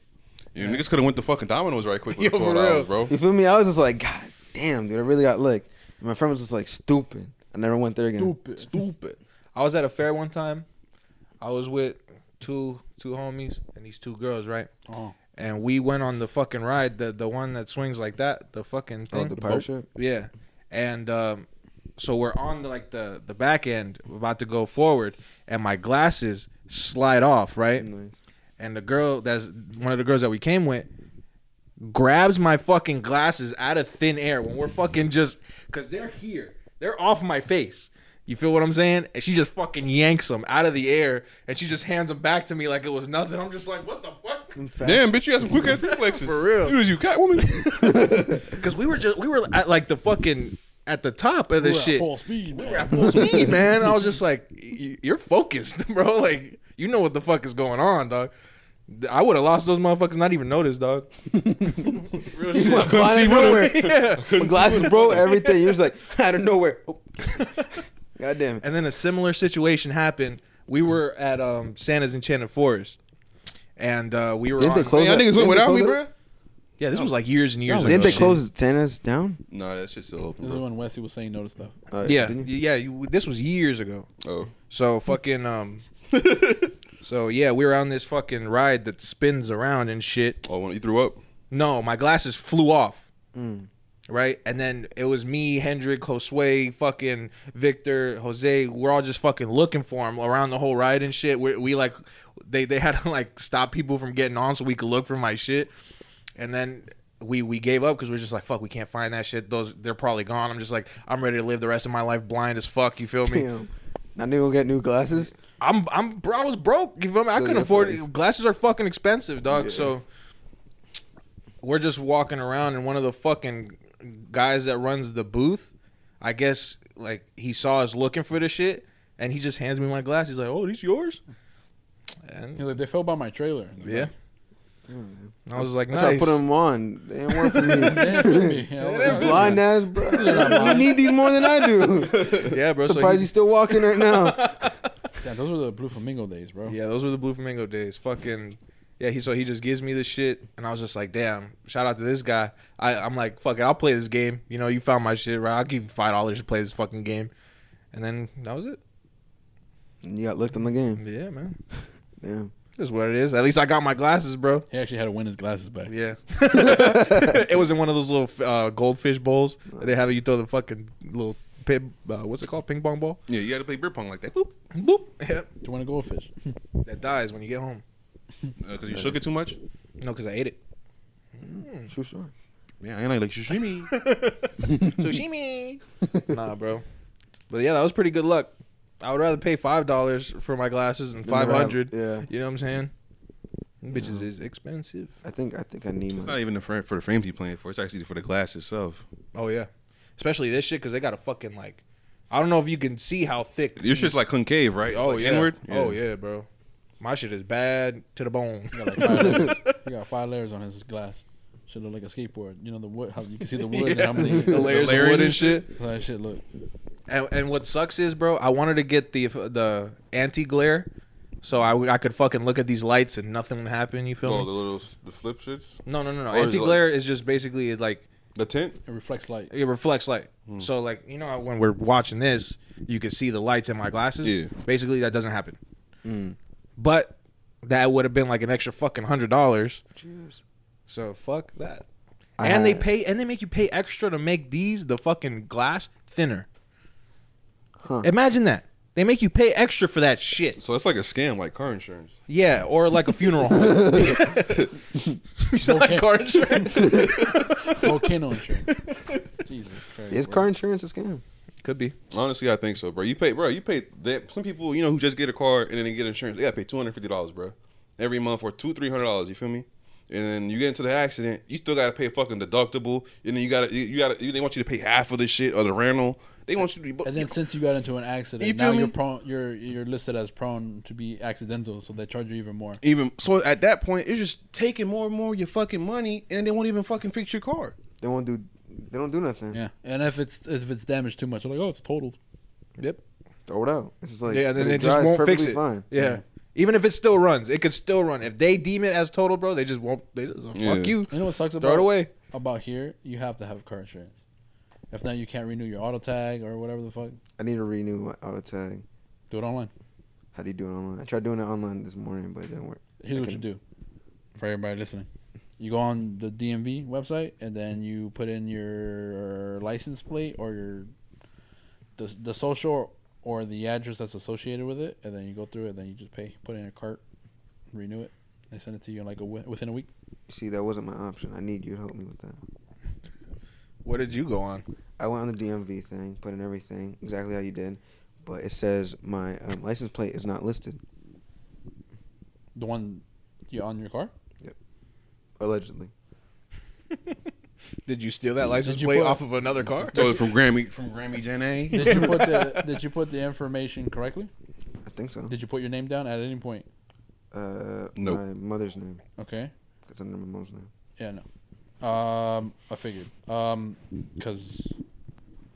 [SPEAKER 2] You niggas could have went to fucking Domino's right quick with
[SPEAKER 4] Yo,
[SPEAKER 2] the
[SPEAKER 4] for
[SPEAKER 2] twelve
[SPEAKER 4] real.
[SPEAKER 2] dollars, bro.
[SPEAKER 3] You feel me? I was just like, God damn, dude, I really got licked. And my friend was just like, stupid. I never went there again.
[SPEAKER 1] Stupid.
[SPEAKER 4] Stupid. I was at a fair one time. I was with two two homies and these two girls, right?
[SPEAKER 3] Uh-huh.
[SPEAKER 1] Oh.
[SPEAKER 4] And we went on the fucking ride, the the one that swings like that, the fucking
[SPEAKER 3] Oh,
[SPEAKER 4] thing.
[SPEAKER 3] the pirate ship?
[SPEAKER 4] Yeah, and um, so we're on the, like the the back end, we're about to go forward, and my glasses slide off, right?
[SPEAKER 3] Nice.
[SPEAKER 4] And the girl that's one of the girls that we came with grabs my fucking glasses out of thin air when we're fucking just because they're here, they're off my face. You feel what I'm saying? And she just fucking yanks them out of the air, and she just hands them back to me like it was nothing. I'm just like, what the fuck?
[SPEAKER 2] Damn, bitch, you got some quick ass reflexes.
[SPEAKER 4] For real.
[SPEAKER 2] You was you Catwoman.
[SPEAKER 4] Because we were just we were at like the fucking at the top of this
[SPEAKER 1] We're at
[SPEAKER 4] shit.
[SPEAKER 1] full speed, man.
[SPEAKER 4] me, man. I was just like, y- you're focused, bro. Like, you know what the fuck is going on, dog. I would have lost those motherfuckers, not even noticed, dog. Real shit.
[SPEAKER 2] Couldn't see nowhere.
[SPEAKER 4] yeah.
[SPEAKER 3] My glasses, bro, everything. You're just like, out of nowhere. Oh. God damn it.
[SPEAKER 4] And then a similar situation happened. We were at um, Santa's Enchanted Forest, and uh, we were.
[SPEAKER 3] Didn't
[SPEAKER 4] on,
[SPEAKER 3] they close
[SPEAKER 2] Y'all
[SPEAKER 3] it?
[SPEAKER 2] niggas
[SPEAKER 3] Didn't
[SPEAKER 2] went without
[SPEAKER 3] they close
[SPEAKER 2] me,
[SPEAKER 3] it?
[SPEAKER 2] bro.
[SPEAKER 4] Yeah, this was like years and years ago.
[SPEAKER 3] Didn't they close Santa's down?
[SPEAKER 2] Nah, that shit's still open,
[SPEAKER 1] This is
[SPEAKER 2] bro.
[SPEAKER 1] when Wesley was saying no to stuff.
[SPEAKER 3] Uh,
[SPEAKER 4] Yeah,
[SPEAKER 3] didn't you?
[SPEAKER 4] yeah. You, this was years ago.
[SPEAKER 2] Oh.
[SPEAKER 4] So fucking um. so yeah, we were on this fucking ride that spins around and shit.
[SPEAKER 2] Oh, when you threw up?
[SPEAKER 4] No, my glasses flew off. Right? And then it was me, Hendrick, Josue, fucking Victor, Jose. We're all just fucking looking for him around the whole ride and shit. We, we like, they, they had to like stop people from getting on so we could look for my shit. And then we we gave up because we are just like, fuck, we can't find that shit. Those, they're probably gone. I'm just like, I'm ready to live the rest of my life blind as fuck. You feel me?
[SPEAKER 3] Damn. I knew we'll get new glasses.
[SPEAKER 4] I'm I'm bro, I was broke. You feel me? I couldn't
[SPEAKER 3] yeah,
[SPEAKER 4] afford
[SPEAKER 3] facts.
[SPEAKER 4] glasses are fucking expensive, dog. So we're just walking around and one of the fucking guys that runs the booth, I guess like he saw us looking for the shit and he just hands me my glass. He's like, "Oh, these yours?"
[SPEAKER 1] He's
[SPEAKER 4] And
[SPEAKER 1] like, they fell by my trailer.
[SPEAKER 4] yeah. I was like,
[SPEAKER 3] I tried
[SPEAKER 4] nice.
[SPEAKER 3] to put them on. They didn't work for
[SPEAKER 1] They didn't fit
[SPEAKER 3] me.
[SPEAKER 1] me. Yeah,
[SPEAKER 4] They
[SPEAKER 1] I
[SPEAKER 4] didn't
[SPEAKER 1] was like,
[SPEAKER 3] Blind ass, bro. You need these more than I do.
[SPEAKER 4] yeah, bro. so
[SPEAKER 3] Surprised
[SPEAKER 4] he-
[SPEAKER 3] you still walking right now.
[SPEAKER 1] yeah, those were the Blue Flamingo days, bro.
[SPEAKER 4] Yeah, those were the blue flamingo days. Fucking yeah, he so he just gives me this shit and I was just like, damn, shout out to this guy. I, I'm like, fuck it, I'll play this game. You know, you found my shit, right? I'll give you five dollars to play this fucking game. And then that was it.
[SPEAKER 3] And you got licked on the game.
[SPEAKER 4] Yeah, man.
[SPEAKER 3] Damn.
[SPEAKER 4] That's what it is. At least I got my glasses, bro.
[SPEAKER 1] He actually had to win his glasses back.
[SPEAKER 4] Yeah. it was in one of those little uh, goldfish bowls that they have you throw the fucking little pin, uh, what's it called? Ping pong ball?
[SPEAKER 2] Yeah, you got to play beer pong like that.
[SPEAKER 4] Boop, boop. Yeah.
[SPEAKER 1] Do you want a goldfish?
[SPEAKER 4] That dies when you get home.
[SPEAKER 2] Because Uh, you shook it too much?
[SPEAKER 4] No, because I ate it.
[SPEAKER 3] True story.
[SPEAKER 2] Yeah, I ain't like, like sashimi.
[SPEAKER 4] Sushimi. nah, bro. But yeah, that was pretty good luck. I would rather pay five dollars for my glasses than
[SPEAKER 3] Never
[SPEAKER 4] five
[SPEAKER 3] have-
[SPEAKER 4] hundred.
[SPEAKER 3] Yeah.
[SPEAKER 4] You know what I'm saying? Them Bitches is expensive.
[SPEAKER 3] I think I think I need
[SPEAKER 2] it's
[SPEAKER 3] my
[SPEAKER 2] not even the frame for the frames you playing for. It's actually for the glass itself.
[SPEAKER 4] Oh yeah, especially this shit because they got a fucking like. I don't know if you can see how thick.
[SPEAKER 2] Your shit's like concave, right?
[SPEAKER 4] oh
[SPEAKER 2] Like
[SPEAKER 4] yeah.
[SPEAKER 2] Inward?
[SPEAKER 4] Oh yeah, bro. My shit is bad to the bone.
[SPEAKER 1] He got like five layers. He got five layers on his glass. Should look like a skateboard. You know the wood. How you can see the wood.
[SPEAKER 4] Yeah.
[SPEAKER 1] and how many
[SPEAKER 4] The layers of wood
[SPEAKER 2] layering.
[SPEAKER 4] and shit.
[SPEAKER 1] How that shit look.
[SPEAKER 4] And, and what sucks is, bro, I wanted to get the the anti glare, so I, I could fucking look at these lights and nothing would happen. You feel
[SPEAKER 2] Oh,
[SPEAKER 4] me?
[SPEAKER 2] the little the flip shits?
[SPEAKER 4] No, no, no, no.
[SPEAKER 2] Or is it
[SPEAKER 4] Anti glare is just basically like
[SPEAKER 2] The tent?
[SPEAKER 1] It reflects light.
[SPEAKER 4] it reflects light.
[SPEAKER 3] Hmm.
[SPEAKER 4] So like you know how when we're watching this, you can see the lights in my glasses.
[SPEAKER 2] Yeah.
[SPEAKER 4] Basically, that doesn't happen.
[SPEAKER 3] Hmm.
[SPEAKER 4] But that would have been like an extra fucking hundred dollars.
[SPEAKER 3] Jesus.
[SPEAKER 4] So fuck that.
[SPEAKER 3] I
[SPEAKER 4] and they
[SPEAKER 3] had-
[SPEAKER 4] pay and they make you pay extra to make these the fucking glass thinner.
[SPEAKER 3] Huh.
[SPEAKER 4] Imagine that. They make you pay extra for that shit.
[SPEAKER 2] So that's like a scam, like car insurance.
[SPEAKER 4] Yeah, or like a funeral home. you sell
[SPEAKER 1] Okay.
[SPEAKER 4] car insurance?
[SPEAKER 1] Volcano insurance. Jesus Christ.
[SPEAKER 3] Is
[SPEAKER 1] bro.
[SPEAKER 3] car insurance a scam?
[SPEAKER 4] Could be.
[SPEAKER 2] Honestly, I think so, bro. You pay, bro. You pay. They, some people, you know, who just get a car and then they get insurance. They gotta pay two hundred fifty dollars, bro, every month or two, three hundred dollars. You feel me? And then you get into the accident, you still gotta pay fucking deductible, and then you gotta, you, you gotta. You, they want you to pay half of the shit or the rental. They want you to be.
[SPEAKER 1] And then since you got into an accident,
[SPEAKER 2] You
[SPEAKER 1] now
[SPEAKER 2] feel me?
[SPEAKER 1] you're prone. You're you're listed as prone to be accidental, so they charge you even more.
[SPEAKER 2] even so, at that point, it's just taking more and more of your fucking money, and they won't even fucking fix your car.
[SPEAKER 3] They won't do. They don't do nothing.
[SPEAKER 1] Yeah, and if it's if it's damaged too much, they're like, oh, it's totaled.
[SPEAKER 4] Yep.
[SPEAKER 3] Throw it out. It's just like
[SPEAKER 4] yeah, and then
[SPEAKER 3] it
[SPEAKER 4] they just
[SPEAKER 3] dries
[SPEAKER 4] won't fix
[SPEAKER 3] perfectly
[SPEAKER 4] it.
[SPEAKER 3] Fine.
[SPEAKER 4] Yeah. Even if it still runs, it could still run. If they deem it as total, bro, they just won't. They just fuck
[SPEAKER 2] Yeah.
[SPEAKER 4] you.
[SPEAKER 1] You know what sucks about
[SPEAKER 4] Throw it away.
[SPEAKER 1] About here, you have to have car insurance. If not, you can't renew your auto tag or whatever the fuck.
[SPEAKER 3] I need to renew my auto tag.
[SPEAKER 1] Do it online.
[SPEAKER 3] How do you do it online? I tried doing it online this morning, but it didn't work.
[SPEAKER 1] Here's
[SPEAKER 3] I
[SPEAKER 1] what you
[SPEAKER 3] can-
[SPEAKER 1] do for everybody listening. You go on the DMV website and then you put in your license plate or your the the social or the address that's associated with it, and then you go through it. Then you just pay, put it in a cart, renew it. They send it to you in like a wi- within a week.
[SPEAKER 3] See, that wasn't my option. I need you to help me with that.
[SPEAKER 4] What did you go on?
[SPEAKER 3] I went on the DMV thing, put in everything exactly how you did, but it says my um, license plate is not listed
[SPEAKER 1] The one you on your car.
[SPEAKER 3] allegedly.
[SPEAKER 4] Did you steal that license
[SPEAKER 1] Did you
[SPEAKER 4] plate
[SPEAKER 1] put-
[SPEAKER 4] off of another car?
[SPEAKER 2] Stole it from Grammy from Grammy Gen A.
[SPEAKER 1] Did you put the Did you put the information correctly?
[SPEAKER 3] I think so.
[SPEAKER 1] Did you put your name down at any point?
[SPEAKER 3] Uh,
[SPEAKER 2] Nope.
[SPEAKER 3] My mother's name.
[SPEAKER 1] Okay.
[SPEAKER 3] It's under my mom's name.
[SPEAKER 1] Yeah, no. Um, I figured. Um, cause,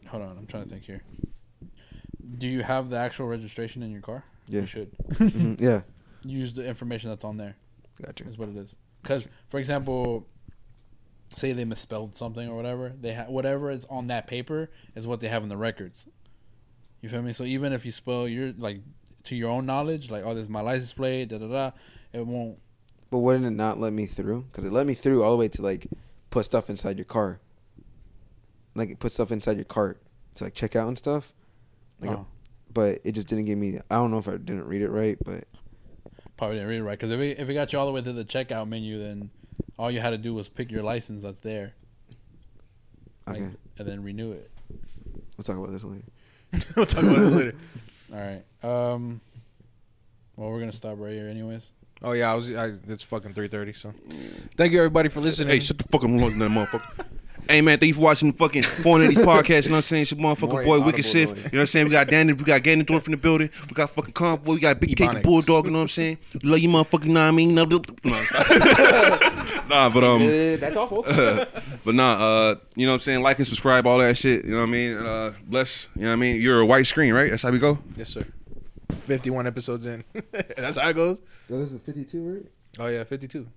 [SPEAKER 1] hold on, I'm trying to think here. Do you have the actual registration in your car?
[SPEAKER 3] Yeah.
[SPEAKER 1] You should
[SPEAKER 3] Mhm, Yeah,
[SPEAKER 1] use the information that's on there.
[SPEAKER 3] got you.
[SPEAKER 1] Is what it is. Cause, for example, say they misspelled something or whatever, they ha- whatever is on that paper is what they have in the records. You feel me? So even if you spell your like to your own knowledge, like oh, this is my license plate, da da da, it won't.
[SPEAKER 3] But wouldn't it not let me through? Because it let me through all the way to like put stuff inside your car. Like it put stuff inside your cart to like check out and stuff. Like,
[SPEAKER 1] Oh.
[SPEAKER 3] But it just didn't give me. I don't know if I didn't read it right, but
[SPEAKER 1] Probably didn't read it right because if it, if it got you all the way to the checkout menu, then all you had to do was pick your license that's there, like,
[SPEAKER 3] okay.
[SPEAKER 1] and then renew it.
[SPEAKER 3] We'll talk about this later.
[SPEAKER 4] we'll talk about it later.
[SPEAKER 1] All right. Um. Well, we're gonna stop right here, anyways.
[SPEAKER 4] Oh yeah, I was. I, it's fucking three thirty. So, thank you everybody for listening.
[SPEAKER 2] Hey, shut the fuck up, I'm looking at that motherfucker. Hey man, thank you for watching the fucking 480s podcast. You know what I'm saying? It's your motherfucking
[SPEAKER 4] More
[SPEAKER 2] boy,
[SPEAKER 4] audible
[SPEAKER 2] Wicked Sith. You
[SPEAKER 4] noise.
[SPEAKER 2] know what I'm saying? We got Danny, we got Ganondorf in the building. We got fucking Convoy, we got Big Cake the
[SPEAKER 4] Ebonics.
[SPEAKER 2] Bulldog. You know what I'm saying? We love you, motherfucking. Know what I mean? Nah, blah, blah, blah. No, I'm sorry. nah, but um,
[SPEAKER 3] that's awful.
[SPEAKER 2] but nah, uh, you know what I'm saying? Like and subscribe, all that shit. You know what I mean? Uh, bless. You know what I mean? You're a white screen, right? That's how we go.
[SPEAKER 4] yes sir. Fifty-one episodes in. That's how it goes.
[SPEAKER 3] Yo, this is 52, right?
[SPEAKER 4] Oh yeah, fifty-two.